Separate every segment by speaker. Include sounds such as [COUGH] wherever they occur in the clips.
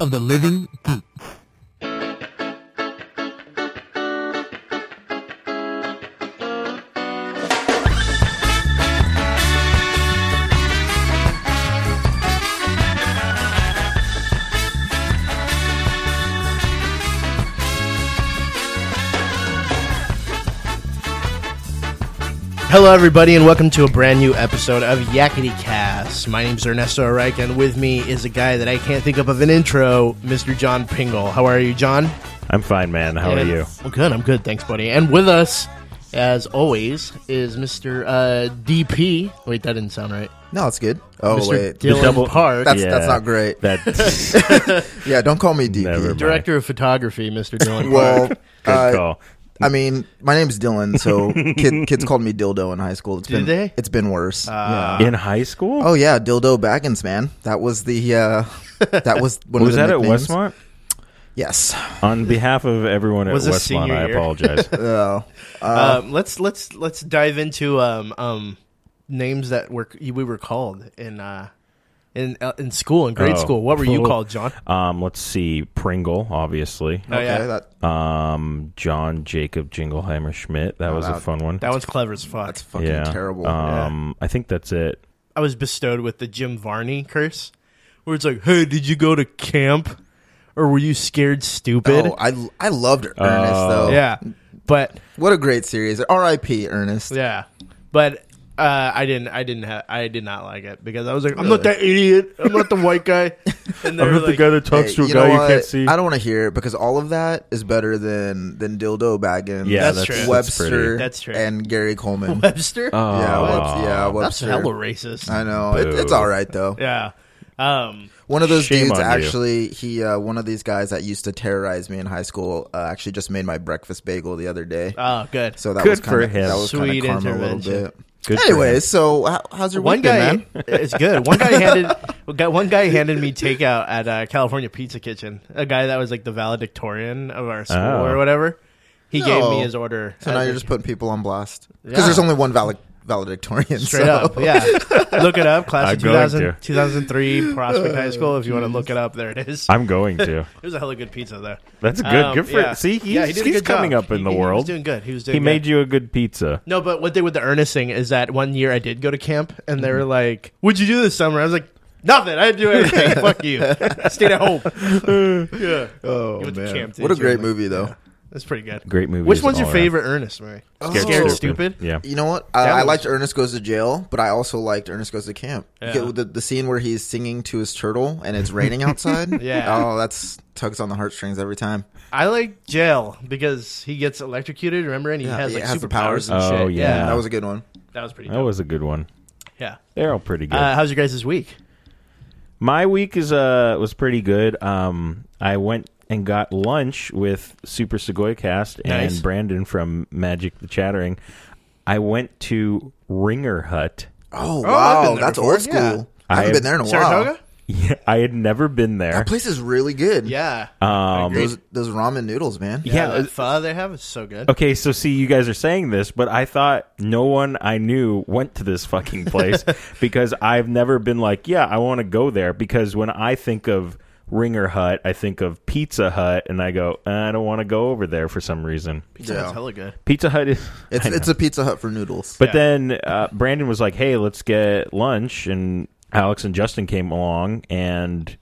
Speaker 1: of the living geek.
Speaker 2: Hello, everybody, and welcome to a brand new episode of Yakety Cast. My name's Ernesto Reich, and with me is a guy that I can't think of of an intro, Mr. John Pingle. How are you, John?
Speaker 3: I'm fine, man. How are you?
Speaker 2: Well, good. I'm good. Thanks, buddy. And with us, as always, is Mr. Uh, DP. Wait, that didn't sound right.
Speaker 4: No, it's good. Oh
Speaker 2: Mr.
Speaker 4: wait,
Speaker 2: Dylan
Speaker 3: double-
Speaker 2: Park,
Speaker 4: That's- that's not great.
Speaker 3: That
Speaker 4: [LAUGHS] yeah, don't call me DP.
Speaker 3: Never mind.
Speaker 2: director of photography,
Speaker 4: [LAUGHS]
Speaker 2: Mr. Dylan
Speaker 4: Well,
Speaker 2: Park.
Speaker 3: good
Speaker 4: uh,
Speaker 3: call.
Speaker 4: I mean, my name's Dylan, so
Speaker 3: [LAUGHS]
Speaker 4: kid, kids called me Dildo in high school. It's
Speaker 2: Did
Speaker 4: been,
Speaker 2: they?
Speaker 4: It's been worse.
Speaker 2: Uh,
Speaker 4: uh,
Speaker 3: In high school?
Speaker 4: oh yeah, Dildo Baggins, man. That was the uh,
Speaker 3: [LAUGHS]
Speaker 4: that was one
Speaker 3: was
Speaker 4: of the
Speaker 3: that at
Speaker 4: nicknames.
Speaker 3: Westmont?
Speaker 4: Yes.
Speaker 3: On behalf of everyone at
Speaker 2: Was this
Speaker 3: Westmont,
Speaker 2: senior
Speaker 3: I
Speaker 2: year? [LAUGHS]
Speaker 3: apologize.
Speaker 4: Uh,
Speaker 2: Um, let's let's let's dive into um, um, names that were we were called in uh, in uh, in school in grade
Speaker 3: Oh.
Speaker 2: school. What were you
Speaker 4: [LAUGHS]
Speaker 3: Cool.
Speaker 2: called, John?
Speaker 3: um, let's see. Pringle, obviously.
Speaker 2: Oh,
Speaker 4: okay,
Speaker 2: yeah.
Speaker 4: that,
Speaker 3: Um, John Jacob Jingleheimer Schmidt. That was a
Speaker 4: that-
Speaker 3: fun one.
Speaker 2: That was clever as fuck.
Speaker 4: that's fucking
Speaker 3: yeah.
Speaker 4: terrible.
Speaker 3: Um, I think that's it.
Speaker 2: I was bestowed with the Jim Varney curse, where it's like, "Hey, did you go to camp, or were you scared stupid?"
Speaker 4: oh, I I loved Ernest
Speaker 3: Oh.
Speaker 4: though.
Speaker 2: yeah, but
Speaker 4: What a great series. R.I.P. Ernest.
Speaker 2: yeah, but uh, I didn't. I didn't have. I did not like it because I was like, "I'm not that idiot. I'm not the white
Speaker 4: [LAUGHS]
Speaker 2: guy." And they were like,
Speaker 3: that
Speaker 4: Hey, know what? I don't want to hear it because all of that is better than than Dildo Baggins.
Speaker 3: Yeah,
Speaker 2: That's that's- true. that's
Speaker 4: Webster.
Speaker 3: pretty.
Speaker 2: That's true.
Speaker 4: And Gary Coleman.
Speaker 2: Webster.
Speaker 4: [LAUGHS] Yeah,
Speaker 3: Oh.
Speaker 4: Webster. Yeah,
Speaker 2: That's
Speaker 4: Webster.
Speaker 2: hella racist.
Speaker 4: I know. It, it's
Speaker 3: Boo.
Speaker 4: all right though.
Speaker 2: Yeah. Um,
Speaker 4: One of those
Speaker 3: Shame
Speaker 4: dudes
Speaker 3: on you.
Speaker 4: actually. He uh, one of these guys that used to terrorize me in high school uh, actually just made my breakfast bagel the other day.
Speaker 2: oh, good.
Speaker 4: so that
Speaker 3: good
Speaker 4: was kind
Speaker 3: for
Speaker 4: of
Speaker 3: him.
Speaker 4: that was kind
Speaker 2: Sweet
Speaker 4: of karma a little
Speaker 2: intervention.
Speaker 4: bit.
Speaker 3: Good for him.
Speaker 4: Anyways, so how, how's your
Speaker 2: one
Speaker 4: week been,
Speaker 2: guy,
Speaker 4: man?
Speaker 2: [LAUGHS] it's good. One guy handed [LAUGHS] one guy handed me takeout at uh, California Pizza Kitchen. A guy that was like the valedictorian of our school
Speaker 3: Oh.
Speaker 2: or whatever. He gave me
Speaker 4: No.
Speaker 2: his order.
Speaker 4: So
Speaker 2: as
Speaker 4: now
Speaker 2: a-
Speaker 4: you're just putting people on blast because
Speaker 2: Yeah.
Speaker 4: there's only one valid valedictorian.
Speaker 2: straight
Speaker 4: so.
Speaker 2: up. Yeah, look it
Speaker 3: [LAUGHS]
Speaker 2: up. Class
Speaker 3: I'm
Speaker 2: of
Speaker 3: going
Speaker 2: 2000,
Speaker 3: to.
Speaker 2: 2003, Prospect High School. If you want to look it up, there it is.
Speaker 3: I'm going to.
Speaker 2: It was a hella good pizza though.
Speaker 3: That's good.
Speaker 2: Um,
Speaker 3: good for
Speaker 2: yeah.
Speaker 3: See, he's,
Speaker 2: Yeah, he did a
Speaker 3: he's
Speaker 2: good job.
Speaker 3: coming up in
Speaker 2: He-
Speaker 3: the
Speaker 2: he- He
Speaker 3: world.
Speaker 2: was doing good. He was doing.
Speaker 3: He
Speaker 2: good.
Speaker 3: made you a good pizza.
Speaker 2: No, but what they with the earnest thing is that one year I did go to camp and they were like, "What'd you do this summer?" I was like, "Nothing. I didn't do anything. Fuck you. I stayed at home." yeah.
Speaker 4: Oh
Speaker 2: You went to camp,
Speaker 4: [LAUGHS] what a
Speaker 2: didn't you?
Speaker 4: great movie though.
Speaker 2: That's pretty good.
Speaker 3: Great movie.
Speaker 2: Which one's your favorite Ernest movie?
Speaker 4: Scared
Speaker 2: Scared Stupid.
Speaker 3: Stupid. Yeah.
Speaker 4: You know what? I,
Speaker 2: That
Speaker 4: I
Speaker 2: was-
Speaker 4: liked Ernest Goes to Jail, but I also liked Ernest Goes to Camp.
Speaker 2: Yeah.
Speaker 4: Get- The, the scene where he's singing to his turtle and it's raining
Speaker 2: [LAUGHS]
Speaker 4: outside.
Speaker 2: Yeah.
Speaker 4: Oh, that's tugs on the heartstrings every time.
Speaker 2: I like Jail because he gets electrocuted. Remember, and he
Speaker 4: Yeah,
Speaker 2: has
Speaker 4: he
Speaker 2: like
Speaker 4: has the
Speaker 2: superpowers
Speaker 4: powers.
Speaker 2: and shit.
Speaker 3: Oh, yeah.
Speaker 4: That was a good one.
Speaker 2: that was pretty.
Speaker 3: That
Speaker 2: Dope.
Speaker 3: was a good one.
Speaker 2: Yeah.
Speaker 3: They're all pretty good.
Speaker 2: Uh, how's your guys' week?
Speaker 3: My week is uh was pretty good. Um, I went and got lunch with Super Segoy Cast
Speaker 2: Nice.
Speaker 3: and Brandon from Magic the Chattering. I went to Ringer Hut. [LAUGHS]
Speaker 4: Oh,
Speaker 2: I've been
Speaker 4: wow.
Speaker 2: there
Speaker 4: That's
Speaker 2: before,
Speaker 4: old school.
Speaker 2: yeah.
Speaker 4: I haven't
Speaker 3: I-
Speaker 4: been there in a
Speaker 2: Saratoga.
Speaker 4: while.
Speaker 3: Yeah, I had never been there.
Speaker 4: That place is really good.
Speaker 2: Yeah.
Speaker 4: Uh,
Speaker 3: Um,
Speaker 4: Those, those ramen noodles, man.
Speaker 3: yeah.
Speaker 2: the pho they have is so good.
Speaker 3: Okay, so see, you guys are saying this, but I thought no one I knew went to this
Speaker 2: [LAUGHS]
Speaker 3: fucking place because I've never been like, yeah, I want to go there. Because when I think of Ringer Hut, I think of Pizza Hut, and I go, "Uh, I don't want to go over there for some reason.
Speaker 2: Pizza
Speaker 4: Yeah.
Speaker 2: Hut's hella good.
Speaker 3: Pizza Hut is. [LAUGHS]
Speaker 4: It's,
Speaker 3: I know.
Speaker 4: it's a Pizza Hut for noodles.
Speaker 3: But
Speaker 2: Yeah.
Speaker 3: then uh, Brandon was like, "Hey, let's get lunch," and Alex and Justin came along, and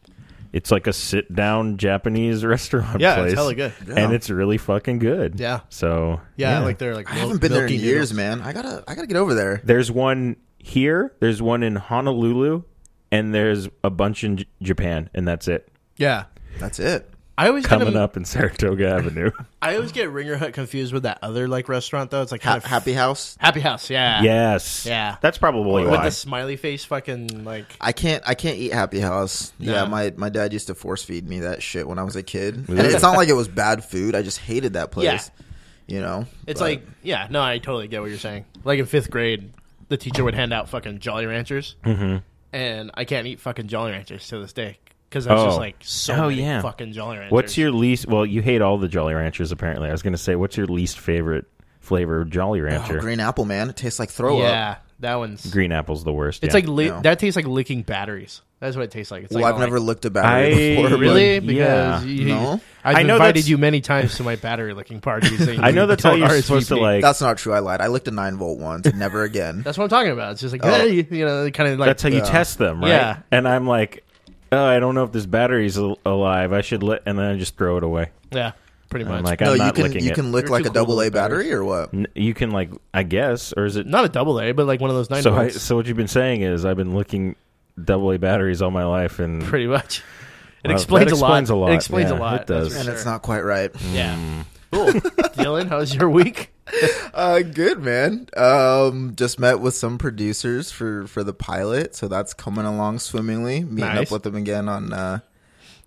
Speaker 3: it's like a sit-down Japanese [LAUGHS] restaurant
Speaker 2: Yeah, it's
Speaker 3: place.
Speaker 2: hella good.
Speaker 3: and it's really fucking good.
Speaker 2: Yeah.
Speaker 3: So
Speaker 2: Yeah, like they're like.
Speaker 4: I haven't been there in
Speaker 2: milky
Speaker 4: years,
Speaker 2: noodles.
Speaker 4: man. I gotta I gotta get over there.
Speaker 3: there's one here, there's one in Honolulu, and there's a bunch in J- Japan, and that's it.
Speaker 2: Yeah.
Speaker 4: That's it.
Speaker 2: I always get
Speaker 3: Coming
Speaker 2: 'em-
Speaker 3: up in Saratoga Avenue.
Speaker 2: I always get Ringer Hut confused with that other like restaurant though. It's like
Speaker 4: Ha-
Speaker 2: kind of-
Speaker 4: Happy House.
Speaker 2: Happy House, yeah,
Speaker 3: yes.
Speaker 2: Yeah.
Speaker 3: That's probably
Speaker 2: with
Speaker 3: why.
Speaker 2: the smiley face, fucking like
Speaker 4: I can't I can't eat Happy House.
Speaker 2: No.
Speaker 4: Yeah, my, my dad used to force feed me that shit when I was a kid. And it's not like it was bad food. I just hated that place. You know.
Speaker 2: it's
Speaker 4: But-
Speaker 2: like yeah. No, I totally get what you're saying. Like in fifth grade, the teacher would hand out fucking Jolly Ranchers,
Speaker 3: Mm-hmm.
Speaker 2: and I can't eat fucking Jolly Ranchers to this day because that's just
Speaker 3: Oh.
Speaker 2: like so
Speaker 3: Oh,
Speaker 2: many
Speaker 3: yeah.
Speaker 2: fucking Jolly Ranchers.
Speaker 3: What's your least? Well, you hate all the Jolly Ranchers, apparently. I was going to say, what's your least favorite flavor of Jolly
Speaker 4: Oh,
Speaker 3: Rancher?
Speaker 4: green apple, man. It tastes like throw
Speaker 2: yeah? That one's.
Speaker 3: Green apple's the worst.
Speaker 2: It's
Speaker 3: yeah.
Speaker 2: like li-
Speaker 4: No.
Speaker 2: that tastes like licking batteries. That's what it tastes like. It's
Speaker 4: well,
Speaker 2: like
Speaker 4: I've
Speaker 2: all
Speaker 4: never
Speaker 2: like,
Speaker 4: looked a battery
Speaker 3: I-
Speaker 4: before. but-
Speaker 2: really
Speaker 3: Yeah.
Speaker 2: because you,
Speaker 4: No?
Speaker 2: I've
Speaker 3: I know
Speaker 2: invited
Speaker 3: that's-
Speaker 2: you many times to my battery licking
Speaker 3: [LAUGHS]
Speaker 2: parties. and
Speaker 3: I know that's how
Speaker 2: don't
Speaker 3: you're supposed to
Speaker 2: RSVP.
Speaker 3: like.
Speaker 4: That's not true. I lied. I licked a nine volt once.
Speaker 3: [LAUGHS]
Speaker 4: Never again.
Speaker 2: That's what I'm talking about. It's just like
Speaker 4: Oh.
Speaker 2: "Hey," you know, kind of like
Speaker 3: that's how you test them, right?
Speaker 2: Yeah.
Speaker 3: And I'm like, oh, I don't know if this battery's al- alive. I should let, and then I just throw it away.
Speaker 2: yeah, pretty
Speaker 3: I'm
Speaker 2: much.
Speaker 3: like, I'm
Speaker 4: no, you
Speaker 3: not
Speaker 4: can
Speaker 3: licking
Speaker 4: you
Speaker 3: it.
Speaker 4: can lick
Speaker 2: You're
Speaker 4: like
Speaker 2: too
Speaker 4: a
Speaker 2: cool
Speaker 4: double A
Speaker 2: with batteries.
Speaker 4: battery or what?
Speaker 3: N- you can like, I guess, or is it?
Speaker 2: not a double A, but like one of those nine
Speaker 3: so, I,
Speaker 2: volts,
Speaker 3: so what you've been saying is I've been licking double A batteries all my life, and
Speaker 2: pretty
Speaker 3: [LAUGHS]
Speaker 2: much. It
Speaker 3: Wow,
Speaker 2: explains,
Speaker 3: that explains
Speaker 2: a
Speaker 3: a
Speaker 2: lot.
Speaker 3: lot.
Speaker 2: It explains a
Speaker 3: Yeah,
Speaker 2: lot.
Speaker 3: it
Speaker 2: that's
Speaker 3: does. Mm.
Speaker 2: for
Speaker 4: And it's
Speaker 2: sure.
Speaker 4: not quite right.
Speaker 2: Yeah. [LAUGHS] Cool. Dylan, how's your week?
Speaker 4: Uh, good man. Um, just met with some producers for for the pilot, so that's coming along swimmingly. Meeting
Speaker 2: Nice.
Speaker 4: up with them again on uh,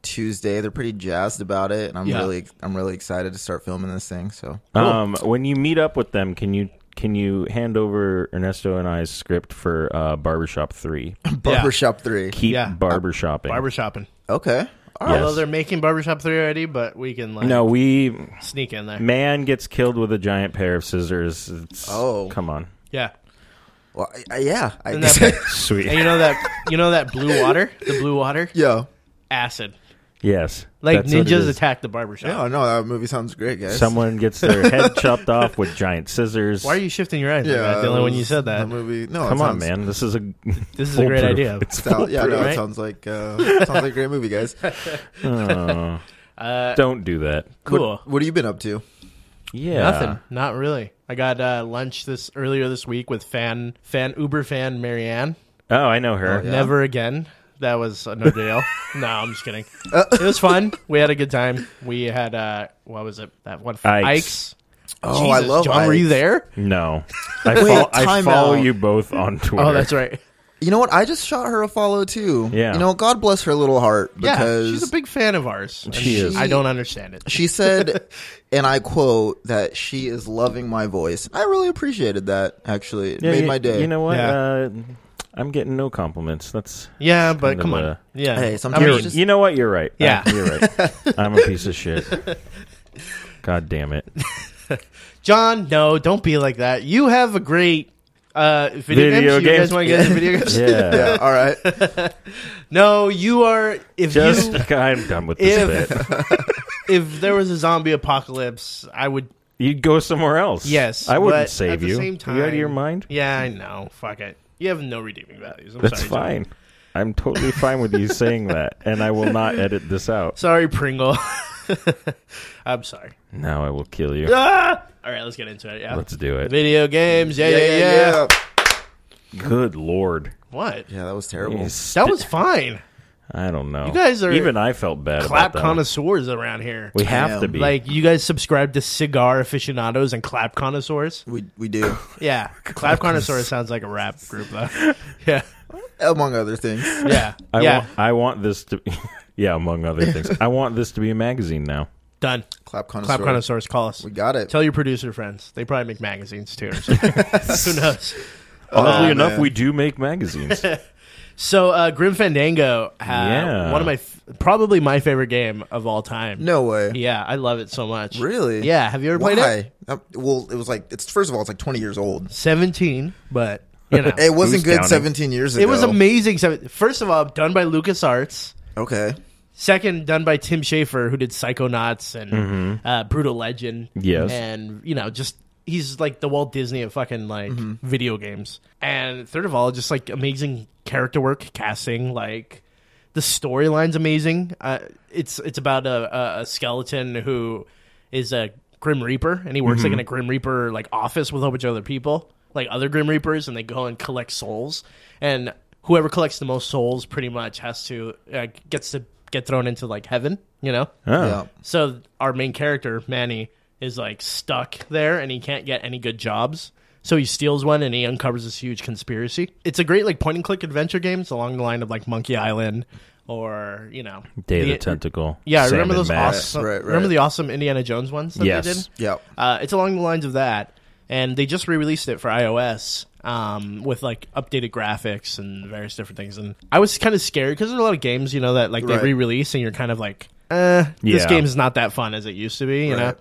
Speaker 4: Tuesday. They're pretty jazzed about it, and I'm
Speaker 2: Yeah.
Speaker 4: really I'm really excited to start filming this thing. So
Speaker 3: um, when you meet up with them, can you can you hand over Ernesto and I's script for uh,
Speaker 2: [CLEARS THROAT]
Speaker 3: Barbershop Three?
Speaker 4: barbershop three.
Speaker 3: Keep
Speaker 2: Yeah.
Speaker 3: barbershopping.
Speaker 2: Barbershopping.
Speaker 4: Okay. All right.
Speaker 3: Yes.
Speaker 2: Although they're making barbershop three already, but we can like
Speaker 3: no, we
Speaker 2: sneak in there.
Speaker 3: man gets killed with a giant pair of scissors. It's,
Speaker 4: Oh.
Speaker 3: come on,
Speaker 2: yeah.
Speaker 4: Well, I, I, yeah. I,
Speaker 2: And that- And
Speaker 3: sweet.
Speaker 2: you know that you know that blue water? The blue water?
Speaker 4: [LAUGHS] Yo.
Speaker 2: Acid.
Speaker 3: yes,
Speaker 2: Like
Speaker 3: that's what it
Speaker 2: ninjas
Speaker 3: is.
Speaker 2: attack the barbershop.
Speaker 4: No, no, that movie sounds great, guys.
Speaker 3: Someone gets their
Speaker 2: [LAUGHS]
Speaker 3: head chopped off with giant scissors.
Speaker 2: Why are you shifting your eyes
Speaker 4: yeah,
Speaker 2: like that, Dylan, when you said
Speaker 4: the
Speaker 2: that?
Speaker 4: movie. No, it
Speaker 3: Come on,
Speaker 4: sounds-
Speaker 3: man! This is a
Speaker 2: This is a great
Speaker 3: foolproof.
Speaker 2: idea.
Speaker 3: It's
Speaker 4: Sound- yeah, no,
Speaker 2: Right?
Speaker 4: it sounds like uh, sounds like a great
Speaker 2: [LAUGHS]
Speaker 4: movie, guys.
Speaker 3: Oh,
Speaker 2: Uh,
Speaker 3: [LAUGHS] don't do that.
Speaker 2: cool.
Speaker 4: What, what have you been up to?
Speaker 3: Yeah,
Speaker 2: Nothing. Not really. I got uh, lunch this earlier this week with fan fan Uber fan Marianne.
Speaker 3: Oh, I know her.
Speaker 4: Oh, yeah.
Speaker 2: Never again. That was a no deal. no, I'm just kidding. It was fun. We had a good time. We had uh, what was it? That one
Speaker 3: Ike's.
Speaker 2: Ike's.
Speaker 4: Oh, I
Speaker 2: Jesus,
Speaker 4: love.
Speaker 2: John. Were
Speaker 4: Ike.
Speaker 2: you there?
Speaker 3: No, I,
Speaker 4: Wait,
Speaker 3: fol- I
Speaker 4: time
Speaker 3: follow
Speaker 4: out.
Speaker 3: you both on Twitter.
Speaker 2: Oh, that's right.
Speaker 4: You know what? I just shot her a follow too.
Speaker 3: Yeah.
Speaker 4: You know, God bless her little heart because
Speaker 2: yeah, she's a big [LAUGHS] fan of ours. and
Speaker 3: She is.
Speaker 2: I don't understand it.
Speaker 4: she said, and I quote that she is loving my voice. I really appreciated that. Actually, it
Speaker 3: Yeah,
Speaker 4: made
Speaker 3: you,
Speaker 4: my day.
Speaker 3: You know what?
Speaker 2: Yeah.
Speaker 3: Uh, I'm getting no compliments. That's
Speaker 2: Yeah, but
Speaker 3: Kinda
Speaker 2: come on.
Speaker 3: the-
Speaker 2: Yeah.
Speaker 4: Hey, sometimes
Speaker 2: I mean,
Speaker 4: it's just-
Speaker 3: you know what? You're right.
Speaker 2: Yeah.
Speaker 3: Uh, you're
Speaker 2: [LAUGHS]
Speaker 3: right. I'm a piece of shit. God
Speaker 2: [LAUGHS]
Speaker 3: damn it!
Speaker 2: John, no, don't be like that. You have a great uh, video,
Speaker 3: Video
Speaker 2: games. You guys
Speaker 3: games.
Speaker 2: want to get into
Speaker 3: [LAUGHS]
Speaker 2: video games?
Speaker 3: Yeah,
Speaker 4: yeah. All
Speaker 2: [LAUGHS]
Speaker 4: right.
Speaker 2: No, you are. If
Speaker 3: just
Speaker 2: you,
Speaker 3: I'm done with this
Speaker 2: If-
Speaker 3: bit.
Speaker 2: if there was a zombie apocalypse, I would.
Speaker 3: You'd go somewhere else.
Speaker 2: Yes,
Speaker 3: I
Speaker 2: but
Speaker 3: wouldn't
Speaker 2: at
Speaker 3: save
Speaker 2: the
Speaker 3: you.
Speaker 2: same
Speaker 3: Are you out
Speaker 2: time-
Speaker 3: of your mind?
Speaker 2: Yeah, I know. Fuck it. You have no redeeming values. I'm
Speaker 3: That's
Speaker 2: sorry, John.
Speaker 3: fine. I'm totally fine with you saying that, and I will not edit this out.
Speaker 2: Sorry, Pringle. [LAUGHS] I'm sorry.
Speaker 3: Now I will kill you.
Speaker 2: Ah! All right, let's get into it. Yeah.
Speaker 3: Let's do it.
Speaker 2: Video games. Yeah, yeah, yeah.
Speaker 3: Good lord.
Speaker 2: What?
Speaker 4: Yeah, that was terrible.
Speaker 2: That was fine.
Speaker 3: I don't know. You
Speaker 2: guys are
Speaker 3: even I felt bad.
Speaker 2: Clap
Speaker 3: about that one.
Speaker 2: connoisseurs around here.
Speaker 3: We have to
Speaker 4: am.
Speaker 3: be
Speaker 2: Like you guys subscribe to cigar aficionados and clap connoisseurs.
Speaker 4: We we do
Speaker 2: Yeah, [LAUGHS] clap connoisseurs sounds like a rap group though. [LAUGHS] Yeah,
Speaker 4: among other
Speaker 2: [LAUGHS]
Speaker 4: things.
Speaker 2: yeah,
Speaker 3: I
Speaker 2: yeah.
Speaker 3: want. I want this to. [LAUGHS] yeah, among other
Speaker 2: [LAUGHS]
Speaker 3: things, I want this to be a magazine now.
Speaker 2: Done.
Speaker 4: Clap connoisseur.
Speaker 2: Clap connoisseurs. Call us.
Speaker 4: We got it.
Speaker 2: Tell your producer friends. They probably make magazines [LAUGHS] too. Or something. Who knows?
Speaker 3: Oddly
Speaker 4: man.
Speaker 3: enough, we do
Speaker 2: [LAUGHS]
Speaker 3: make magazines.
Speaker 2: So, uh, Grim Fandango, uh,
Speaker 3: Yeah.
Speaker 2: one of my, f- probably my favorite game of all time.
Speaker 4: No way.
Speaker 2: Yeah, I love it so much.
Speaker 4: Really?
Speaker 2: Yeah. Have you ever
Speaker 4: Why?
Speaker 2: played it?
Speaker 4: Um, well, it was like it's first of all, it's like twenty years old.
Speaker 2: Seventeen, but
Speaker 4: [LAUGHS]
Speaker 2: you know,
Speaker 4: It
Speaker 2: it,
Speaker 4: wasn't
Speaker 3: Who's
Speaker 4: good
Speaker 3: downing?
Speaker 4: seventeen years ago.
Speaker 2: was amazing. Seven- First of all, done by LucasArts.
Speaker 4: Okay.
Speaker 2: Second, done by Tim Schafer, who did Psychonauts and
Speaker 4: Mm-hmm.
Speaker 2: uh, Brutal Legend.
Speaker 3: Yes.
Speaker 2: and you know, just he's like the Walt Disney of fucking like video games. And third of all, just like amazing character work, casting, like the storyline's amazing. Uh, it's it's about a, a, a skeleton who is a Grim Reaper, and he works like in a Grim Reaper like office with a whole bunch of other people, like other Grim Reapers, and they go and collect souls. And whoever collects the most souls, pretty much has to uh, gets to get thrown into like heaven, you know.
Speaker 3: Oh.
Speaker 4: Yeah.
Speaker 2: So our main character Manny is like stuck there, and he can't get any good jobs. So he steals one, and he uncovers this huge conspiracy. It's a great like point and click adventure game. It's along the line of like Monkey Island, or you know,
Speaker 3: Day of the
Speaker 2: the-
Speaker 3: Tentacle.
Speaker 2: Yeah,
Speaker 3: Sam
Speaker 2: remember
Speaker 3: and
Speaker 2: those
Speaker 3: Max.
Speaker 2: awesome.
Speaker 4: Right, right.
Speaker 2: Remember the awesome Indiana Jones ones that
Speaker 3: Yes.
Speaker 2: they did.
Speaker 4: Yep.
Speaker 2: Uh, it's along the lines of that, and they just re-released it for iOS um, with like updated graphics and various different things. And I was kind of scared because there's a lot of games, you know, that like they
Speaker 4: Right.
Speaker 2: re-release, and you're kind of like, eh, this
Speaker 3: Yeah.
Speaker 2: game is not that fun as it used to be, you know.
Speaker 4: Right.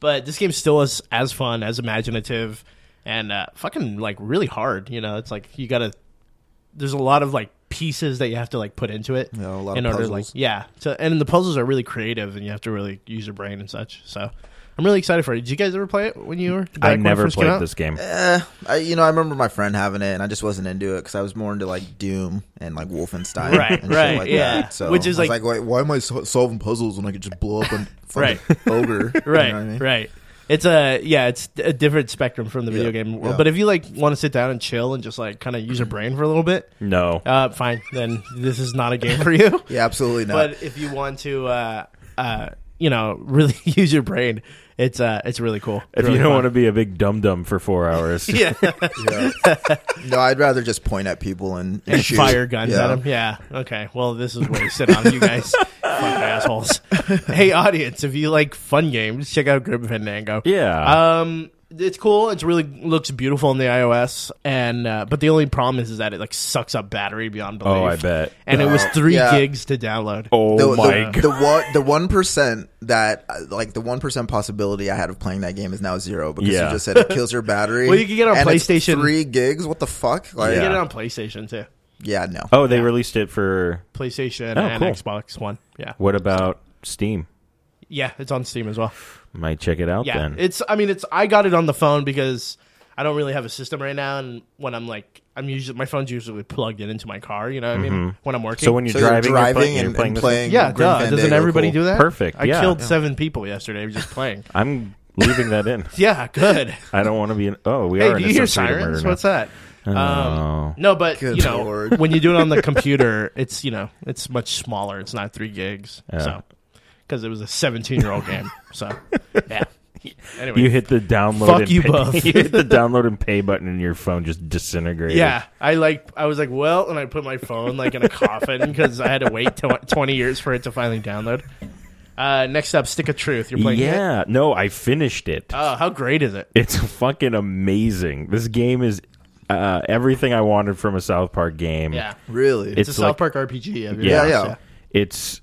Speaker 2: But this game still is as fun as imaginative. and uh, fucking like really hard. You know, it's like you gotta. There's a lot of like pieces that you have to like put into it
Speaker 4: Yeah, a lot
Speaker 2: in
Speaker 4: of
Speaker 2: order
Speaker 4: puzzles.
Speaker 2: like yeah. So and the puzzles are really creative, and you have to really use your brain and such. So I'm really excited for it. Did you guys ever play it when you were? back
Speaker 3: I
Speaker 2: when it
Speaker 3: never
Speaker 2: first came
Speaker 3: played
Speaker 2: out?
Speaker 3: this game.
Speaker 4: Eh, I, you know, I remember my friend having it, and I just wasn't into it because I was more into like Doom and like Wolfenstein,
Speaker 2: Right,
Speaker 4: and
Speaker 2: right,
Speaker 4: shit like
Speaker 2: yeah.
Speaker 4: That. So
Speaker 2: Which is
Speaker 4: I was
Speaker 2: like-
Speaker 4: like, wait, why am I so- solving puzzles when I could just blow up
Speaker 2: [LAUGHS]
Speaker 4: a
Speaker 2: Right. [LAUGHS]
Speaker 4: fucking ogre? You know
Speaker 2: right,
Speaker 4: what I mean?
Speaker 2: right. It's a yeah, it's a different spectrum from the video
Speaker 4: Yeah,
Speaker 2: game world.
Speaker 4: yeah.
Speaker 2: But if you like want to sit down and chill and just like kind of use your brain for a little bit,
Speaker 3: No.
Speaker 2: uh, fine. Then this is not a game for you.
Speaker 4: [LAUGHS] Yeah, absolutely
Speaker 2: [LAUGHS]
Speaker 4: not.
Speaker 2: But if you want to, uh, uh, you know, [LAUGHS] really use your brain, it's uh, it's really cool.
Speaker 3: if you don't want to be a big dum dum
Speaker 2: [LAUGHS]
Speaker 3: for four hours,
Speaker 2: yeah, [LAUGHS]
Speaker 4: no, I'd rather just point at people and,
Speaker 2: and
Speaker 4: shoot.
Speaker 2: fire guns
Speaker 4: yeah.
Speaker 2: at him. Yeah. Okay. Well, this is where we sit on you guys,
Speaker 3: [LAUGHS]
Speaker 2: fucking assholes. hey, audience, if you like fun games, check out Grim Fandango.
Speaker 3: yeah,
Speaker 2: Um, it's cool. It's really looks beautiful in the iOS, and uh, but the only problem is, is that it like sucks up battery beyond belief.
Speaker 3: Oh, I bet.
Speaker 2: And it was three
Speaker 4: Yeah.
Speaker 2: gigs to download.
Speaker 3: oh
Speaker 4: The,
Speaker 3: my
Speaker 4: the,
Speaker 3: god,
Speaker 4: the one the one percent that uh, like the one percent possibility I had of playing that game is now zero because
Speaker 3: Yeah.
Speaker 4: you just said it kills your
Speaker 2: [LAUGHS]
Speaker 4: battery.
Speaker 2: Well, you can get it on
Speaker 4: and it's
Speaker 2: PlayStation.
Speaker 4: three gigs. What the fuck? Like,
Speaker 2: You
Speaker 4: yeah.
Speaker 2: get it on PlayStation too.
Speaker 4: no.
Speaker 3: oh, they released it for
Speaker 2: PlayStation
Speaker 3: Oh,
Speaker 2: and
Speaker 3: cool.
Speaker 2: Xbox One. Yeah,
Speaker 3: what about Steam?
Speaker 2: yeah, it's on Steam as well.
Speaker 3: Might check it out
Speaker 2: Yeah,
Speaker 3: then.
Speaker 2: it's. I mean, it's. I got it on the phone because I don't really have a system right now, and when I'm like, I'm usually my phone's usually plugged in into my car. You know what I mean? When I'm working.
Speaker 3: Mm-hmm. so when you're
Speaker 4: So
Speaker 3: driving,
Speaker 4: you're driving
Speaker 3: you're
Speaker 4: and,
Speaker 3: playing,
Speaker 4: and
Speaker 3: this-
Speaker 4: playing.
Speaker 2: yeah,
Speaker 4: Grim
Speaker 2: duh. doesn't
Speaker 4: Fandango,
Speaker 2: everybody
Speaker 4: cool.
Speaker 2: do that?
Speaker 3: Perfect,
Speaker 2: I
Speaker 3: yeah.
Speaker 2: killed
Speaker 3: Yeah.
Speaker 2: seven people yesterday just playing. [LAUGHS]
Speaker 3: I'm leaving that in.
Speaker 2: yeah,
Speaker 3: [LAUGHS]
Speaker 2: good.
Speaker 3: I don't want to be. An, oh, we
Speaker 2: Hey, do
Speaker 3: are in
Speaker 2: you
Speaker 3: a
Speaker 2: hear
Speaker 3: substitute murder
Speaker 2: sirens?
Speaker 3: now.
Speaker 2: What's that?
Speaker 3: Oh.
Speaker 2: Um, no, but
Speaker 4: Good
Speaker 2: you know,
Speaker 4: lord.
Speaker 2: when you do it
Speaker 3: [LAUGHS]
Speaker 2: on the computer, it's you know, it's much smaller. It's not three gigs,
Speaker 3: Yeah.
Speaker 2: so because it was a 17 year old game.
Speaker 3: [LAUGHS]
Speaker 2: So yeah. Anyway,
Speaker 3: You hit the download.
Speaker 2: Fuck
Speaker 3: and
Speaker 2: you,
Speaker 3: pay,
Speaker 2: Buff.
Speaker 3: [LAUGHS] you hit
Speaker 2: [LAUGHS]
Speaker 3: the download and pay button, and your phone just disintegrated.
Speaker 2: yeah, I like I was like, well, and I put my phone like in a coffin [LAUGHS] because I had to wait till 20 years for it to finally download. Uh, next up, Stick of Truth. You're playing it.
Speaker 3: yeah. No, I finished it.
Speaker 2: Oh, how great is it?
Speaker 3: It's fucking amazing. This game is uh, everything I wanted from a South Park game.
Speaker 2: Yeah,
Speaker 4: Really?
Speaker 2: it's, a South
Speaker 3: like-
Speaker 2: Park RPG. Have you
Speaker 3: Yeah.
Speaker 2: ever-
Speaker 4: Yeah, yeah.
Speaker 3: It's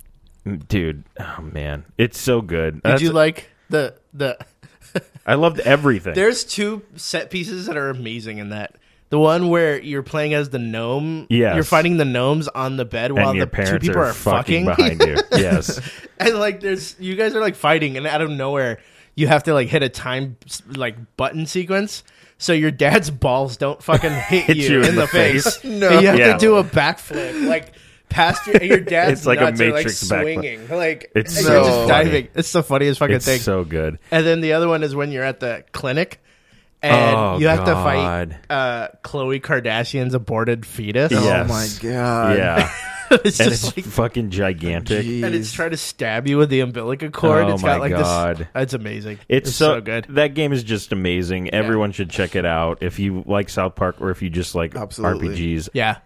Speaker 3: dude, oh man, it's so good.
Speaker 2: Did
Speaker 3: That's-
Speaker 2: you like the the [LAUGHS]
Speaker 3: I loved everything.
Speaker 2: There's two set pieces that are amazing in that. The one where you're playing as the gnome.
Speaker 3: Yes.
Speaker 2: You're fighting the gnomes on the bed while
Speaker 3: and
Speaker 2: the
Speaker 3: your
Speaker 2: two
Speaker 3: parents
Speaker 2: people
Speaker 3: are,
Speaker 2: are, fucking.
Speaker 3: behind
Speaker 2: [LAUGHS]
Speaker 3: you. Yes,
Speaker 2: and like there's you guys are like fighting and out of nowhere you have to like hit a time like button sequence so your dad's balls don't
Speaker 3: [LAUGHS]
Speaker 2: fucking hit,
Speaker 3: Hit you in the face.
Speaker 4: No.
Speaker 2: [LAUGHS] And you have
Speaker 3: Yeah.
Speaker 2: to do a backflip like past your, and your dad's
Speaker 3: It's like a
Speaker 2: nuts are,
Speaker 3: Matrix
Speaker 2: like
Speaker 3: backflip.
Speaker 2: swinging like
Speaker 3: It's
Speaker 2: and you're
Speaker 4: so
Speaker 2: just
Speaker 3: funny.
Speaker 2: diving it's the funniest fucking
Speaker 3: it's
Speaker 2: thing
Speaker 3: so good.
Speaker 2: and then the other one is when you're at the clinic and
Speaker 3: Oh,
Speaker 2: you have to
Speaker 3: God.
Speaker 2: fight uh, Khloe Kardashian's aborted fetus.
Speaker 3: Yeah.
Speaker 4: Oh my
Speaker 3: Yes.
Speaker 4: god.
Speaker 3: yeah,
Speaker 2: [LAUGHS] it's
Speaker 3: and
Speaker 2: Uh, just
Speaker 3: it's
Speaker 2: like,
Speaker 3: fucking gigantic.
Speaker 2: and it's
Speaker 4: Jeez.
Speaker 2: trying to stab you with the umbilical cord.
Speaker 3: Oh
Speaker 2: it's
Speaker 3: my
Speaker 2: got like
Speaker 3: God.
Speaker 2: this. It's amazing.
Speaker 3: It's, so,
Speaker 2: good.
Speaker 3: That game is just amazing. Everyone should check it out if you like South Park or if you just like
Speaker 4: Absolutely.
Speaker 3: RPGs.
Speaker 2: Yeah,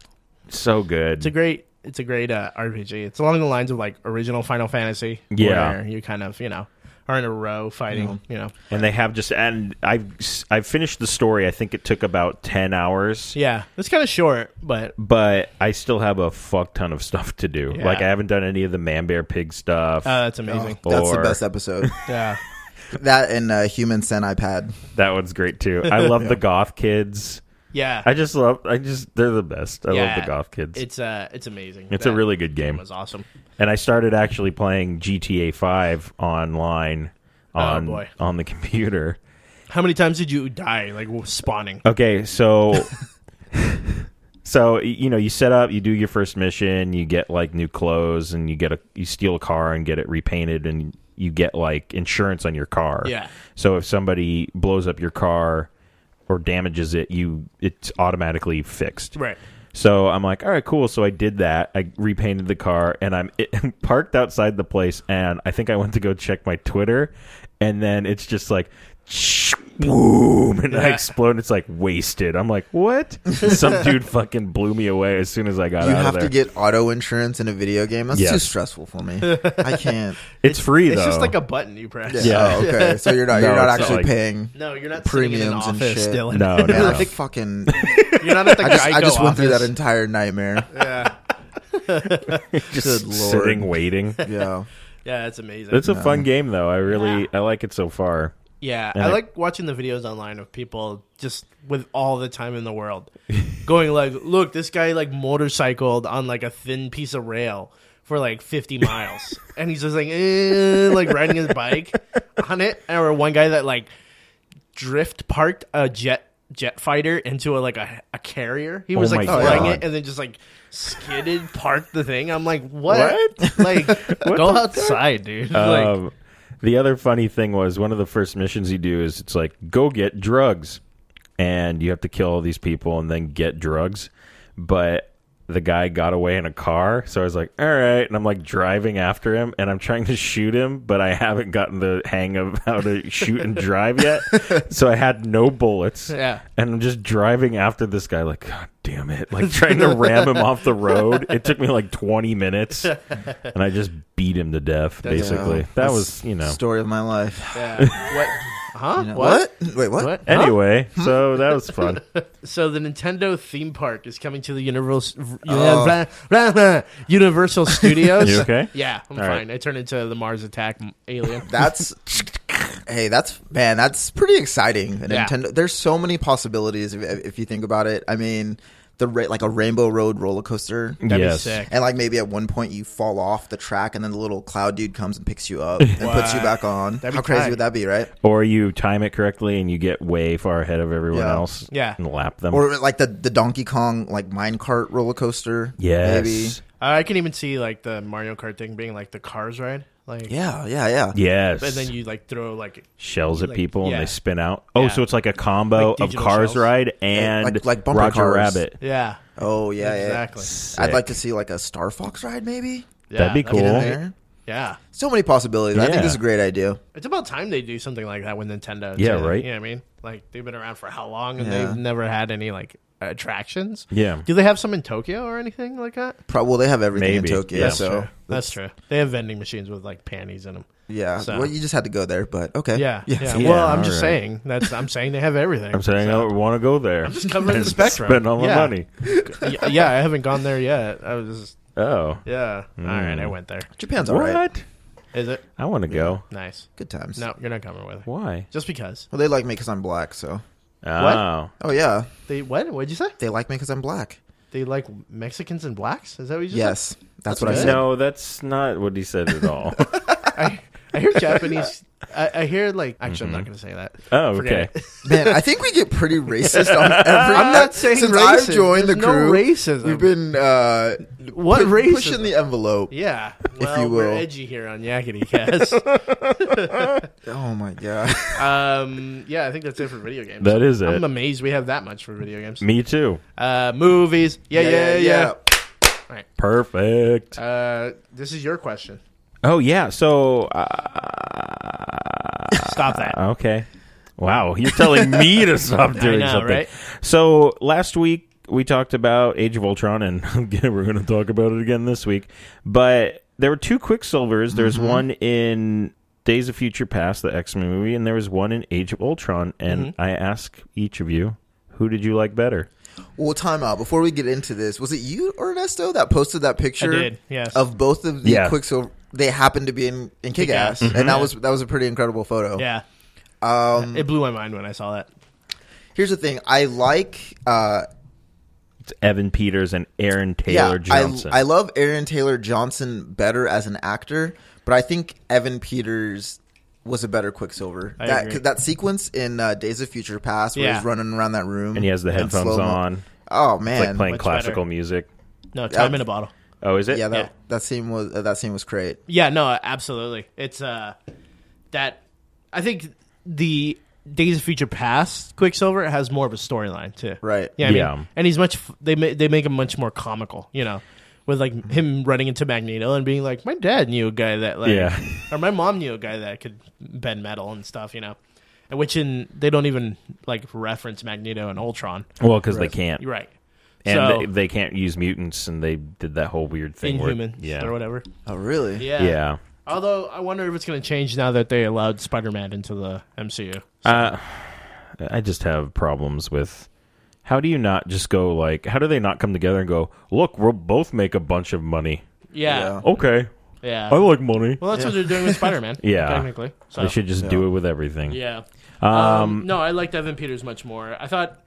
Speaker 3: So good.
Speaker 2: it's a great. It's a great uh, RPG. It's along the lines of like original Final Fantasy.
Speaker 3: Yeah.
Speaker 2: where you kind of you know are in a row fighting. You know,
Speaker 3: and they have just and I've I've finished the story. I think it took about ten hours.
Speaker 2: yeah, it's kind of short, but
Speaker 3: But I still have a fuck ton of stuff to do.
Speaker 2: Yeah.
Speaker 3: Like I haven't done any of the man bear pig stuff.
Speaker 2: uh, that's
Speaker 4: Oh,
Speaker 2: amazing.
Speaker 4: that's the
Speaker 3: Or-
Speaker 4: best episode.
Speaker 2: Yeah,
Speaker 4: that and uh, Human Centipede.
Speaker 3: that one's great
Speaker 2: [LAUGHS]
Speaker 3: too. I love the goth kids.
Speaker 2: yeah.
Speaker 3: I just love. I just they're the best. I
Speaker 2: Yeah.
Speaker 3: love the goth kids.
Speaker 2: it's uh, it's amazing.
Speaker 3: it's
Speaker 2: That
Speaker 3: a really good
Speaker 2: game
Speaker 3: game.
Speaker 2: was awesome.
Speaker 3: And I started actually playing GTA Five online on
Speaker 2: Oh, boy.
Speaker 3: on the computer.
Speaker 2: How many times did you die, like w- spawning?
Speaker 3: [LAUGHS] Okay, so [LAUGHS] so y- you know, you set up, you do your first mission, you get like new clothes and you get a you steal a car and get it repainted and you get like insurance on your car.
Speaker 2: Yeah.
Speaker 3: So if somebody blows up your car or damages it, you it's automatically fixed.
Speaker 2: Right.
Speaker 3: So I'm like, all right, cool. So I did that. I repainted the car, and I'm [LAUGHS] it, parked outside the place. And I think I went to go check my Twitter, and then it's just like, [LAUGHS] boom, and I
Speaker 2: Yeah.
Speaker 3: explode. and It's like wasted. I'm like, what? Some dude fucking blew me away as soon as I got
Speaker 4: You
Speaker 3: out
Speaker 4: have
Speaker 3: of
Speaker 4: to
Speaker 3: there.
Speaker 4: get auto insurance in a video game. That's too
Speaker 3: Yes.
Speaker 4: stressful
Speaker 2: [LAUGHS]
Speaker 4: for me. I can't.
Speaker 3: it's free
Speaker 2: It's
Speaker 3: though.
Speaker 2: just like a button you press.
Speaker 3: [LAUGHS] Yeah.
Speaker 2: [LAUGHS]
Speaker 4: Oh, okay. So you're not
Speaker 3: No,
Speaker 4: you're not
Speaker 3: it's not
Speaker 4: actually
Speaker 3: like-
Speaker 4: paying.
Speaker 2: No, you're not sitting in an
Speaker 4: Premiums and
Speaker 2: office
Speaker 4: shit.
Speaker 2: still.
Speaker 3: [LAUGHS] No, no,
Speaker 4: [LAUGHS] Yeah,
Speaker 3: no. [LAUGHS]
Speaker 4: I fucking.
Speaker 2: [LAUGHS] You're not at the
Speaker 4: I just, I
Speaker 2: Geico
Speaker 4: just went through that
Speaker 2: office. [LAUGHS]
Speaker 4: entire nightmare.
Speaker 3: [LAUGHS] just
Speaker 4: Good lord. [LAUGHS]
Speaker 3: sitting waiting.
Speaker 4: Yeah.
Speaker 2: yeah, that's amazing.
Speaker 3: It's a fun game though. I really I like it so far.
Speaker 2: Yeah,
Speaker 3: And
Speaker 2: I
Speaker 3: I-
Speaker 2: like watching the videos online of people just with all the time in the
Speaker 3: [LAUGHS]
Speaker 2: world going like, "Look, this guy like motorcycled on like a thin piece of rail for like
Speaker 3: [LAUGHS]
Speaker 2: 50 miles." and he's just like eh, like riding his
Speaker 3: [LAUGHS]
Speaker 2: bike on it or one guy that like drift parked a jet jet fighter into a like a, a carrier. He was
Speaker 3: Oh
Speaker 2: like
Speaker 3: my
Speaker 2: flying
Speaker 3: God.
Speaker 2: it and then just like skidded parked the thing. I'm like, "What?"
Speaker 3: [LAUGHS] What?
Speaker 2: Like go outside, dude. [LAUGHS] like
Speaker 3: Um, the other funny thing was one of the first missions you do is it's like go get drugs, and you have to kill all these people and then get drugs. But the guy got away in a car, so I was like, all right, and I'm like driving after him, and I'm trying to shoot him, but I haven't gotten the hang of [LAUGHS] how to shoot and drive
Speaker 2: [LAUGHS]
Speaker 3: yet, so I had no bullets.
Speaker 2: Yeah.
Speaker 3: and I'm just driving after this guy, like, God damn it, like trying to ram him off the road. It took me like
Speaker 2: [LAUGHS]
Speaker 3: 20 minutes, and I just beat him to death, basically.
Speaker 4: Yeah.
Speaker 3: that
Speaker 4: That's
Speaker 3: was, you know.
Speaker 4: story of my life.
Speaker 3: [LAUGHS]
Speaker 2: yeah. What? Huh?
Speaker 4: You know-
Speaker 2: What?
Speaker 4: Wait, what?
Speaker 2: What?
Speaker 3: Anyway, so that was fun.
Speaker 2: So the Nintendo theme park is coming to the Universal
Speaker 4: Oh.
Speaker 2: blah, blah, blah,
Speaker 3: [LAUGHS]
Speaker 2: Universal Studios.
Speaker 3: You okay?
Speaker 2: Yeah, I'm
Speaker 3: All right.
Speaker 2: fine. I turned into the Mars Attack m-
Speaker 3: [LAUGHS]
Speaker 2: alien.
Speaker 4: That's hey, that's man, that's pretty exciting. The
Speaker 2: Yeah.
Speaker 4: Nintendo, there's so many possibilities if, if you think about it. I mean, the ra- like a Rainbow Road roller coaster.
Speaker 2: That'd
Speaker 3: yes.
Speaker 2: be sick.
Speaker 4: And like maybe at one point you fall off the track, and then the little cloud dude comes and picks you
Speaker 2: [LAUGHS]
Speaker 4: up and puts you back on.
Speaker 2: That'd be
Speaker 4: How crazy
Speaker 2: tight.
Speaker 4: would that be, right?
Speaker 3: Or you time it correctly and you get way far ahead of everyone
Speaker 4: Yeah.
Speaker 3: else
Speaker 2: Yeah.
Speaker 3: and lap them.
Speaker 4: Or like the, the Donkey Kong like minecart roller coaster.
Speaker 3: yes.
Speaker 4: Maybe.
Speaker 2: I can even see like the Mario Kart thing being like the Cars ride, like
Speaker 4: Yeah, yeah, yeah.
Speaker 3: Yes.
Speaker 2: and then you like throw like
Speaker 3: Shells at
Speaker 2: like-
Speaker 3: people
Speaker 2: yeah.
Speaker 3: and they spin out. Oh,
Speaker 2: Yeah.
Speaker 3: so it's like a combo
Speaker 2: Like
Speaker 3: of
Speaker 2: digital
Speaker 3: Cars
Speaker 2: shells.
Speaker 3: Ride and
Speaker 4: Like- like bumper
Speaker 3: Roger
Speaker 4: cars.
Speaker 3: Rabbit.
Speaker 2: yeah,
Speaker 4: Oh yeah, yeah.
Speaker 2: exactly.
Speaker 4: I'd like
Speaker 3: Sick.
Speaker 4: to see like a Star Fox ride, maybe.
Speaker 2: Yeah,
Speaker 3: That'd be
Speaker 2: that'd
Speaker 4: Get
Speaker 3: cool.
Speaker 4: in
Speaker 2: tight.
Speaker 4: there.
Speaker 2: Yeah,
Speaker 4: So many possibilities. I think this is a
Speaker 3: Yeah.
Speaker 4: great idea.
Speaker 2: it's about time they do something like that with Nintendo.
Speaker 3: Yeah,
Speaker 2: too.
Speaker 3: right.
Speaker 2: You know what I mean, like they've been around for how long and
Speaker 4: Yeah.
Speaker 2: they've never had any like attractions.
Speaker 3: Yeah.
Speaker 2: Do they have some in Tokyo or anything like that?
Speaker 4: Pro- well, they have everything
Speaker 3: Maybe.
Speaker 4: in Tokyo,
Speaker 3: Yeah,
Speaker 4: so
Speaker 2: true. that's true. They have vending machines with like panties in them.
Speaker 4: yeah.
Speaker 2: So-
Speaker 4: Well, you just had to go there, but okay.
Speaker 2: Yeah, yeah.
Speaker 3: Yeah,
Speaker 2: well, I'm
Speaker 3: all
Speaker 2: just
Speaker 3: right.
Speaker 2: saying that's I'm saying they have everything.
Speaker 3: I'm saying I want to go there.
Speaker 2: [LAUGHS]
Speaker 3: I'm
Speaker 2: just covering the spectrum.
Speaker 3: [LAUGHS] Spend all my
Speaker 2: Yeah.
Speaker 3: money.
Speaker 2: [LAUGHS] Y- yeah, I haven't gone there yet. I was just,
Speaker 3: Oh.
Speaker 2: yeah. All right,
Speaker 3: Mm.
Speaker 2: I went there.
Speaker 4: Japan's all
Speaker 3: What?
Speaker 4: right.
Speaker 2: Is it
Speaker 3: I want to go.
Speaker 2: nice?
Speaker 4: Good times.
Speaker 2: No, you're not coming with. It.
Speaker 3: Why?
Speaker 2: Just because
Speaker 4: Well, they like me because I'm black. So.
Speaker 3: Oh.
Speaker 4: Oh yeah,
Speaker 2: they what? What'd you say?
Speaker 4: they like me because I'm black.
Speaker 2: They like Mexicans and blacks? Is that what you just
Speaker 4: Yes, that's, what I
Speaker 2: good.
Speaker 4: said.
Speaker 3: No, that's not what he said
Speaker 2: [LAUGHS]
Speaker 3: at all.
Speaker 2: said? I, I
Speaker 3: [LAUGHS]
Speaker 2: hear Japanese. I, I hear like actually, I'm not going to say that.
Speaker 3: oh, okay.
Speaker 2: Forget it.
Speaker 4: Man, I think we
Speaker 2: [LAUGHS]
Speaker 4: get pretty racist on every.
Speaker 2: I'm [LAUGHS] not saying
Speaker 4: since
Speaker 2: racist.
Speaker 4: I've joined
Speaker 2: There's
Speaker 4: the
Speaker 2: no
Speaker 4: crew.
Speaker 2: racism.
Speaker 4: We've been uh,
Speaker 2: What
Speaker 4: pu-
Speaker 2: racism?
Speaker 4: pushing the envelope.
Speaker 2: Yeah, well,
Speaker 4: you
Speaker 2: we're
Speaker 4: will.
Speaker 2: edgy here on Yakety
Speaker 4: [LAUGHS]
Speaker 2: Cast.
Speaker 4: Oh my god.
Speaker 2: um, yeah, I think that's it for video games.
Speaker 3: That is
Speaker 2: I'm
Speaker 3: it.
Speaker 2: amazed we have that much for video games.
Speaker 3: Me too.
Speaker 2: Uh, movies. Yeah, yeah, yeah.
Speaker 3: Perfect.
Speaker 2: Uh, this is your question.
Speaker 3: oh yeah. So uh,
Speaker 2: Stop
Speaker 4: [LAUGHS]
Speaker 2: that.
Speaker 3: okay. Wow,
Speaker 2: [LAUGHS]
Speaker 3: you're telling me to stop doing
Speaker 2: know,
Speaker 3: something.
Speaker 2: right?
Speaker 3: So last week we talked about Age of Ultron, and [LAUGHS] again we're going to talk about it again this week. But there were two Quicksilvers. There's
Speaker 2: Mm-hmm.
Speaker 3: one in Days of Future Past, the X Men movie, and there was one in Age of Ultron. And
Speaker 2: Mm-hmm.
Speaker 3: I ask each of you, who did you like better?
Speaker 4: Well, time out. Before we get into this, was it you, Ernesto, that posted that picture
Speaker 2: did, yes.
Speaker 4: of both of the
Speaker 3: Yeah. Mm-hmm.
Speaker 4: Quicksilver? They happened to be in, in Kick Ass,
Speaker 2: Kick-Ass.
Speaker 4: and that
Speaker 2: Mhm.
Speaker 4: was that was a pretty incredible photo.
Speaker 2: yeah,
Speaker 4: Um,
Speaker 2: it blew my mind when I saw that.
Speaker 4: here's the thing: I like, uh,
Speaker 3: It's Evan Peters and Aaron
Speaker 4: yeah,
Speaker 3: Taylor
Speaker 4: I,
Speaker 3: Johnson.
Speaker 4: I love Aaron Taylor Johnson better as an actor, but I think Evan Peters was a better Quicksilver.
Speaker 2: I
Speaker 4: that
Speaker 2: agree.
Speaker 4: that sequence in uh, Days of Future Past, where
Speaker 2: Yeah.
Speaker 4: he's running around that room,
Speaker 3: and he has the
Speaker 4: in
Speaker 3: headphones
Speaker 4: slow-mo.
Speaker 3: on,
Speaker 4: Oh man,
Speaker 3: like playing
Speaker 2: Much
Speaker 3: classical
Speaker 2: better.
Speaker 3: music.
Speaker 2: No, time
Speaker 4: Yeah.
Speaker 2: in a bottle.
Speaker 3: Oh, is it?
Speaker 4: yeah, that
Speaker 2: yeah.
Speaker 4: that scene was uh, that scene was great.
Speaker 2: Yeah, no, absolutely. It's uh, that I think the Days of Future Past Quicksilver has more of a storyline too.
Speaker 4: Right.
Speaker 2: Yeah. I mean,
Speaker 3: Yeah.
Speaker 2: and he's much. f- They ma- they make him much more comical. You know. With
Speaker 3: Mm-hmm.
Speaker 2: like him running into Magneto and being like, "My dad knew a guy that like,
Speaker 3: Yeah.
Speaker 2: [LAUGHS] or my mom knew a guy that could bend metal and stuff," you know, and which in they don't even like reference Magneto and Ultron.
Speaker 3: Well, because they can't,
Speaker 2: You're right.
Speaker 3: and
Speaker 2: so
Speaker 3: they, they can't use mutants, and they did that whole weird thing. where-
Speaker 2: Inhumans
Speaker 3: yeah,
Speaker 2: or whatever.
Speaker 4: Oh really?
Speaker 2: Yeah.
Speaker 3: yeah.
Speaker 2: Although I wonder if it's going to change now that they allowed Spider-Man into the MCU.
Speaker 3: Uh, I just have problems with how do you not just go like how do they not come together and go look we'll both make a bunch of money
Speaker 2: Yeah.
Speaker 4: Yeah.
Speaker 3: okay
Speaker 2: Yeah.
Speaker 3: I like money.
Speaker 2: well, that's what they're doing with Spider Man.
Speaker 3: Oh, [LAUGHS] Yeah.
Speaker 2: Technically. So.
Speaker 3: They should just do it with everything.
Speaker 2: Yeah.
Speaker 3: Um,
Speaker 2: Um, no, I liked Evan Peters much more. I thought,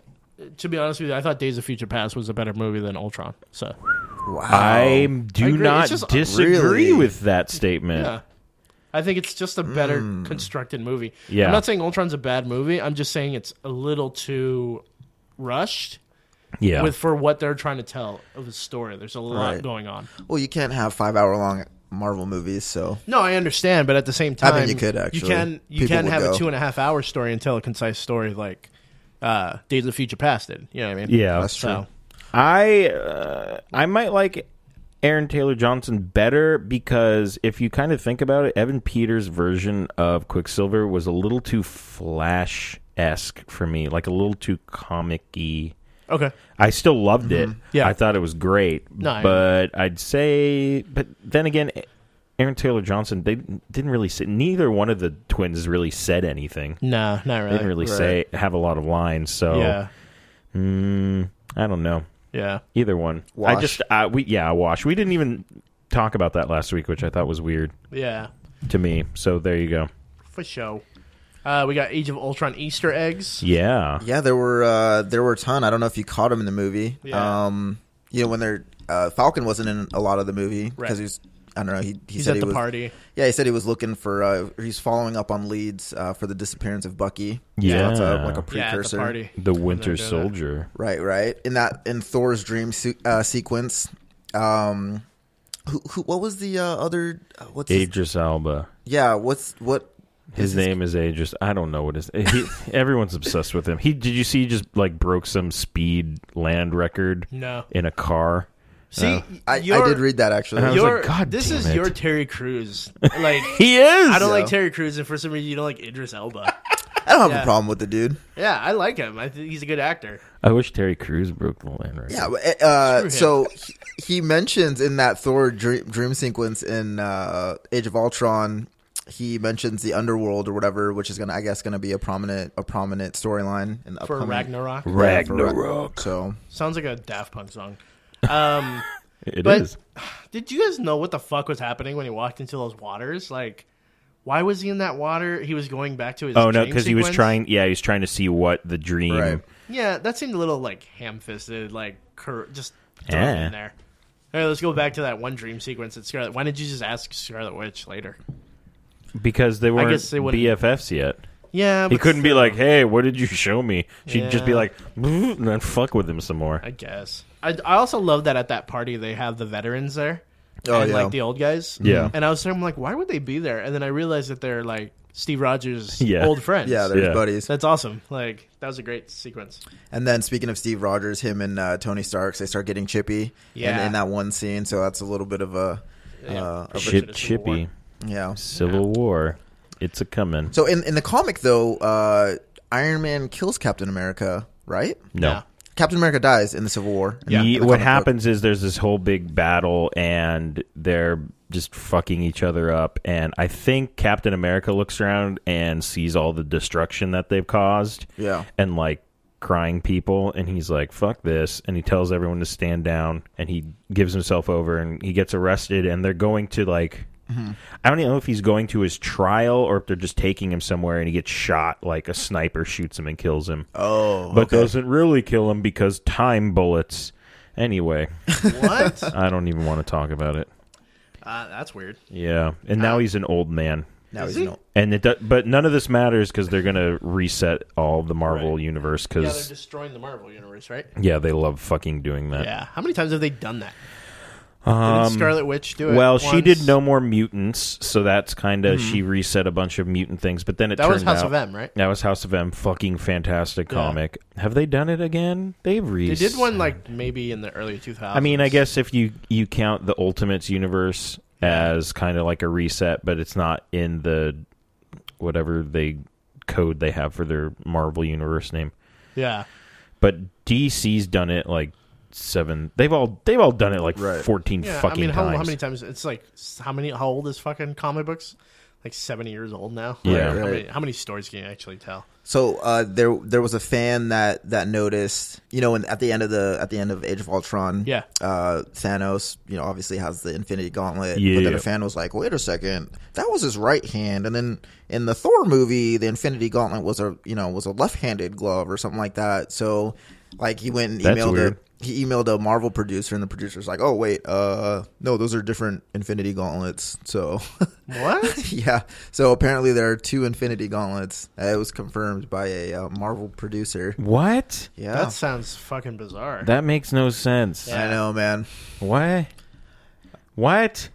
Speaker 2: to be honest with you, I thought Days of Future Past was a better movie than Ultron. So
Speaker 4: Wow.
Speaker 3: I
Speaker 2: I
Speaker 3: do
Speaker 2: agree.
Speaker 3: not
Speaker 2: It's just
Speaker 3: disagree
Speaker 4: really-
Speaker 3: with that statement.
Speaker 2: yeah, I think it's just a better constructed movie.
Speaker 3: Yeah.
Speaker 2: I'm not saying Ultron's a bad movie. I'm just saying it's a little too rushed
Speaker 3: Yeah.
Speaker 2: with for what they're trying to tell of the story. There's a lot
Speaker 4: Right.
Speaker 2: going on.
Speaker 4: Well, you can't have five hour long Marvel movies, so
Speaker 5: No, I understand, but at the same
Speaker 4: I
Speaker 5: time,
Speaker 4: think you could,
Speaker 5: you
Speaker 4: actually.
Speaker 5: can you
Speaker 4: People
Speaker 5: can
Speaker 4: would
Speaker 5: have a
Speaker 4: go.
Speaker 5: two and a half hour story and tell a concise story like uh, Days of the Future Past did. You know what I mean?
Speaker 3: yeah.
Speaker 4: that's true.
Speaker 5: So
Speaker 3: I uh, I might like Aaron Taylor Johnson better because if you kind of think about it, Evan Peters' version of Quicksilver was a little too flash esque for me, like a little too comic y.
Speaker 5: okay,
Speaker 3: I still loved it.
Speaker 5: Yeah.
Speaker 3: I thought it was great.
Speaker 2: No, I-
Speaker 3: but I'd say, but then again, Aaron Taylor Johnson, they didn't really say, neither one of the twins really said anything.
Speaker 5: no, not
Speaker 3: They
Speaker 5: really.
Speaker 3: didn't really
Speaker 4: Right.
Speaker 3: say, have a lot of lines. So,
Speaker 5: Yeah,
Speaker 3: mm, I don't know.
Speaker 5: yeah.
Speaker 3: Either one. I
Speaker 4: Wash.
Speaker 3: just I, we yeah, wash. We didn't even talk about that last week, which I thought was weird
Speaker 5: Yeah,
Speaker 3: to me. So there you go.
Speaker 5: for sure. Uh, we got Age of Ultron Easter eggs.
Speaker 3: Yeah.
Speaker 4: Yeah, there were uh, there were a ton. I don't know if you caught him in the movie.
Speaker 5: Yeah.
Speaker 4: Um, you know when they're uh, Falcon wasn't in a lot of the movie
Speaker 5: Right.
Speaker 4: because he's I don't know he, he
Speaker 5: He's
Speaker 4: said
Speaker 5: at
Speaker 4: he
Speaker 5: the
Speaker 4: was
Speaker 5: party.
Speaker 4: yeah he said he was looking for uh, he's following up on leads uh, for the disappearance of Bucky.
Speaker 3: Yeah.
Speaker 4: so that's a, like a
Speaker 2: Yeah, at the
Speaker 4: precursor.
Speaker 2: party.
Speaker 3: The
Speaker 2: They're
Speaker 3: Winter
Speaker 2: doing that.
Speaker 3: Soldier.
Speaker 4: Right, right. In that in Thor's dream se- uh, sequence, um, who, who what was the uh, other uh, what's his,
Speaker 3: Idris Alba.
Speaker 4: yeah what's what
Speaker 3: His name is Aegis. I don't know what his. [LAUGHS] He, everyone's obsessed with him. He did you see? He just like broke some speed land record
Speaker 2: No.
Speaker 3: in a car.
Speaker 5: See,
Speaker 3: Uh,
Speaker 4: I, I
Speaker 5: you're-
Speaker 4: did read that actually.
Speaker 3: I was
Speaker 5: you're-
Speaker 3: like, God
Speaker 2: this
Speaker 3: damn
Speaker 2: is
Speaker 3: it.
Speaker 2: your Terry
Speaker 3: [LAUGHS]
Speaker 2: Crews. Like
Speaker 3: He is.
Speaker 2: I don't like
Speaker 4: Yeah.
Speaker 2: Terry Crews, and for some reason you don't like Idris
Speaker 4: [LAUGHS]
Speaker 2: Elba.
Speaker 4: I don't have
Speaker 2: yeah.
Speaker 4: a problem with the dude.
Speaker 2: yeah, I like him. I think he's a good actor.
Speaker 3: I wish Terry Crews broke the land record.
Speaker 4: Yeah, but, uh,
Speaker 2: him.
Speaker 4: so he, he mentions in that Thor dream, dream sequence in uh, Age of Ultron, he mentions the underworld or whatever, which is gonna I guess gonna be a prominent a prominent storyline in the
Speaker 2: For
Speaker 4: upcoming-
Speaker 2: Ragnarok,
Speaker 4: Yeah, for Ra-
Speaker 3: Ragnarok.
Speaker 4: So
Speaker 2: sounds like a Daft Punk song. Um, [LAUGHS]
Speaker 3: It is.
Speaker 2: But- did you guys know what the fuck was happening when he walked into those waters? Like, why was he in that water? He was going back to his.
Speaker 3: Oh
Speaker 2: dream
Speaker 3: no, because he was
Speaker 2: sequence?
Speaker 3: trying. Yeah, he was trying to see what the dream.
Speaker 4: Right.
Speaker 2: Yeah, that seemed a little like ham-fisted, like cur- just thrown
Speaker 3: Yeah.
Speaker 2: in there. All right, let's go back to that one dream sequence at Scarlet. Why did you just ask Scarlet Witch later?
Speaker 3: because they weren't
Speaker 2: guess they wouldn't-
Speaker 3: BFFs yet.
Speaker 2: Yeah,
Speaker 3: He
Speaker 2: but
Speaker 3: couldn't be like, "Hey, what did you show me?" She'd just be
Speaker 2: Yeah.
Speaker 3: like, "Bleh," and then fuck with him some more.
Speaker 2: I guess. I, I also love that at that party they have the veterans there.
Speaker 4: Oh,
Speaker 2: and
Speaker 4: yeah. Mm-hmm.
Speaker 2: like the old guys.
Speaker 3: Yeah.
Speaker 2: And I was thinking, like, why would they be there? And then I realized that they're like Steve Rogers'
Speaker 3: [LAUGHS] Yeah.
Speaker 2: old friends.
Speaker 4: yeah, there's
Speaker 3: Yeah.
Speaker 4: buddies.
Speaker 2: That's awesome. Like, that was a great sequence.
Speaker 4: And then speaking of Steve Rogers, him and uh, Tony Starks, they start getting chippy in,
Speaker 2: Yeah.
Speaker 4: in that one scene. So that's a little bit of a uh, of a-
Speaker 2: Shit.
Speaker 3: Chip Chippy,
Speaker 4: yeah.
Speaker 3: Civil War, it's a coming.
Speaker 4: So in in the comic though, uh, Iron Man kills Captain America, right?
Speaker 3: No.
Speaker 2: Yeah.
Speaker 4: Captain America dies in the Civil War. in-
Speaker 3: Ye-
Speaker 4: in the
Speaker 3: what
Speaker 4: comic book.
Speaker 3: happens is there's this whole big battle, and they're just fucking each other up. And I think Captain America looks around and sees all the destruction that they've caused.
Speaker 4: Yeah.
Speaker 3: and like crying people and he's like fuck this and he tells everyone to stand down and he gives himself over and he gets arrested and they're going to like i don't even know if he's going to his trial or if they're just taking him somewhere and he gets shot like a sniper shoots him and kills him
Speaker 4: Oh,
Speaker 3: but
Speaker 4: okay.
Speaker 3: doesn't really kill him because time bullets anyway [LAUGHS]
Speaker 2: What? uh,
Speaker 3: i don't even want to talk about it
Speaker 2: that's weird.
Speaker 3: yeah and
Speaker 2: Uh.
Speaker 3: now he's an old man
Speaker 4: now
Speaker 2: Is he?
Speaker 4: he's no.
Speaker 3: and it do- but none of this matters because they're gonna reset all the marvel universe
Speaker 2: Yeah, they're
Speaker 3: because
Speaker 2: destroying the Marvel universe, right?
Speaker 3: yeah they love fucking doing that
Speaker 2: Yeah. How many times have they done that? Didn't Scarlet Witch do it?
Speaker 3: Um, Well, she did
Speaker 2: once? Mm-hmm.
Speaker 3: no more mutants, so that's kind of she reset a bunch of mutant things. But then it
Speaker 2: That was
Speaker 3: turned
Speaker 2: House
Speaker 3: out-
Speaker 2: of M, right?
Speaker 3: That was House of M. Fucking fantastic
Speaker 2: Yeah.
Speaker 3: comic. Have they done it again? They've
Speaker 2: They
Speaker 3: reset.
Speaker 2: did one like maybe in the early 2000s.
Speaker 3: I mean, I guess if you you count the Ultimates universe as kind of like a reset, but it's not in the whatever they code they have for their Marvel universe name.
Speaker 2: Yeah.
Speaker 3: But DC's done it like seven. They've all they've all done it like
Speaker 4: Right.
Speaker 3: fourteen
Speaker 2: Yeah,
Speaker 3: fucking
Speaker 2: I mean, how,
Speaker 3: times.
Speaker 2: how many times? It's like s- how many? How old is fucking comic books? like seventy years old now.
Speaker 3: Yeah.
Speaker 2: Like, how,
Speaker 4: Right.
Speaker 2: many, how many stories can you actually tell?
Speaker 4: So uh, there, there was a fan that that noticed, you know, and at the end of the at the end of Age of Ultron,
Speaker 2: Yeah.
Speaker 4: uh, Thanos, you know, obviously has the Infinity Gauntlet,
Speaker 3: Yeah.
Speaker 4: but then a fan was like, "Wait a second, that was his right hand," and then in the Thor movie, the Infinity Gauntlet was a you know was a left-handed glove or something like that. So, like, he went and
Speaker 3: That's
Speaker 4: emailed
Speaker 3: weird.
Speaker 4: it. He emailed a Marvel producer, and the producer's like, "Oh wait, uh, no, those are different Infinity Gauntlets." So, [LAUGHS]
Speaker 2: What?
Speaker 4: yeah. So apparently there are two Infinity Gauntlets. Uh, It was confirmed by a uh, Marvel producer.
Speaker 3: What?
Speaker 4: Yeah.
Speaker 2: That sounds fucking bizarre.
Speaker 3: That makes no sense.
Speaker 2: Yeah.
Speaker 4: I know, man.
Speaker 3: What? What?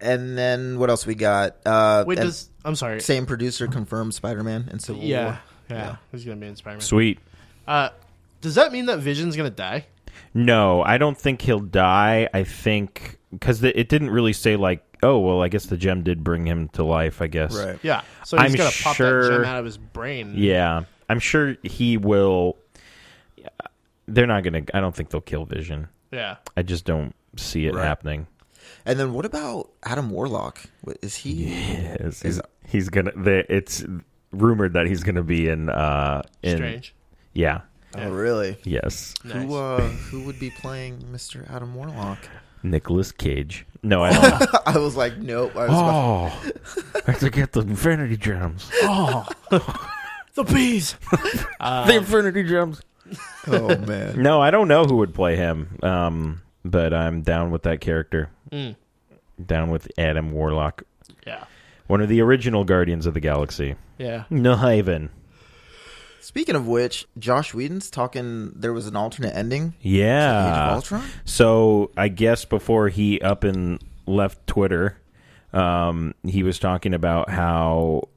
Speaker 4: And then what else we got? Uh,
Speaker 2: Wait,
Speaker 4: and
Speaker 2: does I'm sorry.
Speaker 4: same producer confirmed Spider-Man and Civil
Speaker 2: yeah,
Speaker 4: War.
Speaker 2: yeah,
Speaker 4: Yeah.
Speaker 2: He's gonna be in Spider Man.
Speaker 3: Sweet.
Speaker 2: Uh, does that mean that Vision's gonna die?
Speaker 3: No, I don't think he'll die. I think because it didn't really say like, oh well, I guess the gem did bring him to life. I guess.
Speaker 4: Right.
Speaker 2: Yeah. So he's
Speaker 3: I'm
Speaker 2: gonna pop that gem
Speaker 3: sure-
Speaker 2: out of his brain.
Speaker 3: Yeah, I'm sure he will. They're not gonna. I don't think they'll kill Vision.
Speaker 2: Yeah.
Speaker 3: I just don't see it
Speaker 4: Right.
Speaker 3: happening.
Speaker 4: And then what about Adam Warlock? What- Is he?
Speaker 3: He's, he's- he's gonna. They, it's rumored that he's gonna be in. Uh, in
Speaker 2: Strange.
Speaker 3: Yeah.
Speaker 2: Yeah.
Speaker 4: Oh, really?
Speaker 3: Yes.
Speaker 2: Nice.
Speaker 4: Who uh, who would be playing Mr. Adam Warlock? [LAUGHS]
Speaker 3: Nicholas Cage. No, I don't.
Speaker 4: I was like, nope. I was about-
Speaker 3: oh, I have to get the Infinity Gems.
Speaker 2: oh, the bees.
Speaker 3: the Infinity Gems.
Speaker 4: oh man.
Speaker 3: No, I don't know who would play him. Um, but I'm down with that character.
Speaker 2: Mm.
Speaker 3: Down with Adam Warlock,
Speaker 2: Yeah.
Speaker 3: one of the original Guardians of the Galaxy.
Speaker 2: Yeah.
Speaker 3: No haven.
Speaker 4: Speaking of which, Josh Whedon's talking. There was an alternate ending. Age of
Speaker 2: Uh,
Speaker 3: Yeah.
Speaker 4: Ultron.
Speaker 3: So I guess before he up and left Twitter, um, he was talking about how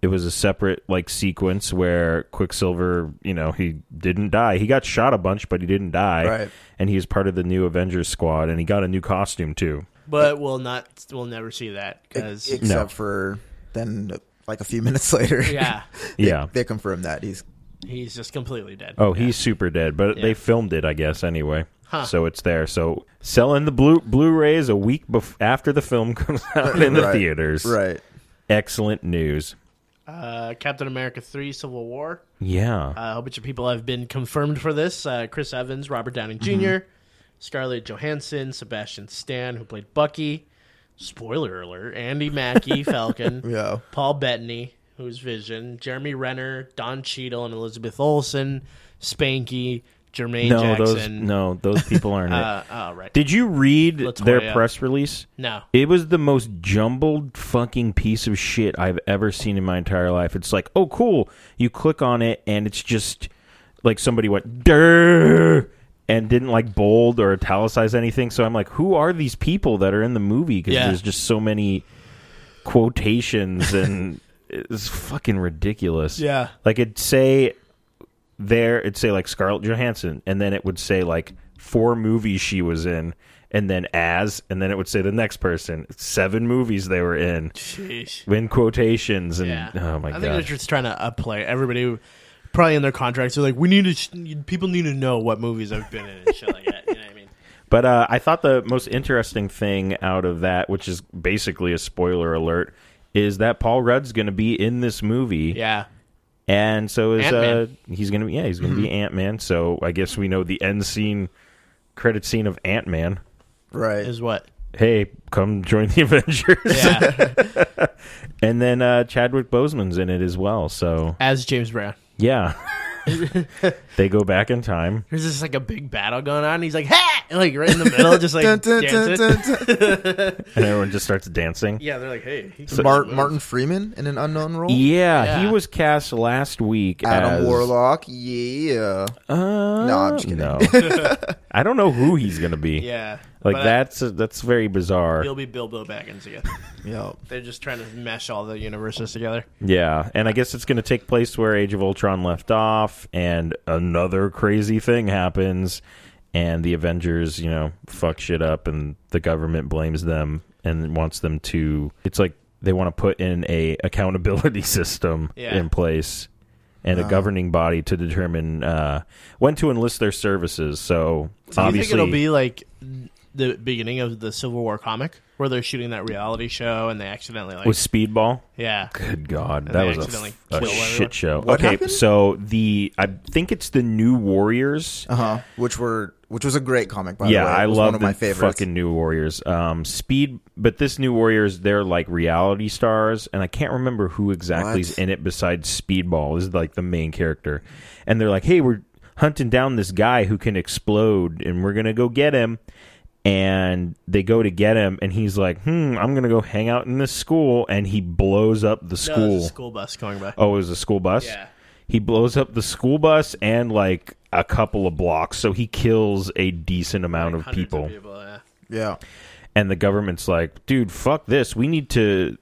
Speaker 3: it was a separate like sequence where Quicksilver, you know, he didn't die. He got shot a bunch, but he didn't die.
Speaker 4: Right.
Speaker 3: And he was part of the new Avengers squad, and he got a new costume too.
Speaker 2: But we'll not. We'll never see that because.
Speaker 4: except
Speaker 3: No.
Speaker 4: for then like a few [LAUGHS] minutes later
Speaker 2: yeah.
Speaker 4: they,
Speaker 3: Yeah.
Speaker 4: they confirmed that he's
Speaker 2: He's just completely dead.
Speaker 3: Oh, he's super dead, but
Speaker 2: Yeah.
Speaker 3: they filmed it, I guess, anyway.
Speaker 2: Huh.
Speaker 3: So it's there. So selling the blue Blu-rays a week bef- after the film comes [LAUGHS] out in the
Speaker 4: Right.
Speaker 3: theaters.
Speaker 4: right
Speaker 3: Excellent news.
Speaker 2: Uh, Captain America 3 Civil War.
Speaker 3: Yeah.
Speaker 2: Uh, a whole bunch of people have been confirmed for this uh, Chris Evans, Robert Downey junior Scarlett Johansson, Sebastian Stan, who played Bucky. Spoiler alert Andy Mackie, Falcon.
Speaker 4: yeah
Speaker 2: Paul Bettany, who's Vision. Jeremy Renner, Don Cheadle, and Elizabeth Olsen. Spanky, Jermaine
Speaker 3: no, those
Speaker 2: Jackson.
Speaker 3: no, those people aren't it.
Speaker 2: [LAUGHS] Uh, oh, right.
Speaker 3: Did you read
Speaker 2: Latoya.
Speaker 3: their press release?
Speaker 2: no.
Speaker 3: It was the most jumbled fucking piece of shit I've ever seen in my entire life. It's like, oh, cool. You click on it, and it's just like somebody went der and didn't like bold or italicize anything. So I'm like, who are these people that are in the movie? Because
Speaker 2: Yeah.
Speaker 3: there's just so many quotations, and [LAUGHS] it's fucking ridiculous.
Speaker 2: Yeah.
Speaker 3: Like it'd say there, it'd say like Scarlett Johansson, and then it would say like four movies she was in, and then as, and then it would say the next person, seven movies they were in,
Speaker 2: Sheesh.
Speaker 3: in quotations, and
Speaker 2: Yeah.
Speaker 3: oh my
Speaker 2: I think they're
Speaker 3: god,
Speaker 2: just trying to upplay everybody. who- Probably in their contracts, they're like, we need to. Sh- people need to know what movies I've been in and shit like that. You know what
Speaker 3: [LAUGHS]
Speaker 2: I mean?
Speaker 3: But uh, I thought the most interesting thing out of that, which is basically a spoiler alert, is that Paul Rudd's going to be in this movie.
Speaker 2: Yeah.
Speaker 3: And so is uh,
Speaker 2: Ant-Man. Mm-hmm.
Speaker 3: he's gonna be yeah he's gonna be Ant Man. So I guess we know the end scene, credit scene of Ant Man.
Speaker 4: right
Speaker 2: Is what?
Speaker 3: Hey, come join the [LAUGHS] Avengers. [LAUGHS]
Speaker 2: Yeah.
Speaker 3: And then uh, Chadwick Boseman's in it as well. So
Speaker 2: As James Brown. [LAUGHS]
Speaker 3: yeah, they go back in time.
Speaker 2: There's just like a big battle going on. And he's like, ha! And, like right in the middle, just
Speaker 3: [LAUGHS]
Speaker 2: like
Speaker 4: Dun, dun, dun,
Speaker 2: dancing.
Speaker 4: dun, dun.
Speaker 3: And everyone just starts dancing.
Speaker 2: Yeah, they're like, hey. He
Speaker 4: [LAUGHS]
Speaker 3: So-
Speaker 4: Mar- martin freeman in an unknown role
Speaker 3: Yeah, he
Speaker 2: Yeah.
Speaker 3: was cast last week.
Speaker 4: adam
Speaker 3: as,
Speaker 4: warlock yeah
Speaker 3: Uh,
Speaker 4: No, I'm just kidding.
Speaker 3: no. [LAUGHS] I don't know who he's gonna be.
Speaker 2: yeah.
Speaker 3: like
Speaker 2: But, uh,
Speaker 3: that's that's very bizarre.
Speaker 2: He'll be Bilbo Baggins
Speaker 3: [LAUGHS]
Speaker 2: again.
Speaker 4: yeah
Speaker 2: They're just trying to mesh all the universes together.
Speaker 3: Yeah, and I guess it's going to take place where Age of Ultron left off, and another crazy thing happens, and the Avengers, you know, fuck shit up, and the government blames them and wants them to. It's like they want to put in a accountability [LAUGHS] system
Speaker 2: Yeah.
Speaker 3: in place and a governing body to determine uh, when to enlist their services. So
Speaker 2: Do you
Speaker 3: obviously,
Speaker 2: think it'll be like the beginning of the Civil War comic? where they're shooting that reality show and they accidentally like
Speaker 3: With Speedball?
Speaker 2: yeah
Speaker 3: Good God,
Speaker 2: they
Speaker 3: that was a,
Speaker 2: accidentally
Speaker 3: f- a
Speaker 2: kill everyone.
Speaker 3: shit show.
Speaker 4: What
Speaker 3: okay,
Speaker 4: happened?
Speaker 3: so the I think it's the New Warriors.
Speaker 4: Uh huh. Which were which was a great comic by
Speaker 3: yeah,
Speaker 4: the way. It
Speaker 3: I
Speaker 4: was
Speaker 3: love
Speaker 4: one of my
Speaker 3: the
Speaker 4: favorites.
Speaker 3: fucking New Warriors. Um, Speed, but this New Warriors, they're like reality stars, and I can't remember who exactly is
Speaker 4: What?
Speaker 3: in it besides Speedball is like the main character, and they're like, hey, we're hunting down this guy who can explode, and we're gonna go get him. And they go to get him, and he's like, "Hmm, I'm gonna go hang out in this school," and he blows up the
Speaker 2: No,
Speaker 3: school.
Speaker 2: it was a school bus going by
Speaker 3: [LAUGHS] Oh, it was a school bus.
Speaker 2: Yeah.
Speaker 3: He blows up the school bus and like a couple of blocks, so he kills a decent amount of
Speaker 2: Hundreds
Speaker 3: people.
Speaker 2: yeah.
Speaker 4: yeah.
Speaker 3: And the government's like, "Dude, fuck this. We need to."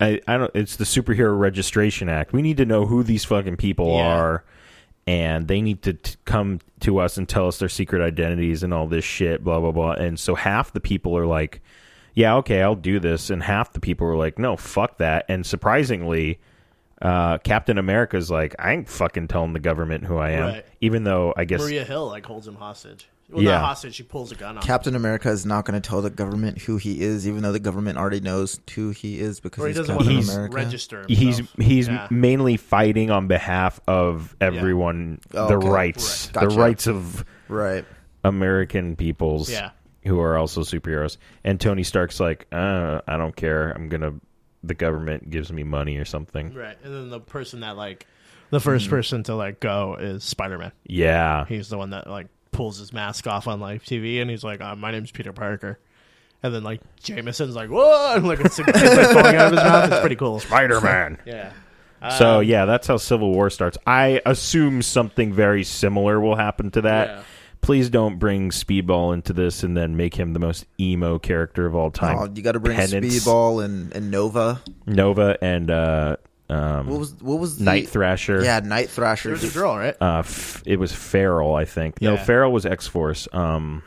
Speaker 3: I, I don't. It's the Superhero Registration Act. We need to know who these fucking people
Speaker 2: Yeah.
Speaker 3: are, and they need to t- come to us and tell us their secret identities and all this shit. Blah blah blah. And so half the people are like, "Yeah, okay, I'll do this," and half the people are like, "No, fuck that." And surprisingly, uh, Captain America's like, I ain't fucking telling the government who I am,
Speaker 2: Right.
Speaker 3: even though I guess
Speaker 2: Maria Hill like holds him hostage. Well,
Speaker 3: Yeah.
Speaker 2: not hostage. She pulls a gun on him,
Speaker 4: Captain America is not going to tell the government who he is, even though the government already knows who he is because
Speaker 2: or he
Speaker 4: he's
Speaker 2: doesn't
Speaker 4: Captain
Speaker 2: want to
Speaker 3: He's-
Speaker 4: America.
Speaker 2: register.
Speaker 3: he's
Speaker 2: Himself.
Speaker 3: he's
Speaker 2: Yeah.
Speaker 3: mainly fighting on behalf of everyone,
Speaker 4: Oh,
Speaker 3: the
Speaker 4: okay.
Speaker 3: rights,
Speaker 4: Right.
Speaker 3: the
Speaker 4: Gotcha.
Speaker 3: rights of
Speaker 4: right.
Speaker 3: American peoples,
Speaker 2: Yeah.
Speaker 3: who are also superheroes. And Tony Stark's like, uh, I don't care. I'm gonna. The government gives me money or something.
Speaker 2: right, and then the person that like the first
Speaker 3: Hmm.
Speaker 2: person to like go is Spider Man.
Speaker 3: Yeah,
Speaker 2: He's the one that like pulls his mask off on live TV, and he's like, uh, "My name's Peter Parker." And then like Jameson's like, "Whoa!" and like it's like, falling out of his mouth. It's pretty cool. [LAUGHS]
Speaker 3: Spider Man.
Speaker 2: Yeah.
Speaker 3: So
Speaker 2: Um,
Speaker 3: yeah, that's how Civil War starts. I assume something very similar will happen to that.
Speaker 2: Yeah.
Speaker 3: Please don't bring Speedball into this and then make him the most emo character of all time.
Speaker 4: Oh, you got to bring
Speaker 3: Penance,
Speaker 4: Speedball and, and Nova.
Speaker 3: Nova, and uh, um,
Speaker 4: What was what was the,
Speaker 3: Night Thrasher.
Speaker 4: Yeah, Night Thrasher.
Speaker 2: There's a girl, right?
Speaker 3: Uh, f- it was Farrell, I think. No,
Speaker 2: Yeah. Hmm.
Speaker 3: Farrell was X Force. Um,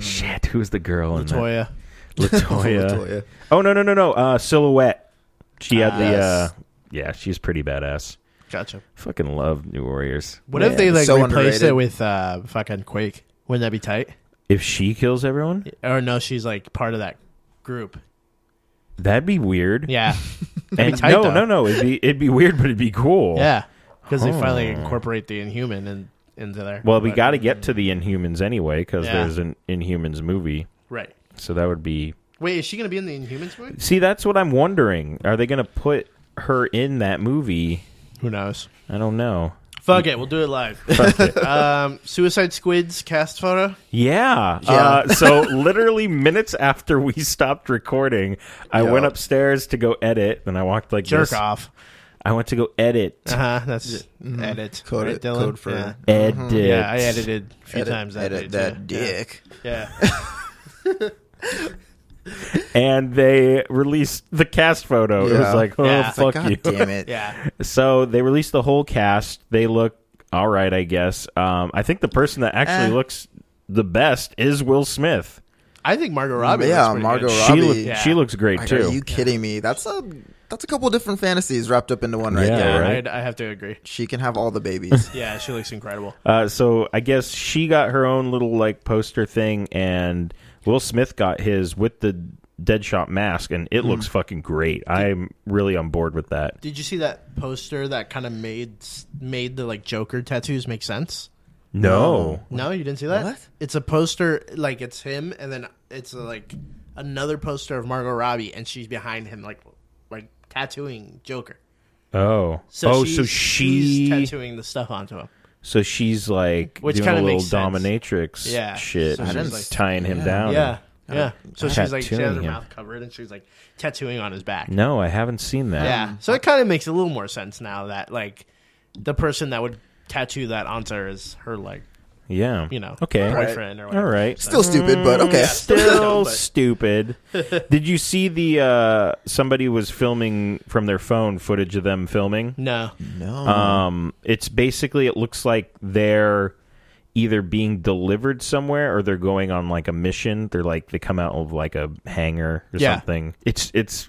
Speaker 3: shit, who was the girl in that?
Speaker 2: Toya. [LAUGHS]
Speaker 3: Latoya.
Speaker 4: Latoya.
Speaker 3: Oh no, no, no, no. Uh, Silhouette. She had the. Uh,
Speaker 4: Yes.
Speaker 3: yeah, she's pretty badass.
Speaker 2: Gotcha.
Speaker 3: Fucking love New Warriors.
Speaker 2: What
Speaker 4: Yeah,
Speaker 2: if they like
Speaker 4: so
Speaker 2: replaced it
Speaker 4: underrated.
Speaker 2: with uh, fucking Quake? Wouldn't that be tight?
Speaker 3: If she kills everyone,
Speaker 2: Or no, she's like part of that group.
Speaker 3: that'd be weird.
Speaker 2: Yeah. [LAUGHS]
Speaker 3: And
Speaker 2: tight,
Speaker 3: no,
Speaker 2: though.
Speaker 3: no, no. It'd be it'd be weird, but it'd be cool.
Speaker 2: Yeah, because they finally
Speaker 3: Huh.
Speaker 2: incorporate the Inhuman in, into there.
Speaker 3: Well, we
Speaker 2: But-
Speaker 3: got to get to the Inhumans anyway because
Speaker 2: Yeah.
Speaker 3: there's an Inhumans movie,
Speaker 2: right.
Speaker 3: so that would be.
Speaker 2: Wait, is she going to be in the Inhumans movie?
Speaker 3: See, that's what I'm wondering. Are they going to put her in that movie?
Speaker 2: Who knows?
Speaker 3: I don't know.
Speaker 2: Fuck it, we'll do it live. [LAUGHS]
Speaker 3: Fuck it.
Speaker 2: um, Suicide Squid's cast photo.
Speaker 3: Yeah. Uh, so literally minutes after we stopped recording, I
Speaker 4: Yeah.
Speaker 3: went upstairs to go edit, and I walked like
Speaker 2: Jerk
Speaker 3: this.
Speaker 2: off.
Speaker 3: I went to go edit,
Speaker 2: Uh huh. That's
Speaker 3: Mm-hmm.
Speaker 2: edit.
Speaker 4: Code
Speaker 2: right,
Speaker 4: it-
Speaker 2: Dylan?
Speaker 4: code for-
Speaker 2: yeah.
Speaker 3: edit.
Speaker 2: Yeah, I edited a few
Speaker 4: Edit-
Speaker 2: times that
Speaker 4: edit
Speaker 2: day,
Speaker 4: that
Speaker 2: too. Yeah. Yeah.
Speaker 4: dick. [LAUGHS]
Speaker 3: and they released the cast photo. It was
Speaker 4: Yeah.
Speaker 3: like, oh
Speaker 2: Yeah. It's
Speaker 3: fuck
Speaker 4: God
Speaker 3: you.
Speaker 4: damn
Speaker 2: [LAUGHS]
Speaker 4: it.
Speaker 2: yeah.
Speaker 3: So they released the whole cast. They look all right, I guess. Um, I think the person that actually
Speaker 4: Eh.
Speaker 3: looks the best is Will Smith.
Speaker 2: I think Margot Robbie.
Speaker 4: Yeah,
Speaker 2: looks pretty
Speaker 4: Margot
Speaker 2: good.
Speaker 4: Robbie.
Speaker 3: She look,
Speaker 2: Yeah.
Speaker 3: she looks great
Speaker 4: Like,
Speaker 3: too.
Speaker 4: are you kidding me? That's a that's a couple different fantasies wrapped up into one right
Speaker 3: Yeah,
Speaker 4: there.
Speaker 2: Yeah,
Speaker 3: right?
Speaker 2: I'd- I have to agree.
Speaker 4: She can have all
Speaker 2: [LAUGHS]
Speaker 4: the babies.
Speaker 2: Yeah, she looks incredible.
Speaker 3: Uh, so I guess she got her own little like poster thing, and Will Smith got his with the Deadshot mask, and
Speaker 2: Hmm.
Speaker 3: it looks fucking great. I'm really on board with that.
Speaker 2: Did you see that poster that kind of made made the like Joker tattoos make sense?
Speaker 3: No,
Speaker 2: No, you didn't see that.
Speaker 4: What?
Speaker 2: It's a poster, like it's him, and then it's like another poster of Margot Robbie, and she's behind him, like like tattooing Joker.
Speaker 3: oh, oh, so
Speaker 2: she's-
Speaker 3: she,
Speaker 2: she's tattooing the stuff onto him.
Speaker 3: so she's like
Speaker 2: Which
Speaker 3: doing a
Speaker 2: kinda
Speaker 3: little
Speaker 2: makes sense.
Speaker 3: dominatrix,
Speaker 2: Yeah.
Speaker 3: shit,
Speaker 2: So
Speaker 3: and
Speaker 2: she's
Speaker 3: just
Speaker 2: like-
Speaker 3: tying him down.
Speaker 2: Yeah, yeah. So she's like she has
Speaker 3: Oh, Tattooing
Speaker 2: her
Speaker 3: him.
Speaker 2: mouth covered, and she's like tattooing on his back.
Speaker 3: No, I haven't seen that.
Speaker 2: Yeah. So it kind of makes a little more sense now that like the person that would tattoo that onto her is her like
Speaker 3: yeah,
Speaker 2: you know
Speaker 3: okay,
Speaker 2: boyfriend or
Speaker 3: all
Speaker 2: whatever.
Speaker 3: right.
Speaker 4: Still stupid, but okay.
Speaker 3: still [LAUGHS]
Speaker 2: But-
Speaker 3: stupid. Did you see the uh, somebody was filming from their phone footage of them filming?
Speaker 2: No.
Speaker 4: No.
Speaker 3: Um, it's basically it looks like they're either being delivered somewhere or they're going on like a mission. They're like they come out of like a hangar or
Speaker 2: Yeah.
Speaker 3: something. It's it's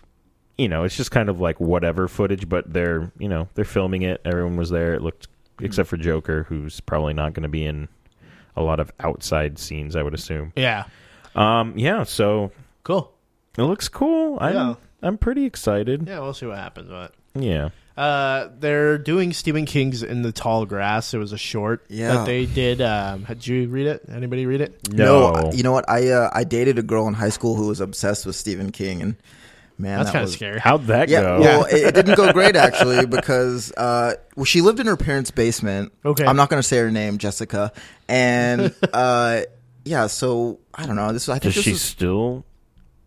Speaker 3: you know it's just kind of like whatever footage, but they're you know they're filming it. Everyone was there. It looked except for Joker, who's probably not going to be in a lot of outside scenes, I would assume.
Speaker 2: Yeah.
Speaker 3: Um, yeah, so
Speaker 2: Cool.
Speaker 3: It looks cool. I'm,
Speaker 2: Yeah.
Speaker 3: I'm pretty excited.
Speaker 2: Yeah, we'll see what happens. But
Speaker 3: Yeah.
Speaker 2: uh, they're doing Stephen King's In the Tall Grass. It was a short
Speaker 4: Yeah. Mm,
Speaker 2: that they did. Um, did you read it? Anybody read it?
Speaker 3: No.
Speaker 4: I- you know what? I uh, I dated a girl in high school who was obsessed with Stephen King, and man,
Speaker 2: That's
Speaker 4: that
Speaker 2: kind of
Speaker 4: was
Speaker 2: scary.
Speaker 3: How'd that
Speaker 4: Yeah,
Speaker 3: go?
Speaker 4: well, it, it didn't go great actually [LAUGHS] because uh, well, she lived in her parents' basement.
Speaker 2: Okay.
Speaker 4: I'm not going to say her name, Jessica,
Speaker 2: [LAUGHS]
Speaker 4: and uh, yeah. So I don't know. This I think
Speaker 3: Does
Speaker 4: this
Speaker 3: she
Speaker 4: is
Speaker 3: still?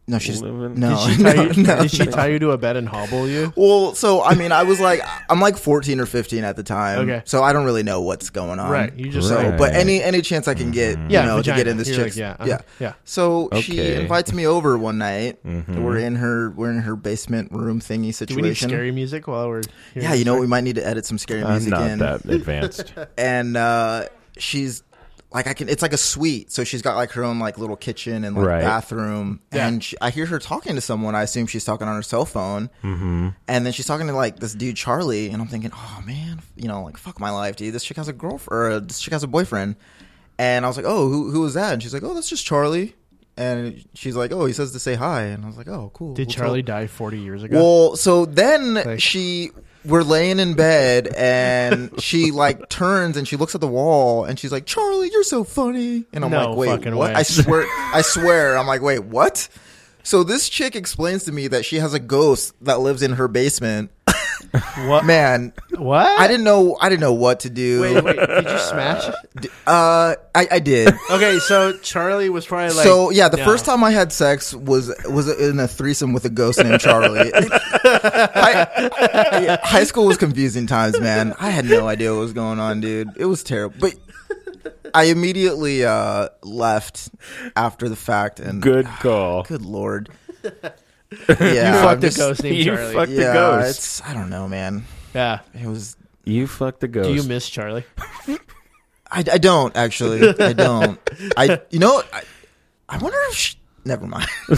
Speaker 4: no, she's [LAUGHS] no,
Speaker 3: live in-
Speaker 2: Did she, tie
Speaker 4: [LAUGHS] no,
Speaker 2: you,
Speaker 4: no,
Speaker 2: did she
Speaker 4: no.
Speaker 2: tie you to a bed and hobble you?
Speaker 4: Well, so I mean, I was like, I'm like 14 or 15 at the time,
Speaker 2: Okay.
Speaker 4: so I don't really know what's going on,
Speaker 2: Right, you just
Speaker 4: so,
Speaker 3: like-
Speaker 4: but any any chance I can get,
Speaker 2: Yeah,
Speaker 4: you know, to get
Speaker 2: vagina.
Speaker 4: in this
Speaker 2: You're like,
Speaker 4: chick's,
Speaker 2: yeah, uh-huh,
Speaker 4: yeah,
Speaker 2: yeah.
Speaker 4: So she
Speaker 3: Okay. Mm-hmm.
Speaker 4: invites me over one night. We're in her we're in her basement room thingy
Speaker 2: Do we need
Speaker 4: situation.
Speaker 2: scary music while we're here?
Speaker 4: yeah, you know, we might need to edit some scary
Speaker 3: I'm
Speaker 4: music
Speaker 3: Uh, not
Speaker 4: in, [LAUGHS]
Speaker 3: that advanced.
Speaker 4: and uh, she's. Like I can, it's like a suite. So she's got like her own like little kitchen and like
Speaker 3: Right.
Speaker 4: bathroom, and she, I hear her talking to someone. I assume she's talking on her cell phone,
Speaker 3: hmm
Speaker 4: and then she's talking to like this dude Charlie, and I'm thinking, oh man, you know, like fuck my life, dude. This chick has a girlfriend, or uh, this chick has a boyfriend, and I was like, oh, who who is that? And she's like, oh, that's just Charlie, and she's like, oh, he says to say hi, and I was like, oh, cool.
Speaker 2: Did
Speaker 4: We'll
Speaker 2: Charlie
Speaker 4: talk."
Speaker 2: die 40 years ago?
Speaker 4: Well, so then
Speaker 2: Like-
Speaker 4: she we're laying in bed, and she like turns and she looks at the wall, and she's like, Charlie, you're so funny, and I'm
Speaker 2: No
Speaker 4: like, wait,
Speaker 2: fucking
Speaker 4: what?
Speaker 2: way.
Speaker 4: I swear, I swear, I'm like, wait, what? So this chick explains to me that she has a ghost that lives in her basement
Speaker 2: what?
Speaker 4: man
Speaker 2: what?
Speaker 4: i didn't know i didn't know what to do
Speaker 2: Wait, wait. Did you
Speaker 4: [LAUGHS]
Speaker 2: smash?
Speaker 4: uh i, I did
Speaker 2: okay, so Charlie was probably like.
Speaker 4: so yeah the
Speaker 2: no.
Speaker 4: first time i had sex was was in a threesome with a ghost named charlie I- high school was confusing times man i had no idea what was going on dude it was terrible but i immediately uh left after the fact and
Speaker 3: Good call.
Speaker 4: good lord yeah
Speaker 2: Fuck
Speaker 4: I'm
Speaker 2: the
Speaker 4: just-
Speaker 2: ghost named
Speaker 3: You
Speaker 2: Charlie.
Speaker 3: fuck- the
Speaker 4: yeah
Speaker 3: ghost.
Speaker 4: it's i don't know man
Speaker 2: yeah.
Speaker 4: it was
Speaker 3: You fucked the ghost.
Speaker 2: Do you miss Charlie?
Speaker 4: I, I don't actually. I don't. I you know I, I wonder if she, never mind. [LAUGHS]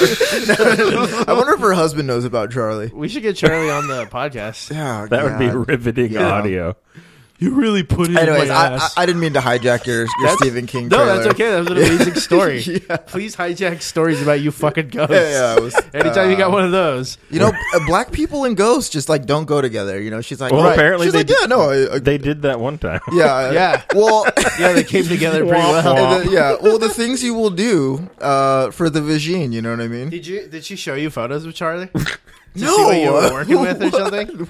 Speaker 4: I wonder if her husband knows about Charlie.
Speaker 2: We should get Charlie on the
Speaker 4: [LAUGHS]
Speaker 2: podcast.
Speaker 4: Yeah,
Speaker 3: that would be riveting
Speaker 4: Yeah.
Speaker 3: audio.
Speaker 2: You really put it
Speaker 4: Anyways, I, I, I didn't mean to hijack your, your
Speaker 2: That's-
Speaker 4: Stephen King.
Speaker 2: no,
Speaker 4: Trailer.
Speaker 2: that's okay. That was an
Speaker 4: [LAUGHS]
Speaker 2: amazing story. Please hijack stories about you fucking ghosts.
Speaker 4: Yeah, yeah. it was,
Speaker 2: [LAUGHS] Anytime you
Speaker 4: uh,
Speaker 2: got one of those,
Speaker 4: you know, uh, black people and ghosts just like don't go together. You know, she's like,
Speaker 3: Well,
Speaker 4: right.
Speaker 3: apparently
Speaker 4: she's
Speaker 3: they
Speaker 4: like,
Speaker 3: d-
Speaker 4: yeah, no, I, I,
Speaker 3: They did that one time. [LAUGHS]
Speaker 4: yeah,
Speaker 2: Yeah.
Speaker 4: Well,
Speaker 2: yeah, they
Speaker 4: [LAUGHS]
Speaker 2: came together pretty
Speaker 3: Womp
Speaker 2: well.
Speaker 3: womp.
Speaker 4: the- yeah, well, the things you will do uh, for the vagine. You know what I mean?
Speaker 2: Did you? Did she show you photos of
Speaker 4: [LAUGHS]
Speaker 2: Charlie?
Speaker 4: no,
Speaker 2: See what you were working with or
Speaker 4: [LAUGHS]
Speaker 2: something?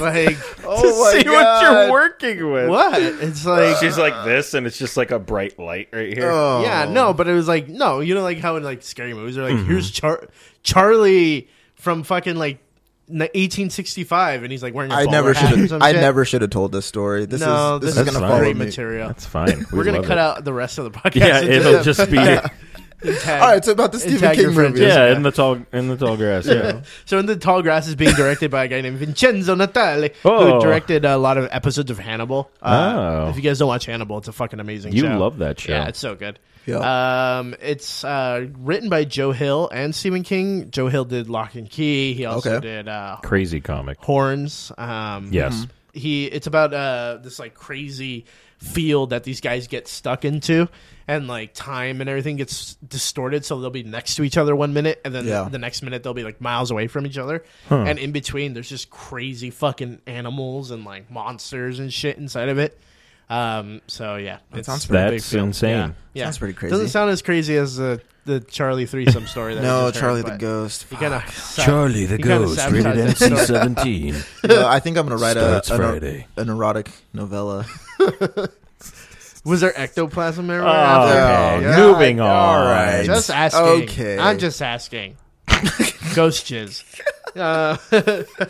Speaker 2: Like,
Speaker 4: Oh my
Speaker 3: See what
Speaker 4: God.
Speaker 3: you're working with.
Speaker 2: what? It's like,
Speaker 3: She's like this, and it's just like a bright light right here.
Speaker 4: Oh.
Speaker 2: yeah, no, but it was like, no, you know, like how in like scary movies are like, here's Char- Charlie from fucking like n- 1865, and he's like wearing. A
Speaker 4: I
Speaker 2: bowler
Speaker 4: never
Speaker 2: hat or
Speaker 4: should have.
Speaker 2: some
Speaker 4: I
Speaker 2: shit.
Speaker 4: never should have told this story. This
Speaker 2: No,
Speaker 4: is this,
Speaker 2: this
Speaker 4: is
Speaker 2: is
Speaker 4: gonna
Speaker 3: fine.
Speaker 4: follow
Speaker 2: great
Speaker 4: me.
Speaker 2: material.
Speaker 3: That's
Speaker 4: [LAUGHS]
Speaker 3: fine.
Speaker 2: We're gonna
Speaker 3: love
Speaker 2: cut
Speaker 3: it.
Speaker 2: out the rest of the podcast.
Speaker 3: Yeah,
Speaker 2: and
Speaker 3: it'll
Speaker 2: just-
Speaker 3: just be
Speaker 2: and [LAUGHS] tag-
Speaker 4: All right, so about the Stephen
Speaker 2: tag your
Speaker 4: King
Speaker 2: friend
Speaker 4: movie.
Speaker 2: Jessica.
Speaker 3: yeah in the tall in the tall grass. Yeah.
Speaker 2: [LAUGHS] So in the tall grass is being directed by a guy named Vincenzo Natale,
Speaker 3: Oh.
Speaker 2: who directed a lot of episodes of Hannibal. Uh,
Speaker 3: Oh.
Speaker 2: If you guys don't watch Hannibal, it's a fucking amazing
Speaker 3: You
Speaker 2: show.
Speaker 3: love that show.
Speaker 2: Yeah, it's so good.
Speaker 4: Yeah.
Speaker 2: Um, it's uh, written by Joe Hill and Stephen King. Joe Hill did Lock and Key. He also
Speaker 4: Okay.
Speaker 2: did uh,
Speaker 3: Crazy comic.
Speaker 2: Horns. Um,
Speaker 3: Yes.
Speaker 4: Mm-hmm.
Speaker 2: he it's about uh this like crazy field that these guys get stuck into and like time and everything gets distorted so they'll be next to each other one minute and then
Speaker 4: Yeah.
Speaker 2: the next minute they'll be like miles away from each other and in between there's just crazy fucking animals and like monsters and shit inside of it um so yeah it
Speaker 4: sounds
Speaker 2: pretty
Speaker 3: That's insane.
Speaker 2: yeah, yeah.
Speaker 4: Sounds pretty
Speaker 2: doesn't
Speaker 4: crazy.
Speaker 2: sound as crazy as the the charlie threesome
Speaker 4: [LAUGHS]
Speaker 2: story that we
Speaker 4: No,
Speaker 2: just heard,
Speaker 4: Charlie the
Speaker 2: but [LAUGHS]
Speaker 4: Ghost. Ah,
Speaker 2: you gotta
Speaker 6: Charlie the
Speaker 2: You kinda
Speaker 6: Ghost,
Speaker 2: sabotaged
Speaker 6: rated
Speaker 2: that
Speaker 6: MC
Speaker 3: [LAUGHS]
Speaker 6: 17.
Speaker 4: No, I think I'm gonna write a
Speaker 6: Starts
Speaker 4: an,
Speaker 6: Friday.
Speaker 4: an erotic
Speaker 2: [LAUGHS]
Speaker 4: novella.
Speaker 2: was there ectoplasm everywhere
Speaker 3: Oh,
Speaker 2: after?
Speaker 3: okay.
Speaker 4: Yeah.
Speaker 3: Moving on.
Speaker 4: All right.
Speaker 2: Just asking.
Speaker 4: Okay.
Speaker 2: I'm just
Speaker 3: [LAUGHS]
Speaker 2: asking. Ghost jizz. Uh,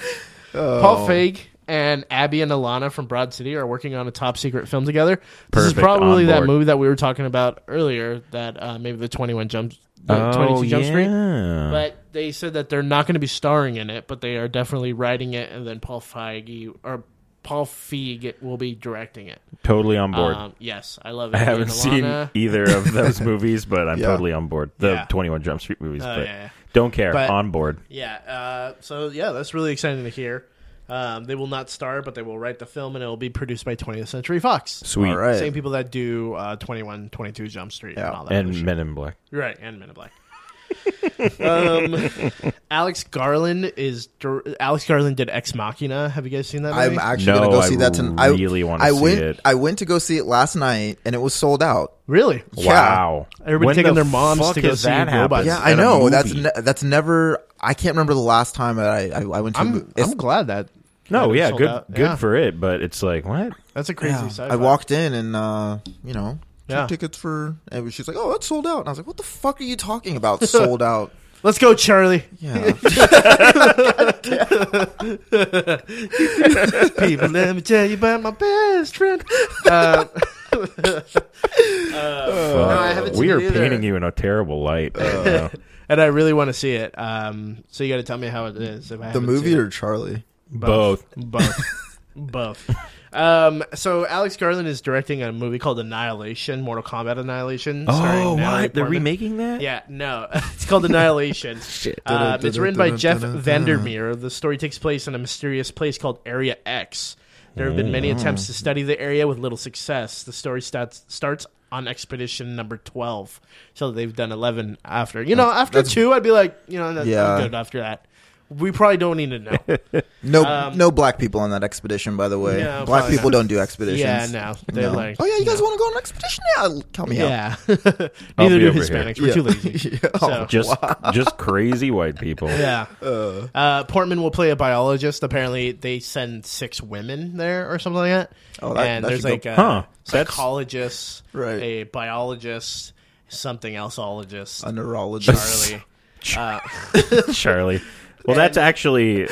Speaker 2: [LAUGHS]
Speaker 3: Oh.
Speaker 2: Paul Feig and Abby and Alana from Broad City are working on a top secret film together. This
Speaker 3: Perfect,
Speaker 2: is probably
Speaker 3: on
Speaker 2: that
Speaker 3: board.
Speaker 2: movie that we were talking about earlier. That uh, maybe the 21 jump,
Speaker 3: Oh,
Speaker 2: the 22 jump screen. But they said that they're not going to be starring in it, but they are definitely writing it, and then Paul Feig or Paul Feig will be directing it.
Speaker 3: Totally on board.
Speaker 2: Um, yes, I love it.
Speaker 3: I haven't seen either
Speaker 2: [LAUGHS]
Speaker 3: of those movies, but I'm
Speaker 4: Yeah.
Speaker 3: totally on board. The
Speaker 2: Yeah.
Speaker 3: 21 Jump Street movies,
Speaker 2: Oh,
Speaker 3: but
Speaker 2: yeah, yeah.
Speaker 3: don't care.
Speaker 2: But-
Speaker 3: on board.
Speaker 2: Yeah. Uh, so yeah, that's really exciting to hear. Um, they will not star, but they will write the film, and it will be produced by 20th Century Fox,
Speaker 3: Sweet.
Speaker 4: All right.
Speaker 2: same people that do uh, 21, 22 Jump Street,
Speaker 4: Yeah.
Speaker 2: and all that. other
Speaker 3: And
Speaker 2: shit.
Speaker 3: Men in Black.
Speaker 2: Right, and Men in Black.
Speaker 5: um,
Speaker 2: [LAUGHS] Alex Garland is dir- Alex Garland did Ex Machina. Have you guys seen that? Movie?
Speaker 4: I'm actually
Speaker 3: No,
Speaker 4: gonna go
Speaker 3: I
Speaker 4: see that tonight.
Speaker 3: really wanna
Speaker 4: I
Speaker 3: see
Speaker 4: went.
Speaker 3: it.
Speaker 4: I went to go see it last night, and it was sold out.
Speaker 2: really?
Speaker 4: Yeah.
Speaker 3: Wow.
Speaker 2: Everybody
Speaker 3: When
Speaker 2: taking
Speaker 3: the
Speaker 2: their moms
Speaker 3: fuck
Speaker 2: to go
Speaker 3: has
Speaker 2: see
Speaker 3: that
Speaker 2: robots.
Speaker 3: happened
Speaker 2: Yeah,
Speaker 4: Yeah,
Speaker 3: in
Speaker 4: I
Speaker 3: a
Speaker 4: know. That's
Speaker 3: movie?
Speaker 4: ne- that's never. I can't remember the last time that I, I, I went to. a
Speaker 2: I'm
Speaker 4: mo- it's-
Speaker 2: I'm glad that. that
Speaker 3: no,
Speaker 2: it
Speaker 3: yeah,
Speaker 2: sold
Speaker 3: good,
Speaker 2: out.
Speaker 3: good
Speaker 2: Yeah.
Speaker 3: for it. But it's like what?
Speaker 2: That's a crazy
Speaker 4: yeah.
Speaker 2: sci
Speaker 4: I walked in and uh, you know, two
Speaker 2: Yeah.
Speaker 4: tickets for. And she's like, "Oh, that's sold out." And I was like, "What the fuck are you talking about?
Speaker 2: [LAUGHS]
Speaker 4: sold out."
Speaker 2: Let's go, Charlie.
Speaker 4: Yeah.
Speaker 2: [LAUGHS] People, let me tell you about my best friend. Uh,
Speaker 3: Fuck.
Speaker 2: I haven't
Speaker 3: we
Speaker 2: seen
Speaker 3: are
Speaker 2: it either. Uh,
Speaker 3: painting you in a terrible light. right now.
Speaker 2: and I really want to see it. Um, so you got to tell me how it is. If I
Speaker 4: the
Speaker 2: haven't
Speaker 4: movie
Speaker 2: seen
Speaker 4: or Charlie?
Speaker 3: Both.
Speaker 2: [LAUGHS]
Speaker 4: [LAUGHS]
Speaker 2: both, both. Um, so Alex Garland is directing a movie called Annihilation, Mortal Kombat Annihilation.
Speaker 4: Oh,
Speaker 2: starring Natalie Portman.
Speaker 3: Oh, remaking that?
Speaker 2: Yeah, no, [LAUGHS] it's called Annihilation. Um, it's written by Jeff Vandermeer. The story takes place in a mysterious place called Area X. There have been many
Speaker 4: Mm.
Speaker 2: attempts to study the area with little success. The story starts starts on expedition number twelve, so they've done eleven after. You know, after two, I'd be like, you know, that's
Speaker 4: Yeah.
Speaker 2: I'm good. After that, we probably don't need to
Speaker 4: [LAUGHS]
Speaker 2: know.
Speaker 4: No, no black people on that expedition. By the way,
Speaker 2: Um, No,
Speaker 4: black
Speaker 2: probably
Speaker 4: people
Speaker 2: not.
Speaker 4: don't do expeditions.
Speaker 2: yeah, no, they're
Speaker 4: No.
Speaker 2: like,
Speaker 4: oh yeah, you guys want to go on an expedition? Yeah, count me out.
Speaker 2: yeah. [LAUGHS]
Speaker 3: I'll
Speaker 2: Neither
Speaker 3: be
Speaker 2: do
Speaker 3: over here.
Speaker 2: Hispanics. We're
Speaker 4: Yeah.
Speaker 2: too lazy.
Speaker 4: [LAUGHS] Yeah.
Speaker 2: So-
Speaker 3: [LAUGHS] Just just crazy white
Speaker 2: [LAUGHS]
Speaker 3: people.
Speaker 2: Yeah. Uh, Portman will play a biologist. Apparently, they send six women there or something like that.
Speaker 4: Oh, that-
Speaker 2: and
Speaker 4: that
Speaker 2: there's
Speaker 4: should go-
Speaker 2: like a
Speaker 3: Huh. That's-
Speaker 2: psychologist,
Speaker 4: Right.
Speaker 2: a biologist, something elseologist,
Speaker 4: A neurologist.
Speaker 3: [LAUGHS]
Speaker 2: Charlie. uh,
Speaker 3: Charlie. Well, that's actually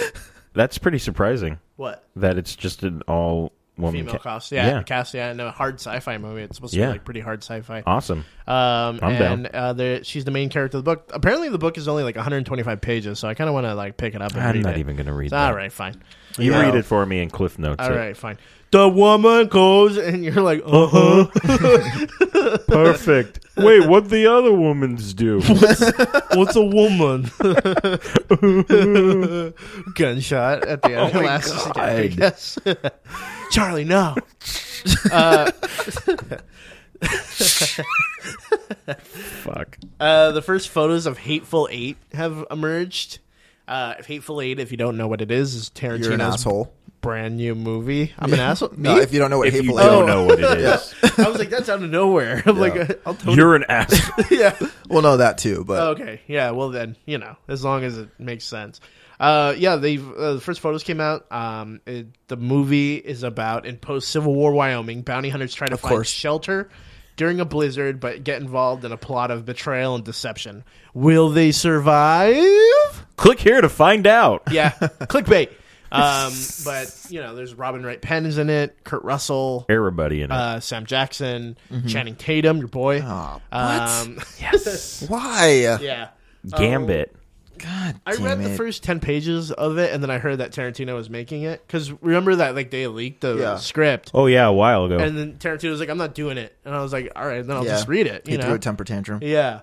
Speaker 3: that's pretty surprising
Speaker 2: what?
Speaker 3: that it's just an all woman
Speaker 2: Female cast. Yeah,
Speaker 3: Um, yeah.
Speaker 2: cast. Yeah, and a hard sci-fi movie. It's supposed to
Speaker 3: Yeah.
Speaker 2: be like pretty hard sci-fi.
Speaker 3: Awesome.
Speaker 2: Um,
Speaker 3: I'm
Speaker 2: and Uh, the, she's the main character of the book. Apparently, the book is only like 125 pages, so I kind of want to like pick it up. And
Speaker 3: I'm
Speaker 2: read
Speaker 3: not
Speaker 2: it.
Speaker 3: even gonna read that.
Speaker 2: All right, fine.
Speaker 3: You
Speaker 4: Yeah.
Speaker 3: read it for me in Cliff Notes.
Speaker 2: All
Speaker 3: it.
Speaker 2: right, fine. The woman goes, and you're like, uh huh. [LAUGHS]
Speaker 3: Perfect. Wait, what the other woman's [LAUGHS] do?
Speaker 2: What's a woman? [LAUGHS] Gunshot at the end of
Speaker 3: my
Speaker 2: last
Speaker 3: God.
Speaker 2: second. Yes. [LAUGHS] Charlie, no. uh,
Speaker 3: Fuck.
Speaker 2: uh, the first photos of Hateful Eight have emerged. Uh, Hateful Eight, if you don't know what it is, is Tarantino's
Speaker 4: [LAUGHS] You're an asshole.
Speaker 2: brand new movie. I'm an
Speaker 4: [LAUGHS]
Speaker 2: asshole.
Speaker 4: No,
Speaker 2: Me?
Speaker 4: if you don't know what
Speaker 3: If you
Speaker 4: hateful
Speaker 3: don't
Speaker 4: eight-
Speaker 3: know what it is,
Speaker 2: [LAUGHS] I was like, that's out of nowhere. I'm like, uh, [LAUGHS] I'll totally.
Speaker 3: you're an ass.
Speaker 2: yeah.
Speaker 4: Well, no, that too. But
Speaker 2: Okay. Yeah. Well, then you know, as long as it makes sense. Uh, yeah. They uh, the first photos came out. Um, it, the movie is about in post Civil War Wyoming, bounty hunters try to find
Speaker 4: course.
Speaker 2: shelter during a blizzard, but get involved in a plot of betrayal and deception. Will they survive?
Speaker 3: Click here to find out.
Speaker 2: Yeah. Clickbait. Um, but you know, there's Robin Wright Penn is in it. Kurt Russell.
Speaker 3: Everybody in it.
Speaker 2: Uh, Sam Jackson, Channing Tatum, your boy.
Speaker 4: Ah,
Speaker 2: um,
Speaker 3: yes.
Speaker 4: why?
Speaker 2: [LAUGHS] yeah.
Speaker 3: [LAUGHS] Gambit.
Speaker 4: God,
Speaker 2: I
Speaker 4: damn
Speaker 2: read the
Speaker 4: it.
Speaker 2: first ten pages of it, and then I heard that Tarantino was making it. Because remember that like they leaked the
Speaker 4: Yeah.
Speaker 2: script,
Speaker 3: Oh yeah, a while ago.
Speaker 2: and then Tarantino was like, "I'm not doing it," and I was like, "All right, then I'll
Speaker 4: Yeah.
Speaker 2: just read it."
Speaker 4: He
Speaker 2: You
Speaker 4: threw
Speaker 2: know,
Speaker 4: a temper tantrum.
Speaker 2: yeah.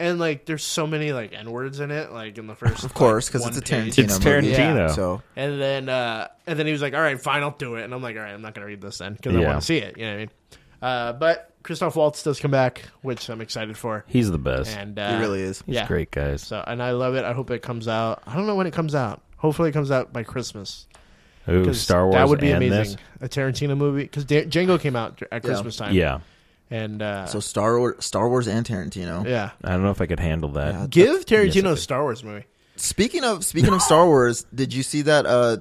Speaker 2: And like, there's so many like n words in it, like in the first,
Speaker 4: Of course, because it's a Tarantino.
Speaker 3: It's
Speaker 4: movie.
Speaker 2: Tarantino.
Speaker 3: Yeah.
Speaker 4: So
Speaker 2: And then, uh, and then he was like, "All right, fine, I'll do it." And I'm like, "All right, I'm not gonna read this then because I
Speaker 3: Yeah.
Speaker 2: want to see it." You know what I mean? Uh, but Christoph Waltz does come back, which I'm excited for.
Speaker 3: He's the best.
Speaker 2: And uh,
Speaker 4: he really is.
Speaker 2: yeah,
Speaker 3: Great guys.
Speaker 2: So, and I love it. I hope it comes out. I don't know when it comes out. Hopefully, it comes out by Christmas.
Speaker 3: Ooh,
Speaker 2: 'Cause
Speaker 3: Star Wars.
Speaker 2: That would be
Speaker 3: and
Speaker 2: amazing.
Speaker 3: this?
Speaker 2: A Tarantino movie because Django came out at Christmas time.
Speaker 3: Yeah.
Speaker 2: and uh,
Speaker 4: So Star Wars, Star Wars, and Tarantino.
Speaker 2: yeah,
Speaker 3: I don't know if I could handle that.
Speaker 2: give Tarantino
Speaker 3: I
Speaker 2: a Star Wars movie.
Speaker 4: Speaking of speaking of Star Wars, did you see that uh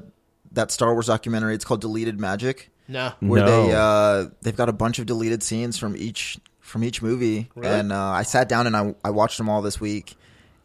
Speaker 4: that Star Wars documentary? It's called Deleted Magic,
Speaker 2: No,
Speaker 4: where
Speaker 3: No.
Speaker 4: they uh they've got a bunch of deleted scenes from each from each movie, and uh, I sat down and I I watched them all this week.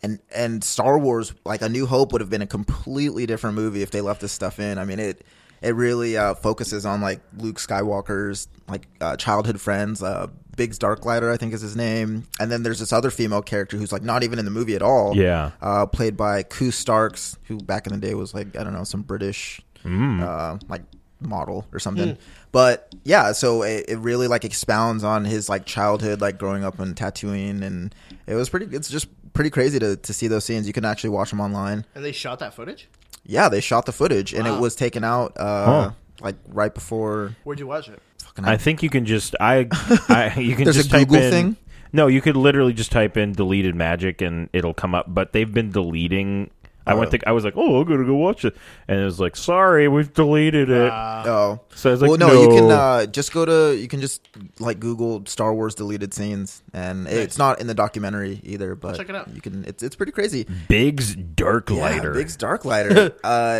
Speaker 4: And, and Star Wars, like A New Hope, would have been a completely different movie if they left this stuff in. I mean, it it really uh, focuses on like Luke Skywalker's like uh, childhood friends, uh, Biggs Darklighter, I think is his name, and then there's this other female character who's like not even in the movie at all
Speaker 3: Yeah.
Speaker 4: uh, played by Koo Starks, who back in the day was like I don't know some British uh, like model or something. But yeah, so it, it really like expounds on his like childhood, like growing up in Tatooine, and it was pretty. It's just pretty crazy to to see those scenes. You can actually watch them online.
Speaker 2: and they shot that footage.
Speaker 4: Yeah, they shot the footage, and
Speaker 2: Wow.
Speaker 4: it was taken out uh,
Speaker 3: Huh.
Speaker 4: like right before.
Speaker 2: Where'd you watch it?
Speaker 4: Fucking
Speaker 3: I think you can just I, I you can
Speaker 4: There's a
Speaker 3: just type
Speaker 4: Google
Speaker 3: in-
Speaker 4: thing?
Speaker 3: No, you could literally just type in deleted magic and it'll come up. But they've been deleting. I went to. I was like, oh, I'm gonna go watch it, and it was like, sorry, we've deleted it.
Speaker 4: Oh,
Speaker 3: So I was like,
Speaker 4: well, no, you can
Speaker 3: no.
Speaker 4: uh, just go to you can just like Google Star Wars deleted scenes, and it's not in the documentary either. But
Speaker 2: check it out.
Speaker 4: You can. It's it's pretty crazy.
Speaker 3: Biggs Darklighter.
Speaker 4: Yeah, Big's Dark Lighter.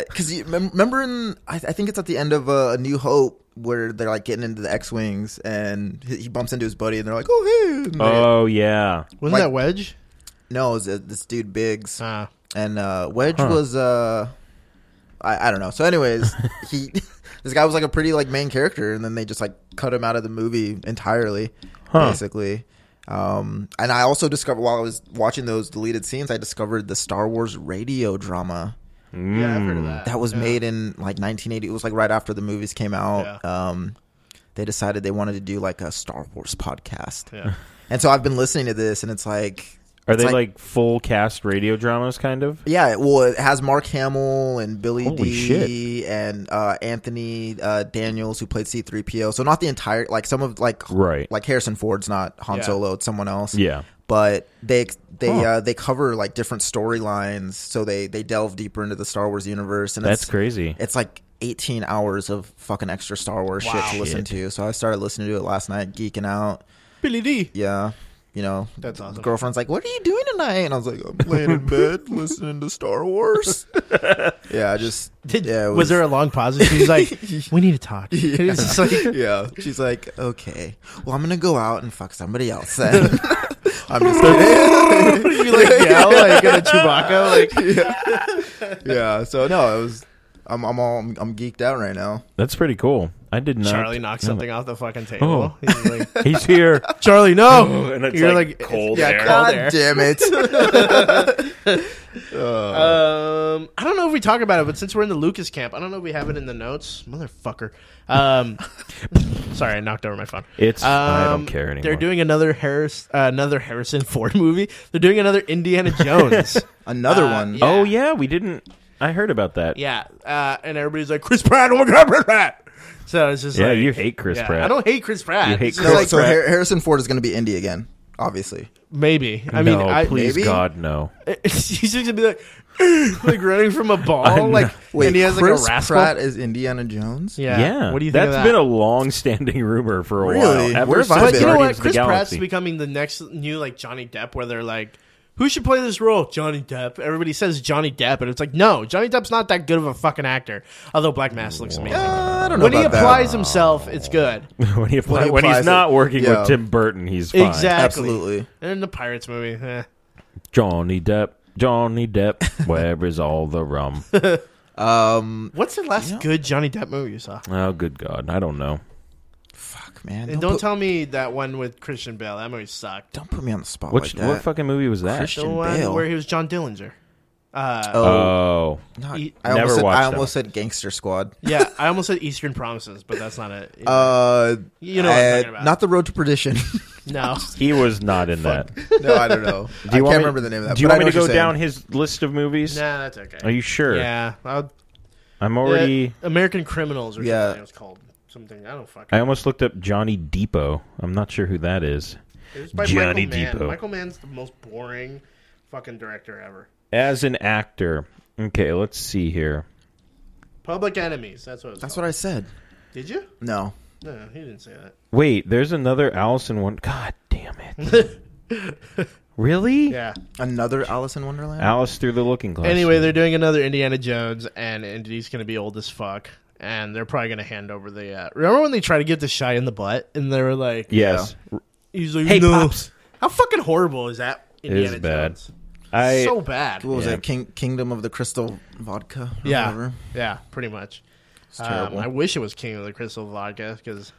Speaker 3: [LAUGHS]
Speaker 4: Because you mem- remember, in I, I think it's at the end of uh, A New Hope where they're like getting into the X wings, and he, he bumps into his buddy, and they're like, "Oh hey!" And they-
Speaker 3: oh yeah,
Speaker 5: Wasn't
Speaker 4: Like-
Speaker 5: that Wedge?
Speaker 4: no, it's, uh, this dude Biggs,
Speaker 5: Ah.
Speaker 4: and uh, Wedge was uh, I, I don't know. So,
Speaker 3: [LAUGHS]
Speaker 4: anyways, he [LAUGHS] this guy was like a pretty like main character, and then they just like cut him out of the movie entirely, basically. Um, and I also discovered while I was watching those deleted scenes, I discovered the Star Wars radio drama.
Speaker 2: Yeah, I've heard of that.
Speaker 4: that was made in like 1980 it was like right after the movies came out um they decided they wanted to do like a star wars podcast
Speaker 2: Yeah.
Speaker 4: and so i've been listening to this and it's like
Speaker 3: are
Speaker 4: it's
Speaker 3: they like, full cast radio dramas? Kind of.
Speaker 4: yeah well it has mark hamill and billy
Speaker 3: Holy
Speaker 4: d and uh anthony uh daniels who played c3po so not the entire like some of like
Speaker 3: Right.
Speaker 4: like harrison ford's not han
Speaker 2: Yeah.
Speaker 4: solo it's someone else
Speaker 3: Yeah.
Speaker 4: but they they
Speaker 3: Huh.
Speaker 4: uh, they cover like different storylines so they they delve deeper into the star wars universe and
Speaker 3: That's
Speaker 4: it's,
Speaker 3: crazy.
Speaker 4: it's like 18 hours of fucking extra Star Wars shit to listen to. So I started listening to it last night, geeking out.
Speaker 2: Billy D.
Speaker 4: Yeah. You know,
Speaker 2: That's awesome.
Speaker 4: girlfriend's like, "What are you doing tonight?" And I was like, "I'm laying
Speaker 5: [LAUGHS]
Speaker 4: in bed listening to Star Wars." yeah, I just
Speaker 5: [LAUGHS] Did,
Speaker 4: yeah. it
Speaker 5: was,
Speaker 4: [LAUGHS]
Speaker 5: there a long pause? And She's like, "We need to talk." It's just like-
Speaker 4: [LAUGHS] yeah, she's like, "Okay, well, I'm gonna go out and fuck somebody
Speaker 5: [LAUGHS]
Speaker 4: else." Then. I'm just kidding.
Speaker 5: you like yell like at a Chewbacca.
Speaker 4: [LAUGHS]
Speaker 5: Like,
Speaker 4: yeah. So no, it was. I'm I'm all I'm, I'm geeked out right now.
Speaker 3: That's pretty cool. I did not.
Speaker 2: Charlie knocks something off the fucking table.
Speaker 3: Oh.
Speaker 2: He's like,
Speaker 3: [LAUGHS] He's here.
Speaker 5: Charlie, no.
Speaker 3: [LAUGHS] And it's
Speaker 2: You're
Speaker 3: like,
Speaker 2: like-
Speaker 3: cold
Speaker 2: yeah,
Speaker 3: air.
Speaker 2: cold-
Speaker 4: God
Speaker 2: there.
Speaker 4: damn it!
Speaker 5: [LAUGHS]
Speaker 2: um, I don't know if we talk about it, but since we're in the Lucas camp, I don't know if we have it in the notes, motherfucker. Um, [LAUGHS] sorry, I knocked over my phone.
Speaker 3: It's- I don't
Speaker 2: Um,
Speaker 3: care anymore.
Speaker 2: They're doing another Harris, uh, another Harrison Ford movie. They're doing another Indiana
Speaker 3: [LAUGHS]
Speaker 2: Jones.
Speaker 4: Another
Speaker 2: Uh,
Speaker 4: one.
Speaker 2: yeah.
Speaker 3: Oh yeah, we didn't. I heard about that.
Speaker 2: yeah, uh, and everybody's like Chris Pratt. Oh my god, Chris Pratt. So it's just
Speaker 3: Yeah,
Speaker 2: like,
Speaker 3: you hate Chris
Speaker 2: yeah,
Speaker 3: Pratt.
Speaker 2: I don't hate Chris Pratt.
Speaker 3: You hate
Speaker 2: It's just
Speaker 4: So,
Speaker 3: Chris
Speaker 2: like,
Speaker 4: so
Speaker 3: Pratt.
Speaker 4: Har- Harrison Ford is going to be indie again, obviously.
Speaker 2: maybe. I mean,
Speaker 3: no,
Speaker 2: I, [LAUGHS]
Speaker 3: please
Speaker 4: maybe?
Speaker 3: God, no.
Speaker 2: he's just gonna be like, [GASPS] like running from a ball, like
Speaker 4: Wait,
Speaker 2: and he has
Speaker 4: Chris
Speaker 2: like a rascal.
Speaker 4: Pratt is Indiana Jones.
Speaker 2: yeah.
Speaker 3: Yeah.
Speaker 2: What do you think
Speaker 3: That's
Speaker 2: of that?
Speaker 3: been a long-standing rumor for a
Speaker 4: Really?
Speaker 3: while. Ever
Speaker 4: Where have I
Speaker 3: since
Speaker 2: but
Speaker 4: been?
Speaker 2: you know what?
Speaker 3: Guardians of the
Speaker 2: Chris Pratt's
Speaker 3: Galaxy.
Speaker 2: becoming the next new like Johnny Depp, where they're like, who should play this role? Johnny Depp. Everybody says Johnny Depp, and it's like, no, Johnny Depp's not that good of a fucking actor. Although Black Mass looks amazing.
Speaker 4: Uh, I don't know
Speaker 2: when he
Speaker 4: about that.
Speaker 2: applies himself, it's good.
Speaker 3: [LAUGHS] when he apply,
Speaker 4: he
Speaker 3: when he's
Speaker 4: applies
Speaker 3: not
Speaker 4: it.
Speaker 3: working
Speaker 4: Yeah.
Speaker 3: with Tim Burton, he's fine.
Speaker 2: Exactly.
Speaker 4: Absolutely.
Speaker 2: And in the Pirates movie, eh.
Speaker 3: Johnny Depp, Johnny Depp, where is all the rum?
Speaker 4: Um,
Speaker 2: what's the last good Johnny Depp movie you saw?
Speaker 3: Oh, good God, I don't know.
Speaker 4: fuck, man.
Speaker 2: And
Speaker 4: Don't,
Speaker 2: don't
Speaker 4: put,
Speaker 2: tell me that one with Christian Bale. That movie sucked.
Speaker 4: don't put me on the spot
Speaker 3: Which
Speaker 4: like that.
Speaker 3: what fucking movie was that?
Speaker 4: Christian
Speaker 2: The one
Speaker 4: Bale.
Speaker 2: where he was John Dillinger. Uh,
Speaker 4: oh,
Speaker 3: Oh,
Speaker 4: not,
Speaker 2: he-
Speaker 4: I almost
Speaker 3: Never
Speaker 4: said,
Speaker 3: watched
Speaker 4: I
Speaker 3: that
Speaker 4: almost said Gangster Squad.
Speaker 2: yeah, I almost said Eastern Promises, but that's not it.
Speaker 4: [LAUGHS] Uh,
Speaker 2: You know what I'm
Speaker 4: I-
Speaker 2: talking about.
Speaker 4: Not the Road
Speaker 2: [LAUGHS]
Speaker 4: to Perdition. [LAUGHS]
Speaker 2: no.
Speaker 3: he was not in that.
Speaker 4: no, I don't know. I can't
Speaker 3: want me-
Speaker 4: remember the name of that.
Speaker 3: Do you
Speaker 4: but I
Speaker 3: want me
Speaker 4: know
Speaker 3: to go
Speaker 4: what you're
Speaker 3: down
Speaker 4: saying.
Speaker 3: his list of movies?
Speaker 2: Nah, that's okay.
Speaker 3: Are you sure?
Speaker 2: Yeah, I'll,
Speaker 3: I'm already.
Speaker 2: yeah, American Criminals or
Speaker 4: Yeah.
Speaker 2: something. It was called something. I don't fucking.
Speaker 3: I almost looked up Johnny Depot. I'm not sure who that is.
Speaker 2: It was by
Speaker 3: Johnny
Speaker 2: Michael Mann.
Speaker 3: Depot.
Speaker 2: Michael Mann's the most boring fucking director ever.
Speaker 3: As an actor, okay, let's see here.
Speaker 2: Public Enemies. That's what. It was
Speaker 4: That's
Speaker 2: called.
Speaker 4: what I said.
Speaker 2: Did you?
Speaker 4: No.
Speaker 2: No, he didn't say that.
Speaker 3: Wait, there's another Alice in Wonder. God damn it!
Speaker 2: [LAUGHS]
Speaker 3: really?
Speaker 2: Yeah.
Speaker 4: Another Alice in Wonderland?
Speaker 3: Alice through the Looking Glass.
Speaker 2: Anyway, they're doing another Indiana Jones, and Indy's going to be old as fuck. And they're probably going to hand over the. Uh, remember when they tried to get the shy in the butt, and they were like,
Speaker 3: Yes.
Speaker 2: he's like,
Speaker 3: Hey,
Speaker 2: no.
Speaker 3: Pops.
Speaker 2: How fucking horrible is that? Indiana
Speaker 3: bad.
Speaker 2: Jones.
Speaker 3: I
Speaker 2: so bad.
Speaker 4: What was
Speaker 3: Yeah.
Speaker 4: it? King, Kingdom of the Crystal Vodka? Or
Speaker 2: Yeah,
Speaker 4: Whatever.
Speaker 2: yeah, pretty much. Um,
Speaker 4: terrible.
Speaker 2: I wish it was King of the Crystal Vodka because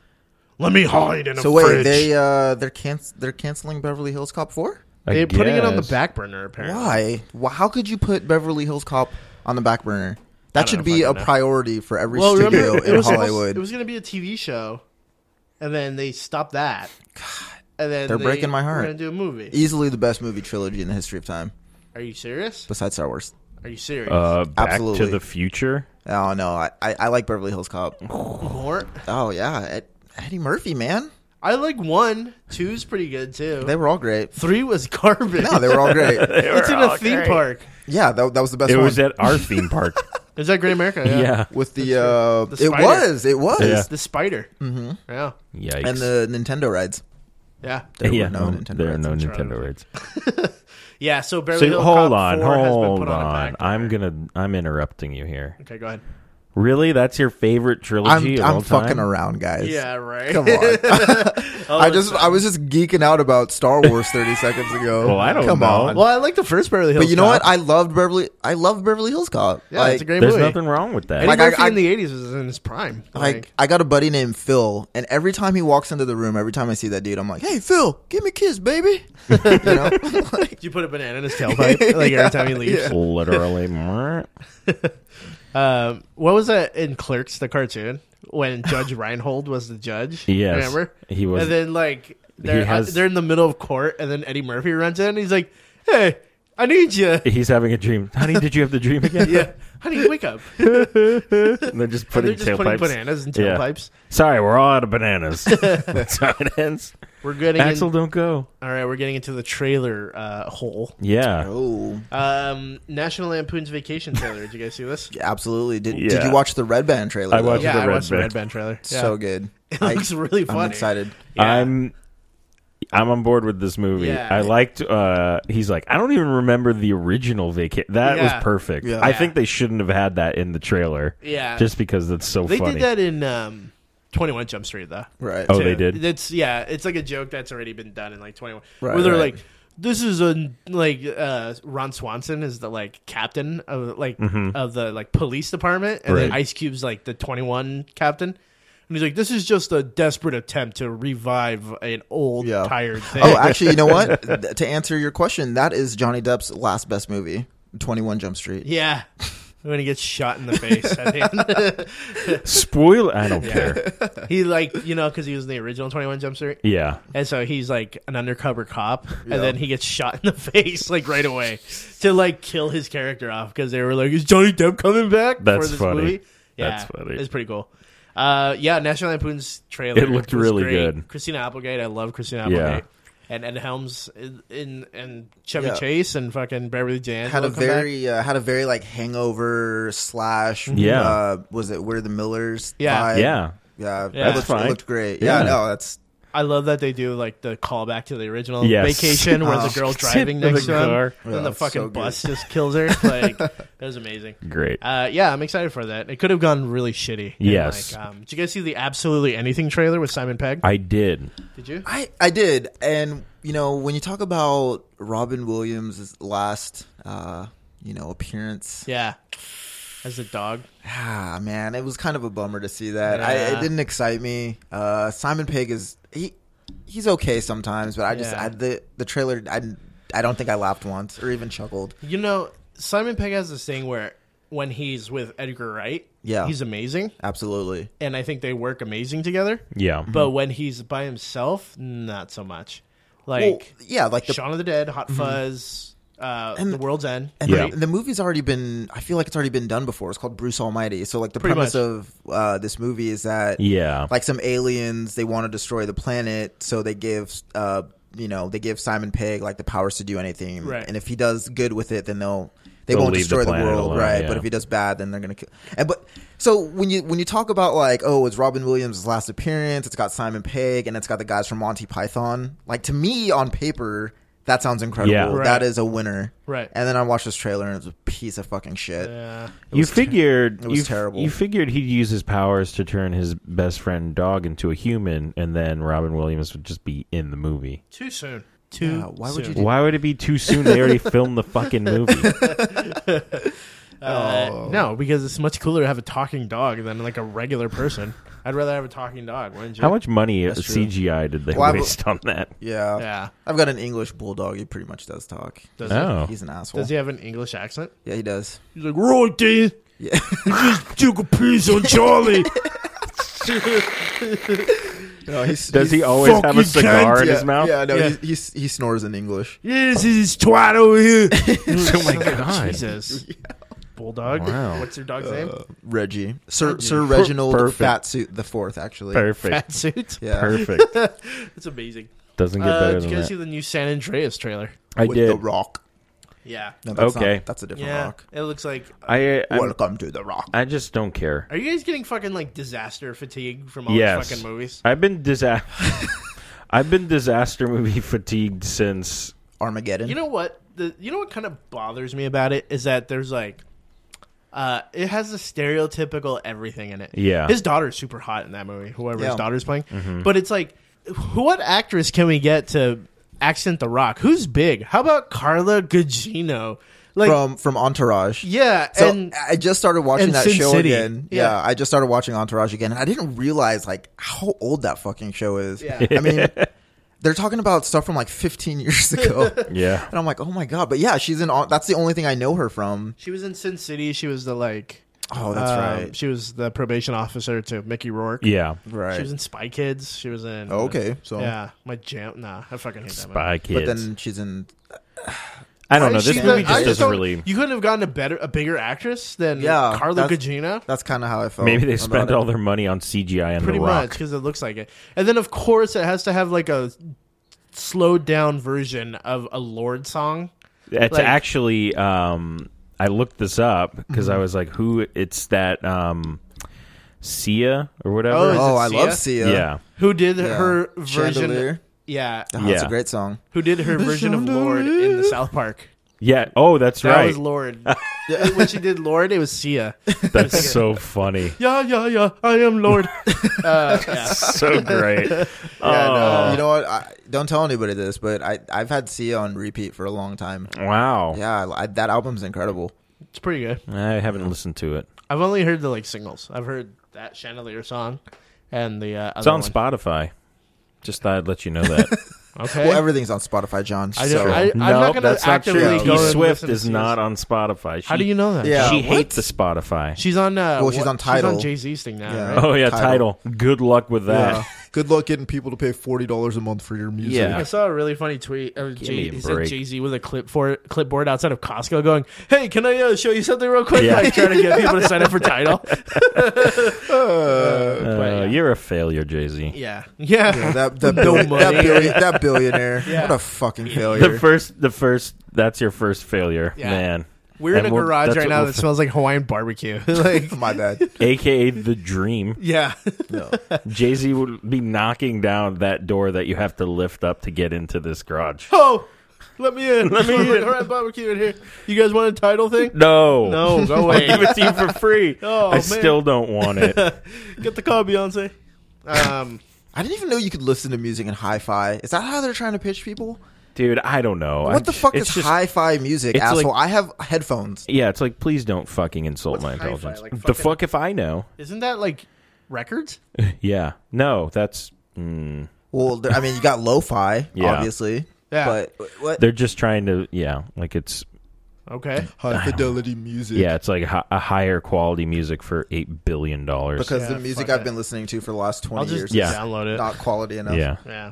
Speaker 2: let me hide in a
Speaker 4: So wait,
Speaker 2: fridge.
Speaker 4: they uh, they're can- they're canceling Beverly Hills Cop four.
Speaker 3: I
Speaker 2: are putting it on the
Speaker 3: guess.
Speaker 2: back burner apparently.
Speaker 4: Why? Why? How could you put Beverly Hills Cop on the back burner?
Speaker 2: don't
Speaker 4: That should
Speaker 2: know
Speaker 4: be
Speaker 2: if I
Speaker 4: a
Speaker 2: know.
Speaker 4: priority for every
Speaker 2: Well,
Speaker 4: studio
Speaker 2: remember it
Speaker 4: in
Speaker 2: was supposed,
Speaker 4: Hollywood.
Speaker 2: it was going to be a TV show, and then they stopped that. And then
Speaker 4: They're
Speaker 2: they
Speaker 4: breaking my
Speaker 2: were
Speaker 4: heart. E
Speaker 2: gonna do a movie.
Speaker 4: Easily the best movie trilogy in the history of time,
Speaker 2: Are you serious?
Speaker 4: besides Star Wars.
Speaker 2: Are you serious?
Speaker 3: Uh, Back
Speaker 4: Absolutely.
Speaker 3: to the Future.
Speaker 4: Oh no, I, I, I like Beverly Hills Cop.
Speaker 2: More?
Speaker 4: Oh yeah, Ed, Eddie Murphy, man.
Speaker 2: I like one. Two's pretty good too.
Speaker 4: They were all great.
Speaker 2: Three was [LAUGHS] garbage.
Speaker 4: No, they were
Speaker 3: [LAUGHS]
Speaker 4: all great.
Speaker 2: it's in a theme park.
Speaker 4: Yeah, that, that was the best
Speaker 3: It
Speaker 4: one.
Speaker 3: was at our theme park.
Speaker 2: Is that Great America? [LAUGHS] Yeah.
Speaker 3: yeah.
Speaker 4: with the, uh,
Speaker 2: The
Speaker 4: it
Speaker 2: spider.
Speaker 4: was it was
Speaker 3: Yeah.
Speaker 2: The spider. Mm-hmm. Yeah.
Speaker 3: Yikes.
Speaker 4: and the Nintendo rides.
Speaker 2: Yeah.
Speaker 4: There
Speaker 3: yeah,
Speaker 4: were no
Speaker 3: no,
Speaker 4: Nintendo
Speaker 3: there are
Speaker 4: rides.
Speaker 3: no
Speaker 2: That's right.
Speaker 3: Nintendo rides.
Speaker 2: Yeah. So Beverly
Speaker 3: So
Speaker 2: Hill
Speaker 3: hold
Speaker 2: Cop
Speaker 3: on,
Speaker 2: 4 has been
Speaker 3: hold
Speaker 2: put on. a
Speaker 3: on.
Speaker 2: back
Speaker 3: I'm
Speaker 2: burner.
Speaker 3: gonna. I'm interrupting you here.
Speaker 2: Okay, go ahead.
Speaker 3: Really, that's your favorite trilogy
Speaker 4: I'm,
Speaker 3: of all
Speaker 4: I'm
Speaker 3: time?
Speaker 4: fucking around,
Speaker 2: [LAUGHS]
Speaker 4: guys.
Speaker 2: Yeah. Right.
Speaker 4: Come
Speaker 2: [LAUGHS]
Speaker 4: on. [LAUGHS] I just I was just geeking out about Star Wars 30 seconds ago.
Speaker 3: Well, I don't
Speaker 4: Come
Speaker 3: know.
Speaker 4: on.
Speaker 2: Well, I like the first Beverly Hills.
Speaker 4: but you know
Speaker 2: Cop.
Speaker 4: what? I loved Beverly I loved Beverly Hills Cop.
Speaker 2: Yeah,
Speaker 4: like,
Speaker 2: it's a great
Speaker 3: There's
Speaker 2: movie.
Speaker 3: nothing wong with that.
Speaker 2: Eddie
Speaker 4: Like, I-
Speaker 2: Murphy
Speaker 4: I-
Speaker 2: in the '80s was in his
Speaker 3: [LAUGHS]
Speaker 2: prime.
Speaker 4: like, I got a buddy named Phil, and every time he walks into the room, every time I see that dude, I'm like, "Hey, Phil, give me a kiss, baby." [LAUGHS] you know,
Speaker 2: [LAUGHS]
Speaker 3: [LAUGHS]
Speaker 4: Like,
Speaker 2: you put a banana in his tailpipe [LAUGHS] like every time he leaves. [LAUGHS]
Speaker 3: Literally.
Speaker 2: Um, what was that in Clerks, the cartoon, when Judge Reinhold was the judge?
Speaker 3: Yes,
Speaker 2: remember
Speaker 3: he was-
Speaker 2: And then like they're
Speaker 3: has-
Speaker 2: they're in the middle of court, and then Eddie Murphy runs in. and He's like, "Hey, I need you."
Speaker 3: He's having a dream. Honey, did you have the dream
Speaker 2: [LAUGHS]
Speaker 3: again?
Speaker 2: Yeah, honey, wake up.
Speaker 3: And they're just
Speaker 2: And
Speaker 3: putting
Speaker 2: they're just putting
Speaker 3: tailpipes.
Speaker 2: bananas in
Speaker 3: Yeah.
Speaker 2: tailpipes.
Speaker 3: Sorry, we're all out
Speaker 2: [LAUGHS]
Speaker 3: of bananas. That's how it ends.
Speaker 2: We're getting in-
Speaker 3: Axel, don't go.
Speaker 2: all right. We're getting into the trailer uh, hole.
Speaker 3: Yeah.
Speaker 4: oh,
Speaker 2: Um, National Lampoon's Vacation trailer. Did you guys see this?
Speaker 4: absolutely. Did Did
Speaker 3: Yeah.
Speaker 4: you watch the Red Band trailer?
Speaker 3: I
Speaker 4: though?
Speaker 2: [LAUGHS]
Speaker 3: watched-
Speaker 2: yeah,
Speaker 3: the
Speaker 2: I
Speaker 3: Red
Speaker 2: watched the
Speaker 3: Band.
Speaker 2: Red Band trailer.
Speaker 4: It's
Speaker 2: Yeah.
Speaker 4: So good.
Speaker 2: [LAUGHS] It
Speaker 4: I-
Speaker 2: looks really funny.
Speaker 4: I'm excited.
Speaker 2: Yeah.
Speaker 3: I'm. I'm on board with this movie.
Speaker 2: Yeah.
Speaker 3: I liked. uh He's like, I don't even remember the original vacation. That
Speaker 2: Yeah.
Speaker 3: was perfect.
Speaker 4: Yeah.
Speaker 3: I
Speaker 2: Yeah.
Speaker 3: think they shouldn't have had that in the trailer.
Speaker 2: Yeah.
Speaker 3: just because it's so
Speaker 2: They
Speaker 3: funny.
Speaker 2: did that in um, Twenty One Jump Street though.
Speaker 4: Right.
Speaker 3: Oh,
Speaker 2: too.
Speaker 3: they did?
Speaker 2: That's yeah. It's like a joke that's already been done in like 21.
Speaker 4: Right,
Speaker 2: where they're
Speaker 4: right.
Speaker 2: like, this is a like uh, Ron Swanson is the like captain of like of the like police department, and then
Speaker 3: Right.
Speaker 2: Ice Cube's like the 21 captain. And he's like, this is just a desperate attempt to revive an old,
Speaker 4: Yeah.
Speaker 2: tired thing.
Speaker 4: Oh, actually, you know
Speaker 2: [LAUGHS]
Speaker 4: what? Th- to answer your question, that is Johnny Depp's last best movie, Twenty One Jump Street.
Speaker 2: yeah. When he gets shot in the face at
Speaker 3: [LAUGHS]
Speaker 2: the
Speaker 3: Spoil.
Speaker 2: [LAUGHS]
Speaker 3: I don't care.
Speaker 2: end, he like you know because he was in the original Twenty One Jump Street,
Speaker 3: Yeah.
Speaker 2: And so he's like an undercover cop, and then he gets shot in the [LAUGHS] face like right away to like kill his character off because they were like, "Is Johnny Depp coming back?"
Speaker 3: That's funny.
Speaker 2: Yeah,
Speaker 3: That's funny.
Speaker 2: It's pretty cool. Uh, yeah, National Lampoon's trailer.
Speaker 3: It looked
Speaker 2: was
Speaker 3: really
Speaker 2: great.
Speaker 3: good.
Speaker 2: Christina Applegate, I love Christina
Speaker 3: Yeah.
Speaker 2: Applegate. And Ed Helms in, in and Chevy
Speaker 4: Yeah.
Speaker 2: Chase and fucking Beverly D'Angelo
Speaker 4: Had a
Speaker 2: come back.
Speaker 4: very uh, had a very like hangover slash
Speaker 3: Yeah.
Speaker 4: uh, was it We're the Millers
Speaker 2: Yeah.
Speaker 4: vibe.
Speaker 3: Yeah.
Speaker 4: yeah
Speaker 2: Yeah.
Speaker 4: It, looked,
Speaker 3: That's
Speaker 4: it
Speaker 3: fine.
Speaker 4: looked great yeah,
Speaker 3: Yeah.
Speaker 4: no that's
Speaker 2: I love that they do like the callback to the original
Speaker 3: Yes.
Speaker 2: vacation where
Speaker 4: Oh.
Speaker 2: the girl driving
Speaker 3: In the
Speaker 2: next to him
Speaker 3: car.
Speaker 2: and
Speaker 4: Yeah,
Speaker 2: the
Speaker 4: it's so
Speaker 2: fucking
Speaker 4: good.
Speaker 2: bus just kills her.
Speaker 4: [LAUGHS]
Speaker 2: Like that was amazing.
Speaker 3: Great.
Speaker 2: Uh, yeah, I'm excited for that. It could have gone really shitty. And,
Speaker 3: Yes.
Speaker 2: Like, um, did you guys see the absolutely anything trailer with Simon Pegg?
Speaker 3: I did.
Speaker 2: did you?
Speaker 4: I I did and you know when you talk about Robin Williams' last uh you know appearance
Speaker 2: Yeah. As a dog.
Speaker 4: ah man it was kind of a bummer to see that I,
Speaker 2: Yeah.
Speaker 4: it didn't excite me uh Simon Pegg is he he's okay sometimes but I just
Speaker 2: Yeah.
Speaker 4: I, the the trailer I I don't think I laughed once or even chuckled
Speaker 2: You know, Simon Pegg has this thing where when he's with Edgar Wright,
Speaker 4: Yeah.
Speaker 2: he's amazing,
Speaker 4: absolutely
Speaker 2: and I think they work amazing together.
Speaker 3: Yeah.
Speaker 2: But when he's by himself, not so much. Like
Speaker 4: well, yeah like the Mm-hmm.
Speaker 2: Shaun of the Dead, Hot Fuzz, uh,
Speaker 4: And-
Speaker 2: The World's End.
Speaker 4: And
Speaker 3: Yeah.
Speaker 4: the, the movie's already been. I feel like it's already been done before. It's called Bruce Almighty. So like the
Speaker 2: Pretty
Speaker 4: premise
Speaker 2: much.
Speaker 4: of uh, this movie is that
Speaker 3: yeah.
Speaker 4: like some aliens they want to destroy the planet, so they give uh, you know they give Simon Pegg like the powers to do anything,
Speaker 2: Right.
Speaker 4: and if he does good with it, then they'll. They
Speaker 3: They'll
Speaker 4: won't
Speaker 3: leave the
Speaker 4: destroy the,
Speaker 3: planet
Speaker 4: world,
Speaker 3: alone,
Speaker 4: right?
Speaker 3: yeah.
Speaker 4: But if he does bad, then they're gonna kill. And but so when you when you talk about like, oh, it's Robin Williams' last appearance. It's got Simon Pegg, and it's got the guys from Monty Python. Like to me, on paper, that sounds incredible.
Speaker 3: Yeah.
Speaker 2: Right.
Speaker 4: That is a winner,
Speaker 2: Right.
Speaker 4: And then I watched this trailer, and it was a piece of fucking shit.
Speaker 2: Yeah.
Speaker 3: you figured
Speaker 4: it was
Speaker 3: you, f-
Speaker 4: terrible.
Speaker 3: You figured he'd use his powers to turn his best friend dog into a human, and then Robin Williams would just be in the movie.
Speaker 2: Too soon. Too
Speaker 4: Yeah, why would
Speaker 2: soon.
Speaker 4: you
Speaker 3: Why would it be too soon? They already filmed the fucking
Speaker 4: [LAUGHS]
Speaker 3: movie.
Speaker 2: Uh, No, because it's much cooler to have a talking dog than like a regular person. [LAUGHS] I'd rather have a talking dog. Wouldn't you?
Speaker 3: How much money uh,
Speaker 4: true.
Speaker 3: CGI did they
Speaker 4: Why would-
Speaker 3: waste on that?
Speaker 4: Yeah.
Speaker 2: Yeah.
Speaker 4: I've got an English bulldog. He pretty much does talk.
Speaker 2: Does, he,
Speaker 3: Oh,
Speaker 4: [LAUGHS] He's an asshole.
Speaker 2: does he have an English accent?
Speaker 4: yeah, he does.
Speaker 2: He's like, right, Dan.
Speaker 4: [LAUGHS]
Speaker 2: Yeah. just took a piss on Charlie.
Speaker 4: he's,
Speaker 3: does he always have a
Speaker 2: fucking
Speaker 3: cigar
Speaker 2: cunt,
Speaker 3: in his mouth?
Speaker 4: Yeah, no,
Speaker 2: Yeah.
Speaker 4: He, he's, he snores in English. [LAUGHS]
Speaker 2: yeah, this is his twat over here.
Speaker 3: Oh my Oh god!
Speaker 2: Jesus. bulldog.
Speaker 3: Wow.
Speaker 2: What's your
Speaker 4: Uh,
Speaker 2: dog's name?
Speaker 4: Reggie, Sir Sir Reginald
Speaker 3: perfect.
Speaker 4: Fatsuit the Fourth, actually.
Speaker 3: Perfect.
Speaker 2: Fatsuit.
Speaker 4: [LAUGHS] Yeah,
Speaker 3: Perfect.
Speaker 2: It's amazing.
Speaker 3: Doesn't get
Speaker 2: Uh,
Speaker 3: better
Speaker 2: did you
Speaker 3: than
Speaker 2: guys
Speaker 3: that.
Speaker 2: see the new San Andreas trailer?
Speaker 3: I
Speaker 4: with the
Speaker 3: did.
Speaker 4: Rock.
Speaker 2: Yeah.
Speaker 4: No, that's
Speaker 3: Okay.
Speaker 4: not, that's a different
Speaker 2: Yeah.
Speaker 4: Rock.
Speaker 2: It looks like.
Speaker 3: I I,
Speaker 4: Welcome to the Rock.
Speaker 3: I just don't
Speaker 4: [LAUGHS]
Speaker 3: care.
Speaker 2: Are you guys getting fucking like disaster fatigue from all
Speaker 3: Yes.
Speaker 2: these fucking movies?
Speaker 3: I've been
Speaker 4: [LAUGHS]
Speaker 3: disaster. I've been disaster movie [LAUGHS] fatigued since.
Speaker 4: Armageddon.
Speaker 2: You know what? The you know what kind of bothers me about it is that there's like, uh, it has the stereotypical everything in it.
Speaker 3: Yeah. Mm-hmm.
Speaker 2: his daughter's super hot in that movie. Whoever his
Speaker 4: Yeah.
Speaker 2: daughter's playing, but it's like, wh- what actress can we get to accent the Rock? Who's big? How about Carla Gugino? Like,
Speaker 4: from from Entourage.
Speaker 2: yeah,
Speaker 4: So
Speaker 2: and
Speaker 4: I just started watching
Speaker 2: and
Speaker 4: that
Speaker 2: Sin
Speaker 4: show
Speaker 2: City.
Speaker 4: again.
Speaker 2: Yeah.
Speaker 4: Yeah. I just started watching Entourage again, and I didn't realize like how old that fucking show is.
Speaker 2: Yeah.
Speaker 3: [LAUGHS]
Speaker 4: I mean, they're talking about stuff from like 15 years
Speaker 2: [LAUGHS]
Speaker 4: ago, and
Speaker 3: Yeah.
Speaker 4: I'm like, oh my god. But yeah, she's in. all- That's the only thing I know her from.
Speaker 2: she was in Sin City. She was the like,
Speaker 4: Oh, that's
Speaker 2: um,
Speaker 4: right.
Speaker 2: She was the probation officer to Mickey Rourke.
Speaker 3: Yeah.
Speaker 4: Right.
Speaker 2: She was in Spy Kids. She was in. uh,
Speaker 4: Oh, okay, so
Speaker 2: Yeah, my jam. Nah, I fucking hate that movie.
Speaker 3: Spy
Speaker 4: but
Speaker 3: kids.
Speaker 4: then she's in.
Speaker 3: I don't know.
Speaker 2: She-
Speaker 3: This movie
Speaker 2: I
Speaker 3: just doesn't
Speaker 2: don't-
Speaker 3: [LAUGHS] really.
Speaker 2: You couldn't have gotten a better, a bigger actress than
Speaker 4: Yeah,
Speaker 2: Carla
Speaker 4: that's-
Speaker 2: Gugino.
Speaker 4: That's kind of how I felt.
Speaker 3: Maybe they
Speaker 4: about
Speaker 3: spent
Speaker 4: it.
Speaker 3: all their money on CGI and
Speaker 2: Pretty
Speaker 3: the
Speaker 2: much
Speaker 3: Rock.
Speaker 2: because it looks like it. And then of course it has to have like a slowed down version of a Lord song.
Speaker 3: It's
Speaker 2: Like-
Speaker 3: actually. Um, I looked this up because
Speaker 2: Mm-hmm.
Speaker 3: I was like, "Who?" It's that um, Sia or whatever.
Speaker 2: Oh, is
Speaker 4: Oh,
Speaker 2: it
Speaker 4: I
Speaker 2: Sia?
Speaker 4: love Sia.
Speaker 3: yeah.
Speaker 2: Who did
Speaker 4: Yeah.
Speaker 2: her version?
Speaker 4: Chandelier.
Speaker 2: Yeah,
Speaker 4: Oh, That's
Speaker 3: Yeah.
Speaker 4: a great song.
Speaker 2: who did her version of Lord in the South Park?
Speaker 3: Yeah. Oh, that's
Speaker 2: That
Speaker 3: right.
Speaker 2: was
Speaker 3: [LAUGHS]
Speaker 2: Lord. [LAUGHS] when she did Lord, it was Sia.
Speaker 3: That's so funny.
Speaker 2: [LAUGHS] Yeah, yeah, yeah. I am Lord. uh, yeah.
Speaker 3: [LAUGHS] so great. [LAUGHS]
Speaker 4: Yeah,
Speaker 3: Oh.
Speaker 4: no, you know what? I, don't tell anybody this, but I I've had Sia on repeat for a long time.
Speaker 3: Wow.
Speaker 4: Yeah, I, that album's incredible.
Speaker 2: [LAUGHS] It's pretty good.
Speaker 3: I haven't listened to it.
Speaker 2: I've only heard the like singles. I've heard that Chandelier song and the uh, other
Speaker 3: It's on
Speaker 2: one.
Speaker 3: Spotify. Just thought I'd let you know that.
Speaker 2: Okay.
Speaker 4: Well, everything's on Spotify, John.
Speaker 2: I
Speaker 4: so-
Speaker 2: don't- I- [LAUGHS] I'm not
Speaker 3: Nope,
Speaker 2: gonna
Speaker 3: that's not
Speaker 2: actively
Speaker 3: true.
Speaker 4: go
Speaker 3: T
Speaker 4: and
Speaker 3: Swift
Speaker 2: listen to
Speaker 3: is
Speaker 2: Sia.
Speaker 3: not on Spotify. She,
Speaker 2: How do you know that?
Speaker 4: Yeah.
Speaker 3: She
Speaker 4: what?
Speaker 3: hates the Spotify.
Speaker 2: She's on. Uh,
Speaker 4: Well, she's
Speaker 2: what-
Speaker 4: on Tidal.
Speaker 2: She's on Jay Z's thing now.
Speaker 4: Yeah.
Speaker 2: Right?
Speaker 3: oh yeah,
Speaker 4: Tidal.
Speaker 3: title. Good luck with that.
Speaker 4: [LAUGHS] Good luck getting people to pay forty dollars a month for your music. [LAUGHS]
Speaker 3: Yeah.
Speaker 2: I saw a really funny tweet of
Speaker 3: me
Speaker 2: Jay.
Speaker 3: a
Speaker 2: He said
Speaker 3: break.
Speaker 2: Jay Z with a clip for, clipboard outside of Costco, going, "Hey, can I uh, show you something real quick?"
Speaker 3: Yeah.
Speaker 2: Like trying to get people to sign up for
Speaker 3: [LAUGHS]
Speaker 2: Tidal.
Speaker 3: Uh,
Speaker 2: yeah.
Speaker 3: You're a failure, Jay Z.
Speaker 2: yeah, yeah.
Speaker 4: Yeah, that that,
Speaker 2: No
Speaker 4: billi-
Speaker 2: money.
Speaker 4: that, billi- that [LAUGHS] billionaire.
Speaker 2: Yeah.
Speaker 4: What a fucking
Speaker 3: The
Speaker 4: failure.
Speaker 3: first, the first. That's your first failure,
Speaker 2: Yeah.
Speaker 3: man.
Speaker 2: We're in
Speaker 3: And
Speaker 2: a
Speaker 3: we'll-
Speaker 2: garage
Speaker 3: that's
Speaker 2: right
Speaker 3: what
Speaker 2: now
Speaker 3: we'll
Speaker 2: that
Speaker 3: f-
Speaker 2: smells like Hawaiian [LAUGHS] barbecue.
Speaker 4: [LAUGHS]
Speaker 2: like,
Speaker 4: My bad.
Speaker 3: AKA the dream.
Speaker 2: yeah,
Speaker 3: Jay Z would be knocking down that door that you have to lift up to get into this garage.
Speaker 2: [LAUGHS] oh, let me in. [LAUGHS] Let me in. All right, barbecue in here. You guys want a Tidal thing?
Speaker 3: No,
Speaker 2: No, go
Speaker 3: I'll
Speaker 2: away. [LAUGHS]
Speaker 3: [LAUGHS] give it to you for free.
Speaker 2: Oh,
Speaker 3: I
Speaker 2: man.
Speaker 3: still don't want it.
Speaker 2: Get the call, Beyonce. Um,
Speaker 4: I didn't even know you could listen to music in hi-fi. Is that how they're trying to pitch people?
Speaker 3: Dude, I don't know.
Speaker 4: What
Speaker 3: I'm
Speaker 4: the
Speaker 3: j-
Speaker 4: fuck
Speaker 3: it's
Speaker 4: is
Speaker 3: just-
Speaker 4: hi-fi music,
Speaker 3: it's
Speaker 4: asshole?
Speaker 3: like-
Speaker 4: I have headphones.
Speaker 3: Yeah, it's like please don't fucking insult my
Speaker 2: hi-fi?
Speaker 3: intelligence.
Speaker 2: Like,
Speaker 3: the
Speaker 2: fucking-
Speaker 3: fuck if I know?
Speaker 2: isn't that like records?
Speaker 3: Yeah, no, that's mm,
Speaker 4: Well, there- I mean, you got lo-fi,
Speaker 3: Yeah.
Speaker 4: obviously.
Speaker 2: Yeah.
Speaker 4: But what?
Speaker 3: they're just trying to. Yeah, like it's
Speaker 2: Okay.
Speaker 4: High fidelity music.
Speaker 3: yeah, it's like hi- a higher quality music for eight billion dollars.
Speaker 4: Because
Speaker 2: Yeah,
Speaker 4: the music
Speaker 2: fuck
Speaker 4: I've
Speaker 2: it.
Speaker 4: been listening to for the last
Speaker 2: I'll
Speaker 4: twenty
Speaker 2: just
Speaker 4: years
Speaker 3: Yeah.
Speaker 4: is
Speaker 2: download it.
Speaker 4: not quality enough.
Speaker 3: Yeah,
Speaker 2: Yeah.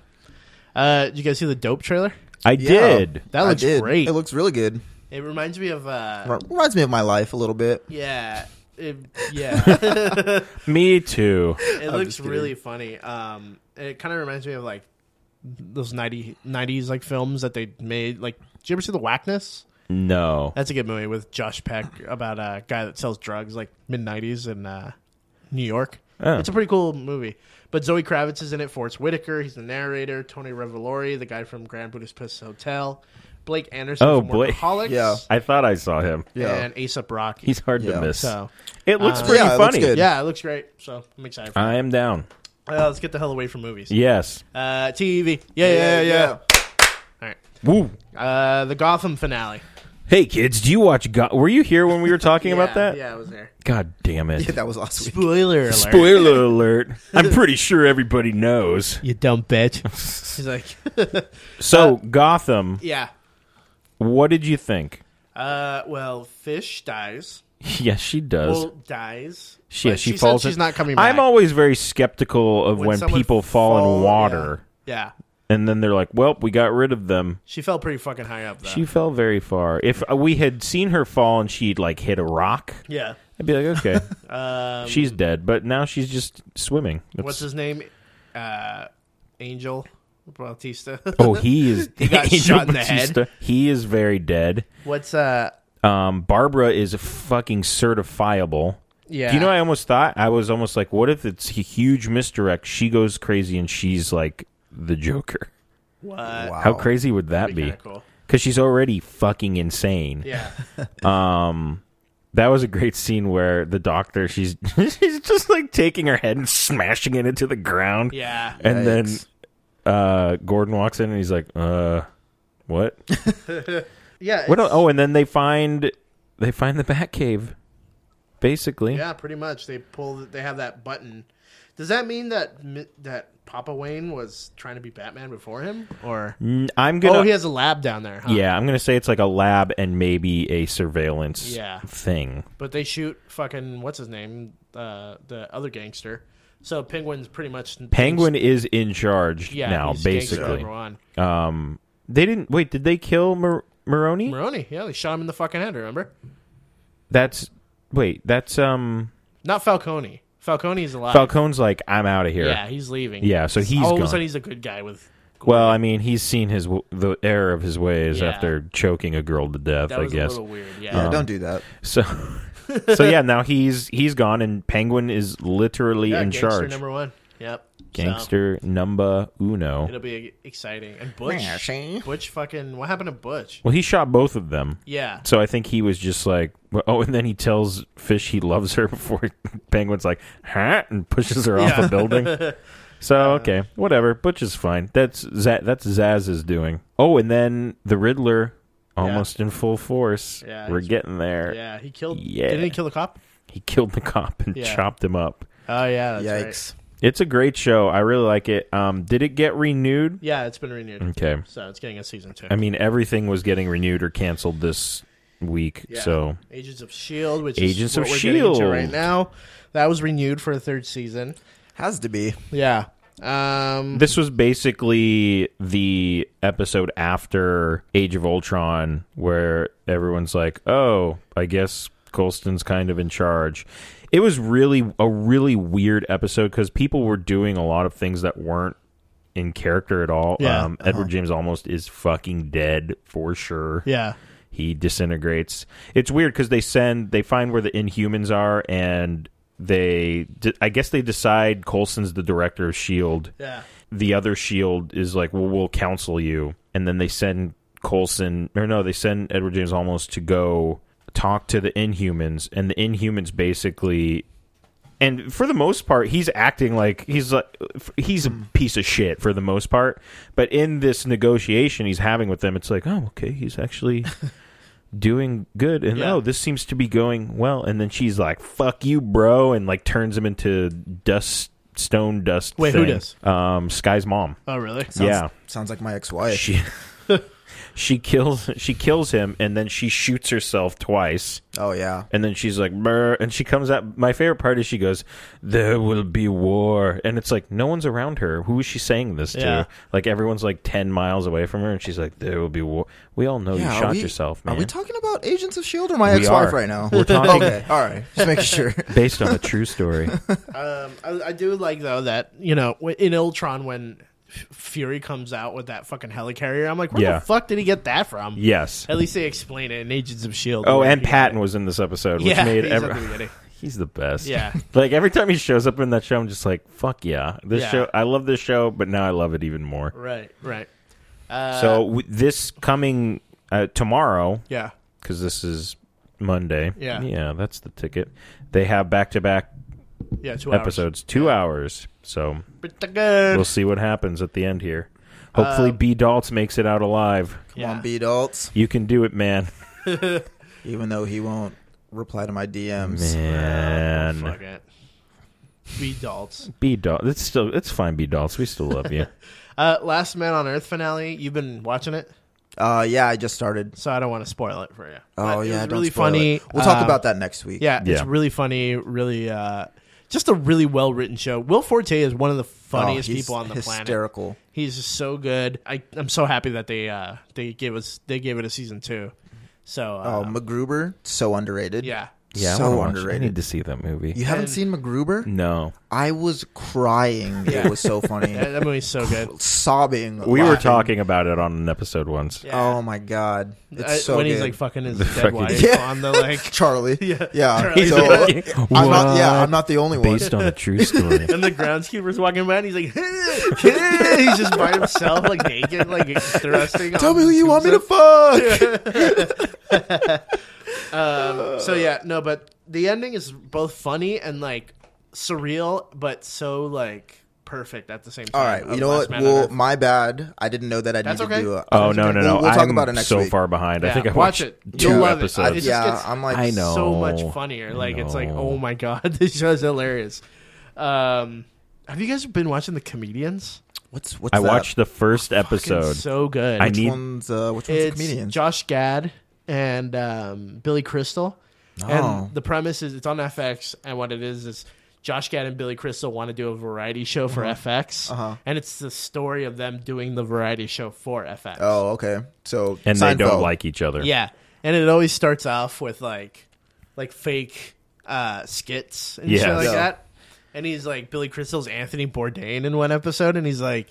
Speaker 2: Uh, did you guys see the dope trailer?
Speaker 3: I
Speaker 4: Yeah.
Speaker 3: did.
Speaker 2: That
Speaker 4: I
Speaker 2: looks
Speaker 4: did.
Speaker 2: great.
Speaker 4: It looks really good.
Speaker 2: It reminds me of uh,
Speaker 4: Reminds me of my life a little bit.
Speaker 2: yeah, it,
Speaker 4: [LAUGHS]
Speaker 2: yeah. [LAUGHS] it
Speaker 3: Me too.
Speaker 2: looks
Speaker 4: just kidding.
Speaker 2: really funny. Um, it kind of reminds me of like those 90, 90s like films that they made. Like, did you ever see The Whackness?
Speaker 3: No,
Speaker 2: That's a good movie with Josh Peck about a guy that sells drugs like mid nineties in uh, New York.
Speaker 3: Oh.
Speaker 2: It's a pretty cool movie. But Zoe Kravitz is in it. Forrest Whitaker, he's the narrator. Tony Revolori, the guy from Grand Budapest Hotel. Blake Anderson
Speaker 3: Oh,
Speaker 2: from
Speaker 3: Blake.
Speaker 2: Workaholics.
Speaker 4: Yeah.
Speaker 3: I thought I saw him. [LAUGHS]
Speaker 2: And Aesop Rocky.
Speaker 3: He's hard to
Speaker 4: Yeah.
Speaker 3: miss.
Speaker 2: so
Speaker 3: It looks
Speaker 2: Uh,
Speaker 3: pretty
Speaker 4: Yeah, it looks
Speaker 3: funny.
Speaker 4: good.
Speaker 2: yeah, it looks great. So I'm excited. For it.
Speaker 3: I am down.
Speaker 2: Uh, let's get the hell away from movies.
Speaker 3: Yes.
Speaker 2: Uh, TV. Yeah, yeah, yeah. All right.
Speaker 3: Woo.
Speaker 2: Uh, the Gotham finale.
Speaker 3: Hey kids, do you watch? Go- Were you here when we were talking
Speaker 2: Yeah,
Speaker 3: about that?
Speaker 2: Yeah, I was there.
Speaker 3: God damn it.
Speaker 4: Yeah, [LAUGHS] that was last week.
Speaker 2: Spoiler alert.
Speaker 3: [LAUGHS] Spoiler alert. I'm pretty sure everybody knows.
Speaker 2: you dumb
Speaker 3: [LAUGHS]
Speaker 2: bitch. She's like,
Speaker 4: Uh,
Speaker 3: So, Gotham,
Speaker 2: yeah.
Speaker 3: what did you think? [LAUGHS]
Speaker 2: Uh, well, Fish dies.
Speaker 3: Yeah, she does.
Speaker 2: Well, dies.
Speaker 3: she, yeah,
Speaker 2: But
Speaker 3: she,
Speaker 2: she said
Speaker 3: falls. in-
Speaker 2: she's not coming
Speaker 3: I'm
Speaker 2: back.
Speaker 3: always very skeptical of
Speaker 2: When
Speaker 3: when,
Speaker 2: someone
Speaker 3: people fall
Speaker 2: fall-
Speaker 3: in water
Speaker 2: Yeah.
Speaker 3: and then they're like, "Well, we got rid of them."
Speaker 2: She fell pretty fucking high up. Though.
Speaker 3: She fell very far. If uh, we had seen her fall and she'd like hit a rock,
Speaker 2: yeah.
Speaker 3: I'd be like, [LAUGHS] "Okay,
Speaker 2: Um,
Speaker 3: she's dead." But now she's just swimming. That's-
Speaker 2: what's his name? Uh, Angel Bautista. [LAUGHS]
Speaker 3: Oh, [LAUGHS] he is.
Speaker 2: He got
Speaker 3: Angel
Speaker 2: shot in the head.
Speaker 3: Bautista, He is very dead.
Speaker 2: What's uh?
Speaker 3: Um, Barbara is fucking certifiable.
Speaker 2: Yeah.
Speaker 3: Do you know? what I almost thought I was almost like, what if it's a huge misdirect? She goes crazy and she's like the Joker.
Speaker 2: what?
Speaker 4: Wow.
Speaker 3: How crazy would that
Speaker 2: That'd be
Speaker 3: be?
Speaker 2: kinda cool.
Speaker 3: Because she's already fucking insane.
Speaker 2: Yeah.
Speaker 3: That was a great scene where the doctor she's [LAUGHS] she's just like taking her head and smashing it into the ground.
Speaker 2: Yeah.
Speaker 3: And
Speaker 4: Yikes.
Speaker 3: then uh, Gordon walks in and he's like, "Uh, what?
Speaker 2: Yeah.
Speaker 3: what?
Speaker 2: it's-
Speaker 3: Oh, and then they find they find the Batcave, basically.
Speaker 2: Yeah, pretty much. They pull. They have that button. Does that mean that Mi- that Papa Wayne was trying to be Batman before him, or
Speaker 3: Mm, I'm gonna.
Speaker 2: oh, he has a lab down there? Huh?
Speaker 3: yeah, I'm gonna say it's like a lab and maybe a surveillance
Speaker 2: Yeah.
Speaker 3: thing.
Speaker 2: But they shoot fucking what's his name, uh, the other gangster. So Penguin's pretty much
Speaker 3: Penguin is in charge
Speaker 2: Yeah,
Speaker 3: now,
Speaker 2: he's gangster
Speaker 3: basically.
Speaker 2: number one.
Speaker 3: Um, they didn't wait. Did they kill Mar- Maroni?
Speaker 2: Maroni, yeah, they shot him in the fucking head. Remember?
Speaker 3: that's wait. That's um.
Speaker 2: Not Falcone. Falcone is alive.
Speaker 3: Falcone's like, I'm out of here.
Speaker 2: yeah, he's leaving.
Speaker 3: Yeah, so he's
Speaker 2: all of a
Speaker 3: gone.
Speaker 2: sudden he's a good guy with.
Speaker 3: Well, I mean, he's seen his w- the error of his ways
Speaker 2: Yeah.
Speaker 3: after choking a girl to death.
Speaker 2: That
Speaker 3: I
Speaker 2: was
Speaker 3: guess.
Speaker 2: a little weird.
Speaker 4: Yeah,
Speaker 2: Yeah,
Speaker 3: um,
Speaker 4: don't do that.
Speaker 3: [LAUGHS] So, so yeah. Now he's he's gone, and Penguin is literally
Speaker 2: yeah,
Speaker 3: in
Speaker 2: gangster
Speaker 3: charge.
Speaker 2: number one. Yep, So,
Speaker 3: Gangster number uno.
Speaker 2: it'll be exciting. And Butch,
Speaker 4: Yeah, see?
Speaker 2: Butch, fucking, what happened to Butch?
Speaker 3: Well, he shot both of them.
Speaker 2: Yeah,
Speaker 3: So I think he was just like, well- oh, and then he tells Fish he loves her [LAUGHS] before Penguin's like, huh, and pushes her off
Speaker 2: [LAUGHS]
Speaker 3: a building. So okay, whatever. Butch is fine. That's Z- that's Zaz is doing. Oh, and then the Riddler, almost in full force.
Speaker 2: Yeah,
Speaker 3: We're
Speaker 2: he's-
Speaker 3: getting there.
Speaker 2: yeah, he killed.
Speaker 3: Yeah.
Speaker 2: didn't he kill the cop?
Speaker 3: He killed the cop and
Speaker 2: Yeah.
Speaker 3: chopped him up.
Speaker 2: Oh yeah, that's right.
Speaker 4: Yikes.
Speaker 3: It's a great show. I really like it. Um, did it get renewed?
Speaker 2: Yeah, it's been renewed,
Speaker 3: Okay.
Speaker 2: so it's getting a season two.
Speaker 3: I mean, everything was getting renewed or canceled this week.
Speaker 2: Yeah.
Speaker 3: So
Speaker 2: Agents of Shield, E which
Speaker 3: Agents
Speaker 2: is what
Speaker 3: of
Speaker 2: we're getting into
Speaker 3: S.H.I.E.L.D..
Speaker 2: right now, that was renewed for a third season.
Speaker 4: Has to be.
Speaker 2: Yeah. Um,
Speaker 3: this was basically the episode after Age of Ultron, where everyone's like, "Oh, I guess Colston's kind of in charge." It was really a really weird episode because people were doing a lot of things that weren't in character at all.
Speaker 2: Yeah. uh-huh.
Speaker 3: Um, Edward James almost is fucking dead for sure.
Speaker 2: yeah.
Speaker 3: he disintegrates. It's weird because they send they find where the Inhumans are, and they I guess they decide Colson's the director of Shield.
Speaker 2: Yeah.
Speaker 3: The other Shield is like, well, we'll counsel you, and then they send Colson or no, they send Edward James almost to go talk to the Inhumans, and the Inhumans basically. And for the most part, he's acting like he's like he's a piece of shit for the most part. But in this negotiation he's having with them, it's like, oh, okay, he's actually doing good and
Speaker 2: Yeah.
Speaker 3: oh this seems to be going well and then she's like fuck you bro and like turns him into dust stone dust
Speaker 2: Wait, who
Speaker 3: thing.
Speaker 2: does?
Speaker 3: um sky's mom
Speaker 2: Oh, really?
Speaker 4: Sounds,
Speaker 3: Yeah.
Speaker 4: Sounds like my ex-wife.
Speaker 3: she [LAUGHS] she kills she kills him and then she shoots herself twice
Speaker 4: oh yeah.
Speaker 3: and then she's like Brr, and she comes out my favorite part is she goes there will be war and it's like no one's around her who is she saying this to
Speaker 2: Yeah.
Speaker 3: like everyone's like 10 miles away from her and she's like there will be war we all know
Speaker 4: yeah,
Speaker 3: Oh, you
Speaker 4: are
Speaker 3: shot
Speaker 4: we-
Speaker 3: yourself man
Speaker 4: Are we talking about Agents of Shield E or my
Speaker 3: We
Speaker 4: ex-wife
Speaker 3: are.
Speaker 4: right now?
Speaker 3: We're talking-
Speaker 4: [LAUGHS] okay, all right. Just
Speaker 3: [LAUGHS]
Speaker 4: making sure.
Speaker 3: based on a
Speaker 4: [LAUGHS]
Speaker 3: true story
Speaker 2: Um, I, I do like though that you know w- in Ultron when F- Fury comes out with that fucking helicarrier, I'm like, where
Speaker 3: Yeah.
Speaker 2: the fuck did he get that from?
Speaker 3: yes
Speaker 2: At least they explain it in Agents of Shield.
Speaker 3: Oh,
Speaker 2: E where
Speaker 3: and
Speaker 2: he-
Speaker 3: Patton was in this episode, which
Speaker 2: yeah,
Speaker 3: made
Speaker 2: he's
Speaker 3: every
Speaker 2: at the beginning.
Speaker 3: he's the best.
Speaker 2: Yeah.
Speaker 3: [LAUGHS] like every time he shows up in that show, I'm just like, fuck yeah, this
Speaker 2: Yeah.
Speaker 3: show. I love this show, but now I love it even more.
Speaker 2: [LAUGHS] right, right. Uh,
Speaker 3: so w- this coming uh, tomorrow,
Speaker 2: yeah,
Speaker 3: because this is Monday.
Speaker 2: Yeah.
Speaker 3: yeah, that's the ticket. They have back to back
Speaker 2: yeah, two hours.
Speaker 3: episodes, two hours. So
Speaker 2: Pretty good.
Speaker 3: we'll see what happens at the end here. Hopefully,
Speaker 2: Uh,
Speaker 3: B. Daltz makes it out alive.
Speaker 4: Come
Speaker 2: Yeah.
Speaker 4: on, B adults.
Speaker 3: You can do
Speaker 2: [LAUGHS]
Speaker 3: it, man.
Speaker 4: Even though he won't reply to my DMs.
Speaker 2: Oh, fuck
Speaker 3: Man,
Speaker 2: it. Be adults.
Speaker 3: B. Daltz. It's still it's fine, B. Daltz. We still love
Speaker 4: [LAUGHS]
Speaker 3: you.
Speaker 2: Uh, Last Man on Earth finale. You've been watching it,
Speaker 4: Uh, yeah, I just started.
Speaker 2: so I don't want to spoil it for you. But
Speaker 4: Oh
Speaker 2: it
Speaker 4: yeah,
Speaker 2: was
Speaker 4: don't
Speaker 2: really
Speaker 4: spoil
Speaker 2: funny.
Speaker 4: it. We'll talk
Speaker 2: Um,
Speaker 4: about that next week.
Speaker 2: Yeah, it's
Speaker 3: Yeah.
Speaker 2: really funny. Really, uh, just a really well written show. Will Forte is one of the
Speaker 4: Oh,
Speaker 2: funniest
Speaker 4: he's
Speaker 2: people on the planet.
Speaker 4: Hysterical.
Speaker 2: He's just so good. I, I'm so happy that they uh, they gave us they gave it a season two. So
Speaker 4: Oh,
Speaker 2: uh,
Speaker 4: MacGruber, so underrated.
Speaker 2: yeah,
Speaker 3: Yeah, I wanna
Speaker 4: so
Speaker 3: watch Mm. it. I
Speaker 4: underrated.
Speaker 3: need to see that movie.
Speaker 4: You haven't seen MacGruber?
Speaker 3: No,
Speaker 4: I was crying. It was so
Speaker 2: [LAUGHS]
Speaker 4: funny.
Speaker 2: that, that movie's so
Speaker 4: [LAUGHS] Oh,
Speaker 2: good.
Speaker 4: Sobbing.
Speaker 3: we were
Speaker 4: laughing.
Speaker 3: talking about it on an episode once.
Speaker 2: Yeah.
Speaker 4: Oh my god, it's
Speaker 2: I-
Speaker 4: so
Speaker 2: when
Speaker 4: good.
Speaker 2: he's like fucking his dead
Speaker 3: fucking-
Speaker 2: wife
Speaker 4: Yeah.
Speaker 2: on the like
Speaker 3: [LAUGHS]
Speaker 4: Charlie.
Speaker 2: Yeah.
Speaker 4: Yeah,
Speaker 2: Charlie.
Speaker 4: So, uh, I'm not, yeah, I'm not the only one.
Speaker 3: [LAUGHS] based on a true story.
Speaker 2: And the groundskeeper's walking by, and he's like, [LAUGHS] he's just by himself, like naked, like thrusting.
Speaker 4: Tell
Speaker 2: on
Speaker 4: me who
Speaker 2: the
Speaker 4: you want me
Speaker 2: tombstone.
Speaker 4: to fuck.
Speaker 2: Um, so yeah, no, but the ending is both funny and like surreal, but so like perfect at the same time.
Speaker 4: [LAUGHS] All right,
Speaker 2: of
Speaker 4: you know
Speaker 2: Last
Speaker 4: what?
Speaker 2: Man on
Speaker 4: Well,
Speaker 2: Earth.
Speaker 4: my bad. I didn't know that I
Speaker 2: That's
Speaker 4: needed
Speaker 2: okay.
Speaker 4: to do a.
Speaker 3: Oh no, no, no!
Speaker 4: We'll, we'll talk
Speaker 3: I'm
Speaker 4: about it next
Speaker 3: so
Speaker 4: week.
Speaker 3: far behind. I
Speaker 2: Yeah,
Speaker 3: think I
Speaker 2: watch
Speaker 3: watched
Speaker 2: it. You'll
Speaker 3: two
Speaker 2: love it.
Speaker 3: episodes.
Speaker 2: It's just
Speaker 4: yeah,
Speaker 2: gets-
Speaker 4: I'm like.
Speaker 3: I know.
Speaker 2: so much
Speaker 3: No.
Speaker 2: funnier. Like it's like,
Speaker 3: No.
Speaker 2: oh my god, [LAUGHS] this show's hilarious. Um, have you guys been watching the comedians?
Speaker 4: What's what's
Speaker 3: I
Speaker 4: that?
Speaker 3: watched the first
Speaker 2: Fucking
Speaker 3: episode.
Speaker 2: so good.
Speaker 3: I
Speaker 4: Which
Speaker 3: need-
Speaker 4: one's uh, which one's the
Speaker 2: it's
Speaker 4: comedian?
Speaker 2: Josh Gad and um, Billy Crystal.
Speaker 4: Oh.
Speaker 2: And the premise is it's on FX, and what it is is Josh Gad and Billy Crystal want to do a variety show for FX,
Speaker 4: Uh-huh.
Speaker 2: and it's the story of them doing the variety show for FX.
Speaker 4: oh, okay. So
Speaker 3: and
Speaker 4: Seinfeld.
Speaker 3: they don't like each other.
Speaker 2: yeah, and it always starts off with like like fake uh, skits and shit
Speaker 3: Yeah.
Speaker 2: like
Speaker 4: Yeah.
Speaker 2: that. And he's like Billy Crystal's Anthony Bourdain in one episode, and he's like,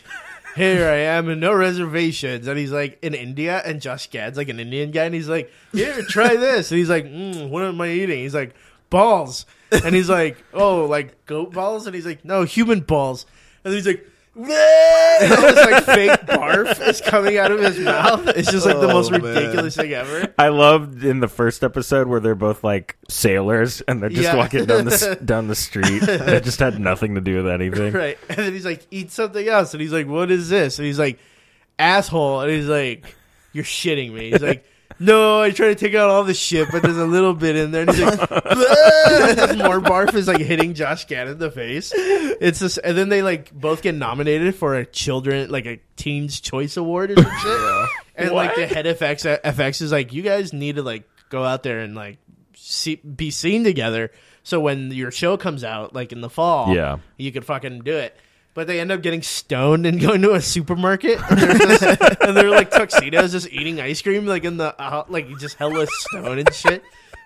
Speaker 2: "Here I am, and no reservations." And he's like in India, and Josh Gad's like an Indian guy, and he's like, "Here, try this." And he's like, mm, "What am I eating?" He's like, "Balls," and he's like, "Oh, like goat balls," and he's like, "No, human balls," and he's like. [LAUGHS] and all this like fake barf is coming out of his mouth. It's just like the
Speaker 4: Oh,
Speaker 2: most
Speaker 4: man.
Speaker 2: ridiculous thing ever.
Speaker 3: I loved in the first episode where they're both like sailors and they're just
Speaker 2: Yeah.
Speaker 3: walking down
Speaker 2: [LAUGHS]
Speaker 3: the s- down the street. it just had nothing to do with anything.
Speaker 2: Right. And then he's like, eat something else. And he's like, what is this? And he's like, asshole. And he's like, you're shitting me. He's like, [LAUGHS] no, I try to take out all the shit, but there's a little bit in there. And he's like, [LAUGHS] "Bleh." more barf is like hitting Josh Gad in the face. It's just, and then they like both get nominated for a children, like a Teens Choice Award or some shit. And like the head FX, FX is like, you guys need to like go out there and like see, be seen together. So when your show comes out, like in the fall,
Speaker 3: Yeah.
Speaker 2: you could fucking do it. But they end up getting stoned and [LAUGHS] going to a supermarket, [LAUGHS] and they're, just, and they're like tuxedos, just eating ice cream, like in the uh, like just hella stoned and shit.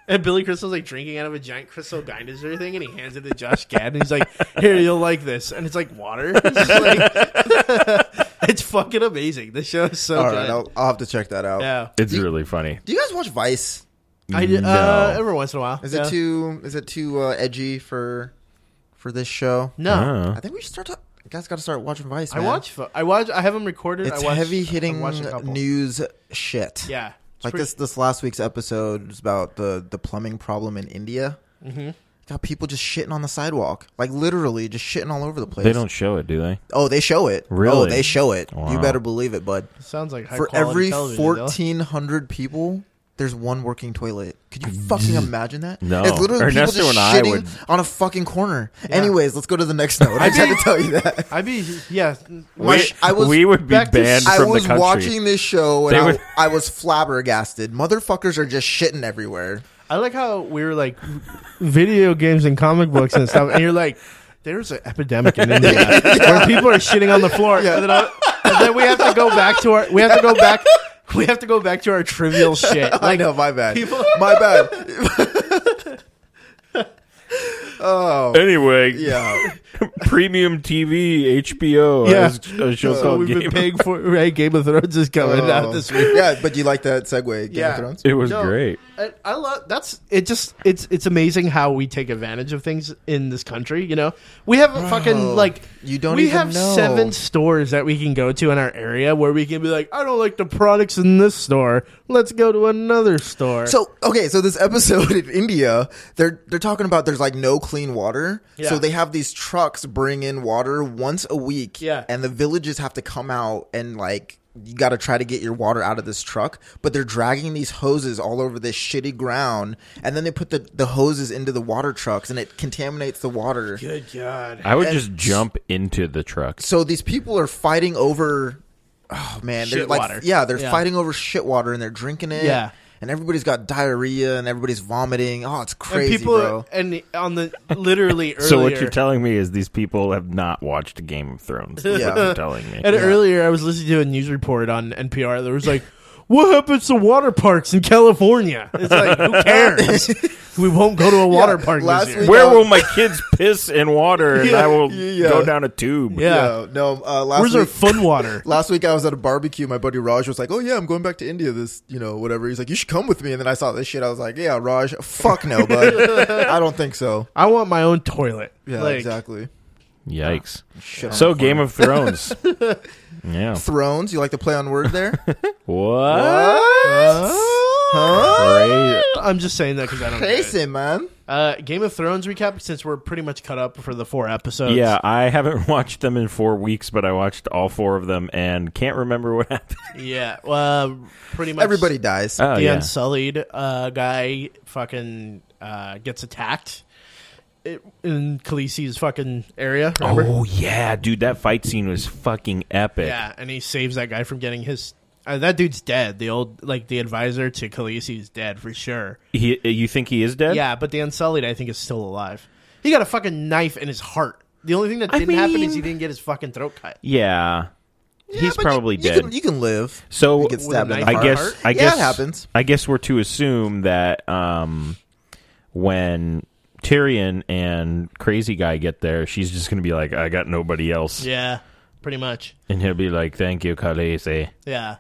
Speaker 2: And Billy Crystal's like drinking out of a giant crystal geyser thing, and he hands it to Josh Gad, and he's like, "Here, you'll like this." And it's like water. [LAUGHS] It's, just like- [LAUGHS] it's fucking amazing. The show is so
Speaker 4: All
Speaker 2: good.
Speaker 4: right, I'll, I'll have to check that out.
Speaker 2: yeah,
Speaker 3: It's really funny.
Speaker 4: Do you guys watch Vice?
Speaker 2: I do- uh, every once in a while.
Speaker 4: Is
Speaker 2: yeah.
Speaker 4: it too is it too uh, edgy for for this show?
Speaker 2: No,
Speaker 3: Oh.
Speaker 4: I think we should start. To, guys, got to start watching Vice.
Speaker 2: I
Speaker 4: man.
Speaker 2: watch. fo- I watch. I have them recorded.
Speaker 4: It's
Speaker 2: I watch,
Speaker 4: heavy
Speaker 2: I
Speaker 4: hitting
Speaker 2: watch a couple.
Speaker 4: news shit.
Speaker 2: Yeah, it's
Speaker 4: like
Speaker 2: pretty-
Speaker 4: this this last week's episode was about the the plumbing problem in India. Mm-hmm. Got people just shitting on the sidewalk, like literally just shitting all over the place.
Speaker 3: They don't show it, do they?
Speaker 4: Oh, they show it.
Speaker 3: Really?
Speaker 4: Oh, they show it. You
Speaker 3: Wow.
Speaker 4: better believe it, bud.
Speaker 2: Sounds like high
Speaker 4: For
Speaker 2: quality
Speaker 4: every
Speaker 2: television, though.
Speaker 4: fourteen hundred people. There's one working toilet. Could you fucking imagine that?
Speaker 3: No.
Speaker 4: it's literally
Speaker 3: Ernesto
Speaker 4: people
Speaker 3: and
Speaker 4: just
Speaker 3: I
Speaker 4: shitting
Speaker 3: would-
Speaker 4: on a fucking corner. Anyways, let's go to the next note. I just had to tell you that.
Speaker 2: I'd be yeah.
Speaker 4: My-
Speaker 3: we,
Speaker 4: I was-
Speaker 3: we would be
Speaker 2: back to-
Speaker 3: banned
Speaker 4: I
Speaker 3: from
Speaker 4: was
Speaker 3: the country.
Speaker 4: watching this show and
Speaker 3: They
Speaker 4: I,
Speaker 3: would-
Speaker 4: I was flabbergasted. Motherfuckers are just shitting everywhere.
Speaker 2: I like how we were like video games and comic books and stuff, and you're like, there's an epidemic in
Speaker 4: [LAUGHS]
Speaker 2: India where people are shitting on the floor, and, then I- and then we have to go back to our we have to go back we have to go back to our trivial shit.
Speaker 4: I [LAUGHS]
Speaker 2: Like
Speaker 4: know, my bad.
Speaker 2: people-
Speaker 4: my
Speaker 2: [LAUGHS]
Speaker 4: bad. oh,
Speaker 3: Anyway,
Speaker 4: yeah.
Speaker 3: [LAUGHS] premium TV, HBO,
Speaker 2: Yeah.
Speaker 3: has a show
Speaker 2: so
Speaker 3: called
Speaker 2: we've
Speaker 3: Game.
Speaker 2: been paying for right. Game of Thrones is coming out
Speaker 4: Oh.
Speaker 2: this week.
Speaker 4: Yeah, but you like that segue, Game
Speaker 2: Yeah.
Speaker 4: of Thrones?
Speaker 3: [LAUGHS] It was
Speaker 2: No.
Speaker 3: great.
Speaker 2: I, I love that's it. Just it's it's amazing how we take advantage of things in this country. You know, we have a fucking like
Speaker 4: you don't
Speaker 2: We
Speaker 4: even
Speaker 2: have
Speaker 4: know.
Speaker 2: seven stores that we can go to in our area where we can be like, I don't like the products in this store. Let's go to another store.
Speaker 4: So okay, so this episode [LAUGHS] in India, they're they're talking about there's like no clean water,
Speaker 2: Yeah.
Speaker 4: so they have these trucks bring in water once a week,
Speaker 2: Yeah.
Speaker 4: and the villages have to come out and like you got to try to get your water out of this truck, but they're dragging these hoses all over this shitty ground, and then they put the the hoses into the water trucks, and it contaminates the water.
Speaker 2: good God,
Speaker 3: I would just jump into the truck.
Speaker 4: So these people are fighting over, oh man, they're
Speaker 2: Shit
Speaker 4: like
Speaker 2: water.
Speaker 4: yeah, they're
Speaker 2: Yeah.
Speaker 4: fighting over shit water, and they're drinking it,
Speaker 2: Yeah.
Speaker 4: and everybody's got diarrhea and everybody's vomiting. Oh, it's
Speaker 2: And
Speaker 4: crazy,
Speaker 2: people
Speaker 4: bro.
Speaker 2: and on the literally earlier.
Speaker 3: [LAUGHS] So what you're telling me is these people have not watched Game of Thrones. That's what
Speaker 4: Yeah.
Speaker 3: you're telling me.
Speaker 2: [LAUGHS] And uh, earlier, I was listening to a news report on NPR that was like, "What happens to water parks in California?" It's like, who
Speaker 3: [LAUGHS]
Speaker 2: cares? we won't go to a water
Speaker 4: Yeah,
Speaker 2: park
Speaker 4: last
Speaker 2: this year.
Speaker 4: week-
Speaker 3: Where
Speaker 4: Yeah.
Speaker 3: will my kids piss in water and I will
Speaker 4: Yeah.
Speaker 3: go down a tube?
Speaker 2: Yeah.
Speaker 4: Yeah, no. Uh, last
Speaker 2: Where's
Speaker 4: week,
Speaker 2: our fun water?
Speaker 4: [LAUGHS] Last week I was at a barbecue. My buddy Raj was like, "Oh yeah, I'm going back to India. This, you know, whatever." He's like, "You should come with me." And then I saw this shit. I was like, "Yeah, Raj, fuck
Speaker 2: [LAUGHS]
Speaker 4: no, bud. I don't think so."
Speaker 2: I want my own toilet.
Speaker 4: Yeah,
Speaker 2: Like,
Speaker 4: exactly.
Speaker 3: Yikes.
Speaker 4: Shit on
Speaker 3: So
Speaker 4: the
Speaker 3: Game of Thrones.
Speaker 2: [LAUGHS]
Speaker 3: yeah.
Speaker 4: Thrones. You like to play on word there?
Speaker 3: What?
Speaker 4: huh?
Speaker 3: Cra-
Speaker 2: I'm just saying that because I don't. get it.
Speaker 4: Crazy man.
Speaker 2: Uh, Game of Thrones recap since we're pretty much cut up for the four episodes.
Speaker 3: Yeah, I haven't [LAUGHS] watched them in four weeks, but I watched all four of them and can't remember what happened.
Speaker 2: yeah. Uh, pretty much
Speaker 4: Everybody dies.
Speaker 3: Oh,
Speaker 2: the
Speaker 3: yeah.
Speaker 2: Unsullied uh, guy fucking uh, gets attacked i- in Khaleesi's fucking area. Remember?
Speaker 3: Oh, yeah, dude, that fight scene was fucking epic.
Speaker 2: Yeah, and he saves that guy from getting his. Uh, that dude's dead. The old, like the advisor to Khaleesi's dead for sure.
Speaker 3: He, you think he is dead?
Speaker 2: Yeah, but the Unsullied, I think, is still alive. He got a fucking knife in his heart. The only thing that
Speaker 3: I
Speaker 2: didn't happen is
Speaker 3: mean-
Speaker 2: he didn't get his fucking throat cut.
Speaker 3: Yeah.
Speaker 4: Yeah,
Speaker 3: He's
Speaker 4: but
Speaker 3: probably
Speaker 4: you,
Speaker 3: dead.
Speaker 4: You can, you can live.
Speaker 3: so
Speaker 4: You get stabbed in the
Speaker 2: knife.
Speaker 3: I
Speaker 4: heart.
Speaker 3: guess I
Speaker 4: Yeah,
Speaker 3: guess
Speaker 4: it happens.
Speaker 3: I guess we're to assume that um, when Tyrion and Crazy Guy get there, she's just gonna be like, "I got nobody else,"
Speaker 2: Yeah, pretty much.
Speaker 3: and he'll be like, "Thank you, Khaleesi."
Speaker 2: Yeah,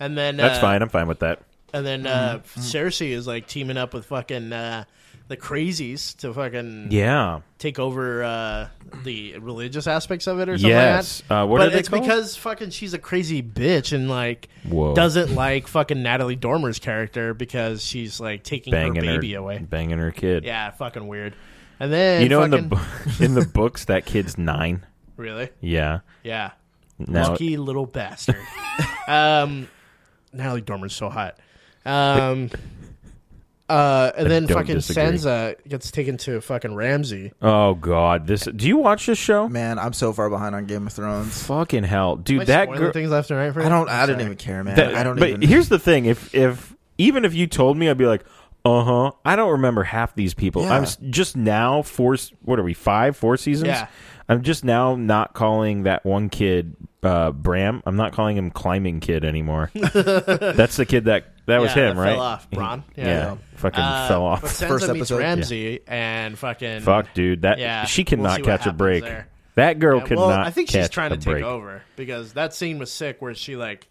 Speaker 2: and then
Speaker 3: That's
Speaker 2: uh,
Speaker 3: fine. Mm-hmm. I'm fine with that.
Speaker 2: And then uh, Cersei is like teaming up with fucking uh, the crazies to fucking
Speaker 3: Yeah.
Speaker 2: take over uh, the religious aspects of it or something
Speaker 3: Yes.
Speaker 2: like that.
Speaker 3: Uh, what
Speaker 2: but
Speaker 3: are they
Speaker 2: it's
Speaker 3: called?
Speaker 2: because fucking she's a crazy bitch and like
Speaker 3: Whoa.
Speaker 2: doesn't like fucking Natalie Dormer's character because she's like taking
Speaker 3: banging
Speaker 2: her
Speaker 3: her,
Speaker 2: baby away.
Speaker 3: banging her kid.
Speaker 2: Yeah, fucking weird. And then
Speaker 3: You know, in
Speaker 2: fucking,
Speaker 3: the bu- [LAUGHS] in the books, that kid's nine.
Speaker 2: really
Speaker 3: Yeah.
Speaker 2: yeah
Speaker 3: Now,
Speaker 2: lucky little
Speaker 3: [LAUGHS]
Speaker 2: bastard. um, Natalie Dormer's so hot. Um, uh, and then
Speaker 3: don't
Speaker 2: fucking
Speaker 3: disagree.
Speaker 2: Sansa gets taken to fucking Ramsey.
Speaker 3: oh god, this. Do you watch this show?
Speaker 4: Man, I'm so far behind on Game of Thrones.
Speaker 3: Fucking hell, dude! that girl.
Speaker 2: things left and right for you?
Speaker 4: I don't. I don't even care, man.
Speaker 3: That-
Speaker 4: I don't
Speaker 3: But
Speaker 4: even.
Speaker 3: here's the thing: if if even if you told me, I'd be like, uh huh. I don't remember half these people.
Speaker 4: Yeah.
Speaker 3: I'm s- just now four. s- What are we? Five, four seasons.
Speaker 2: Yeah.
Speaker 3: I'm just now not calling that one kid uh, Bram. I'm not calling him climbing
Speaker 2: [LAUGHS]
Speaker 3: kid anymore. That's the kid that that was
Speaker 2: Yeah,
Speaker 3: him,
Speaker 2: that
Speaker 3: right?
Speaker 2: fell off. Bron.
Speaker 3: Yeah,
Speaker 2: Yeah.
Speaker 3: fucking
Speaker 2: Uh,
Speaker 3: fell
Speaker 2: But
Speaker 3: off.
Speaker 2: Sansa
Speaker 4: First
Speaker 2: meets
Speaker 4: episode.
Speaker 2: Ramsey and fucking
Speaker 3: Fuck, dude. That
Speaker 2: Yeah,
Speaker 3: she
Speaker 2: we'll
Speaker 3: cannot
Speaker 2: see what
Speaker 3: catch a
Speaker 2: happens
Speaker 3: break.
Speaker 2: there.
Speaker 3: That girl
Speaker 2: Yeah,
Speaker 3: cannot.
Speaker 2: well, I think she's
Speaker 3: catch
Speaker 2: trying
Speaker 3: a
Speaker 2: to take
Speaker 3: break.
Speaker 2: over because that scene was sick, where she like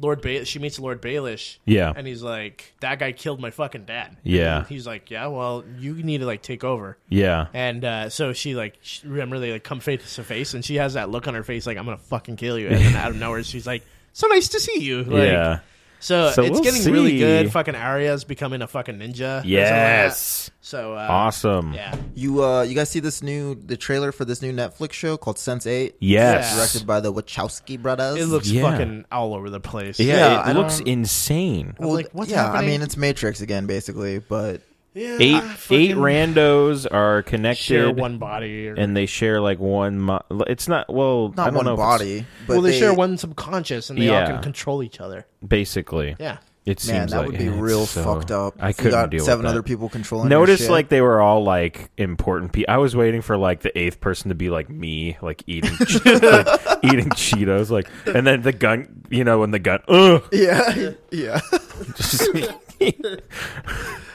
Speaker 2: Lord ba- she meets Lord Baelish.
Speaker 3: Yeah.
Speaker 2: and he's like, "That guy killed my fucking dad."
Speaker 3: Yeah.
Speaker 2: And he's like, "Yeah, well, you need to like take over."
Speaker 3: Yeah.
Speaker 2: And uh, so she like sh remember they like come face to face, and she has that look on her face like I'm gonna fucking kill you. And then out of nowhere, she's like, "So nice to see you." Like,
Speaker 3: yeah.
Speaker 2: So,
Speaker 3: So
Speaker 2: it's
Speaker 3: we'll
Speaker 2: getting really
Speaker 3: see.
Speaker 2: good. Fucking Arya's becoming a fucking ninja. or something like that.
Speaker 3: Yes.
Speaker 2: so uh,
Speaker 3: Awesome.
Speaker 2: Yeah.
Speaker 4: you uh, you guys see this new the trailer for this new Netflix show called Sense Eight?
Speaker 3: Yes.
Speaker 4: directed by the Wachowski brothers.
Speaker 2: It looks
Speaker 3: Yeah.
Speaker 2: fucking all over the place.
Speaker 3: Yeah,
Speaker 4: Yeah,
Speaker 3: it
Speaker 4: I
Speaker 3: looks
Speaker 4: don't-
Speaker 3: insane.
Speaker 2: I'm like, what's
Speaker 4: yeah,
Speaker 2: happening?
Speaker 4: I mean it's Matrix again, basically, but
Speaker 2: Yeah,
Speaker 3: Eight
Speaker 2: I fucking
Speaker 3: eight randos are connected,
Speaker 2: share one body. Or,
Speaker 3: and they share like one. Mo- it's not well. I
Speaker 4: not
Speaker 3: don't know
Speaker 4: one
Speaker 3: if it's-
Speaker 4: body. But
Speaker 2: well, they,
Speaker 4: they
Speaker 2: share one subconscious, and they
Speaker 3: Yeah.
Speaker 2: all can control each other.
Speaker 3: Basically,
Speaker 2: Yeah.
Speaker 3: it seems
Speaker 4: Man, that
Speaker 3: like
Speaker 4: would be
Speaker 3: it's
Speaker 4: real
Speaker 3: so-
Speaker 4: fucked up.
Speaker 3: I
Speaker 4: If
Speaker 3: couldn't
Speaker 4: you got
Speaker 3: deal
Speaker 4: seven
Speaker 3: with
Speaker 4: other
Speaker 3: that.
Speaker 4: people controlling. your
Speaker 3: Notice
Speaker 4: shit.
Speaker 3: like they were all like important people. I was waiting for like the eighth person to be like me, like eating
Speaker 4: [LAUGHS]
Speaker 3: like, eating Cheetos, like, and then the gun. You know, when the gun, ugh,
Speaker 4: yeah, [LAUGHS]
Speaker 3: [LAUGHS]
Speaker 4: yeah.
Speaker 3: just,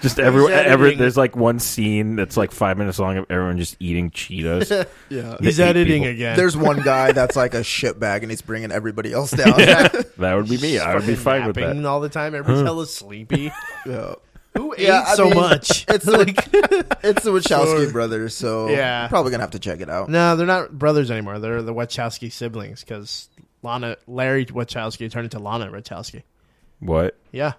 Speaker 3: just everyone.
Speaker 2: He's
Speaker 3: Every,
Speaker 2: editing.
Speaker 3: there's like one scene that's like five minutes long of everyone just
Speaker 2: [LAUGHS]
Speaker 3: eating Cheetos.
Speaker 4: Yeah.
Speaker 2: He's
Speaker 3: eight
Speaker 2: editing
Speaker 3: people.
Speaker 2: again.
Speaker 4: There's one guy that's like a shitbag and he's bringing everybody else
Speaker 3: [LAUGHS]
Speaker 4: down. [LAUGHS] yeah.
Speaker 3: That would be me. I would be
Speaker 2: Fucking
Speaker 3: fine with
Speaker 2: napping
Speaker 3: that.
Speaker 2: all the time. Everybody's hella
Speaker 3: [LAUGHS]
Speaker 2: sleepy. Who ate
Speaker 4: Yeah, I
Speaker 2: so
Speaker 4: mean,
Speaker 2: much? [LAUGHS]
Speaker 4: [LAUGHS] It's like it's the Wachowski brothers, so
Speaker 2: Yeah.
Speaker 4: probably gonna have to check it out.
Speaker 2: No, they're not brothers anymore. They're the Wachowski siblings because Lana, Larry Wachowski turned into Lana Wachowski.
Speaker 3: What?
Speaker 2: Yeah,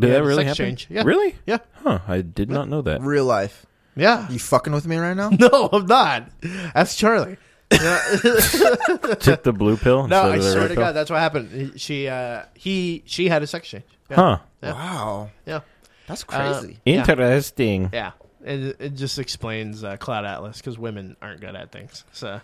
Speaker 3: Did
Speaker 2: Yeah,
Speaker 3: that
Speaker 2: the
Speaker 3: really
Speaker 2: sex
Speaker 3: happen?
Speaker 2: change. Yeah.
Speaker 3: Really?
Speaker 2: yeah,
Speaker 3: Huh. I did not
Speaker 2: [LAUGHS]
Speaker 3: know that.
Speaker 4: Real life.
Speaker 2: yeah.
Speaker 4: You fucking with me right
Speaker 2: [LAUGHS]
Speaker 4: now?
Speaker 2: No, I'm not. That's Charlie.
Speaker 3: Took the blue pill.
Speaker 2: No,
Speaker 3: instead
Speaker 2: I
Speaker 3: of the
Speaker 2: swear
Speaker 3: red
Speaker 2: to
Speaker 3: pill?
Speaker 2: God, that's what happened. She, uh, he, she had a sex change. Yeah,
Speaker 3: Huh.
Speaker 4: Wow.
Speaker 2: yeah,
Speaker 4: That's
Speaker 2: Uh,
Speaker 4: crazy.
Speaker 2: Yeah.
Speaker 3: Interesting.
Speaker 2: yeah. It, it just explains uh, Cloud Atlas because women aren't good at things. So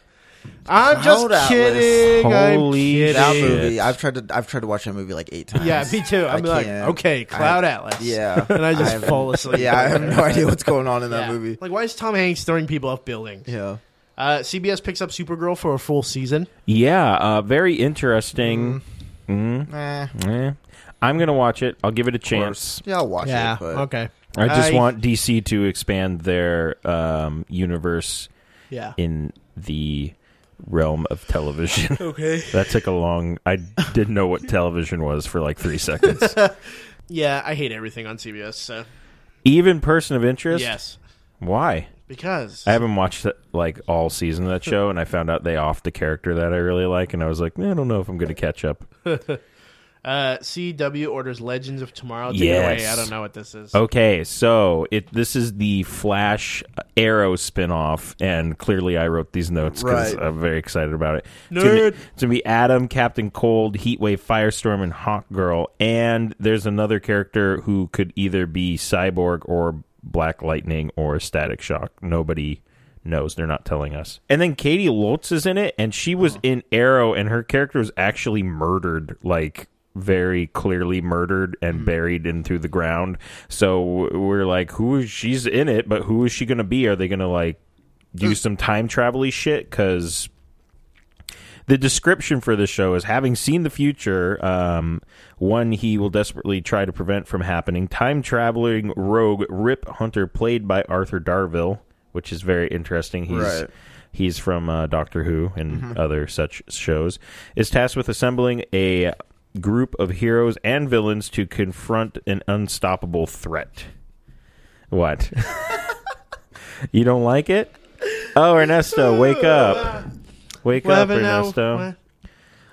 Speaker 2: I'm just
Speaker 4: Proud Atlas.
Speaker 2: kidding. I'm
Speaker 3: Holy
Speaker 2: kidding.
Speaker 4: that
Speaker 3: shit.
Speaker 4: movie. I've tried to. I've tried to watch that movie like eight times.
Speaker 2: Yeah, me too.
Speaker 4: I
Speaker 2: I'm like,
Speaker 4: can't.
Speaker 2: okay, Cloud Atlas.
Speaker 4: Yeah,
Speaker 2: And I just
Speaker 4: I've-
Speaker 2: fall asleep.
Speaker 4: Yeah, I have no idea what's going on in that
Speaker 2: Yeah.
Speaker 4: movie.
Speaker 2: Like, why is Tom Hanks throwing people off buildings?
Speaker 4: Yeah,
Speaker 2: Uh, CBS picks up Supergirl for a full season.
Speaker 3: Yeah, uh, very interesting. Mm.
Speaker 2: Mm-hmm.
Speaker 4: eh, of
Speaker 3: Eh. I'm gonna watch it. I'll give it a
Speaker 4: course.
Speaker 3: chance.
Speaker 4: Yeah, I'll watch
Speaker 2: yeah.
Speaker 4: it. But
Speaker 2: okay.
Speaker 3: I just
Speaker 2: I-
Speaker 3: want DC to expand their um, universe
Speaker 2: Yeah.
Speaker 3: in the realm
Speaker 2: [LAUGHS]
Speaker 3: of television.
Speaker 2: Okay.
Speaker 3: that took a long. I didn't know what television was for like three seconds.
Speaker 2: Yeah, I hate everything on CBS. So
Speaker 3: Even Person of Interest.
Speaker 2: yes,
Speaker 3: Why?
Speaker 2: because
Speaker 3: I haven't watched like all season of that show, and I found out they offed the character that I really like, and I was like, "Man, I don't know if I'm going to catch up.
Speaker 2: uh, CW orders Legends of Tomorrow. to
Speaker 3: Yes. Oh,
Speaker 2: away. I don't know what this is.
Speaker 3: Okay, so it this is the Flash Arrow spinoff, and clearly I wrote these notes because
Speaker 4: Right.
Speaker 3: I'm very excited about it. It's gonna-
Speaker 2: Nerd.
Speaker 3: It's gonna be Adam, Captain Cold, Heatwave, Firestorm, and Hawkgirl, and there's another character who could either be Cyborg or Black Lightning or Static Shock. Nobody knows; they're not telling us. And then Katie Lotz is in it, and she was in Arrow, and her character was actually murdered, like very clearly murdered and buried into the ground. So we're like, who is she's in it, but who is she going to be? Are they going to like do some time travel shit? Because the description for this show is having seen the future, um, one he will desperately try to prevent from happening. Time traveling rogue Rip Hunter, played by Arthur Darville, which is very interesting. He's
Speaker 4: Right.
Speaker 3: he's from uh, Doctor Who and
Speaker 2: Mm-hmm.
Speaker 3: other such shows. Is tasked with assembling a group of heroes and villains to confront an unstoppable threat. What? [LAUGHS] you don't like it? Oh, Ernesto, wake up. Wake
Speaker 2: What
Speaker 3: up,
Speaker 2: happened now?
Speaker 3: Ernesto.
Speaker 2: What?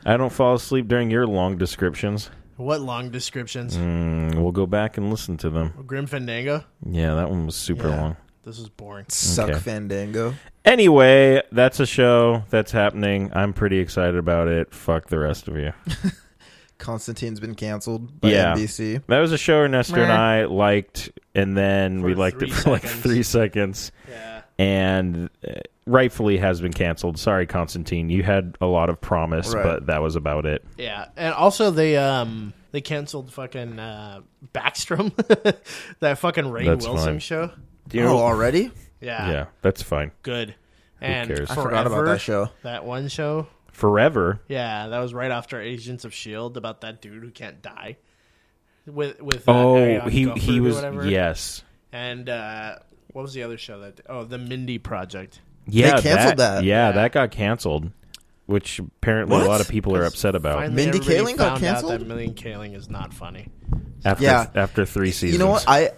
Speaker 3: I don't fall asleep during your long descriptions.
Speaker 2: What long descriptions?
Speaker 3: Mm, we'll go back and listen to them.
Speaker 2: Grim Fandango.
Speaker 3: Yeah, that one was super
Speaker 2: Yeah.
Speaker 3: long.
Speaker 2: This is boring.
Speaker 4: suck
Speaker 3: Okay.
Speaker 4: Fandango.
Speaker 3: Anyway, that's a show that's happening. I'm pretty excited about it. Fuck the rest
Speaker 2: [LAUGHS]
Speaker 3: of you.
Speaker 4: Constantine's been canceled by
Speaker 3: Yeah.
Speaker 4: NBC.
Speaker 3: That was a show Ernesto and
Speaker 4: Meh.
Speaker 3: I liked, and then we
Speaker 2: For
Speaker 3: liked it
Speaker 2: three
Speaker 3: for like
Speaker 2: seconds.
Speaker 3: three seconds,
Speaker 2: Yeah.
Speaker 3: and uh, rightfully has been canceled. Sorry, Constantine. You had a lot of promise,
Speaker 4: Right.
Speaker 3: but that was about it.
Speaker 2: Yeah, and also they um they canceled fucking uh, Backstrom, [LAUGHS] that fucking Ray
Speaker 3: That's
Speaker 2: Wilson
Speaker 3: fine.
Speaker 2: show.
Speaker 4: oh, already?
Speaker 2: Yeah,
Speaker 3: yeah, that's fine.
Speaker 2: good. And
Speaker 3: cares? I
Speaker 4: I forgot about
Speaker 2: Forever,
Speaker 4: that show.
Speaker 2: That one show.
Speaker 3: Forever.
Speaker 2: Yeah, that was right after Agents of Shield E about that dude who can't die. With with uh,
Speaker 3: Oh,
Speaker 2: Ariana
Speaker 3: he
Speaker 2: Goffard
Speaker 3: he
Speaker 2: or
Speaker 3: was
Speaker 2: whatever.
Speaker 3: yes.
Speaker 2: And uh, what was the other show that? Oh, the Mindy Project.
Speaker 3: Yeah,
Speaker 4: canceled that.
Speaker 3: Yeah,
Speaker 2: Yeah.
Speaker 3: that got canceled, which apparently a
Speaker 4: What?
Speaker 3: lot of people are upset about
Speaker 2: Finally,
Speaker 4: Mindy
Speaker 2: everybody
Speaker 4: Kaling got
Speaker 2: found out
Speaker 4: canceled?
Speaker 2: That Mindy Kaling is not funny.
Speaker 3: after
Speaker 4: Yeah.
Speaker 3: after three seasons.
Speaker 4: You know what? I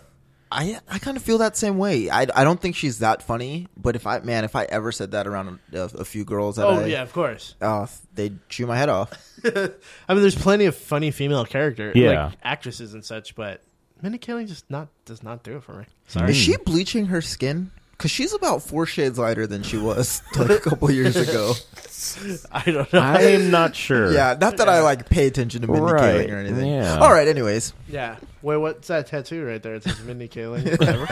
Speaker 4: I I kind of feel that same way. I, I don't think she's that funny, but if I man, if I ever said that around a, a few girls that
Speaker 2: Oh
Speaker 4: I
Speaker 2: yeah, of course.
Speaker 4: oh, they'd chew my head off.
Speaker 2: I mean, there's plenty of funny female character,
Speaker 3: Yeah.
Speaker 2: like actresses and such, but Mindy Kaling just not does not do it for me. Sorry.
Speaker 4: Is she bleaching her skin? Cause she's about four shades lighter than she was [LAUGHS] like a couple years ago.
Speaker 2: [LAUGHS] I don't know.
Speaker 3: I'm not sure.
Speaker 4: Yeah, not that I like pay attention to Mindy
Speaker 3: Right,
Speaker 4: Kaling or anything.
Speaker 3: yeah.
Speaker 4: All right, anyways,
Speaker 2: yeah. Wait, what's that tattoo right there? It says Mindy Kaling. [LAUGHS] Whatever.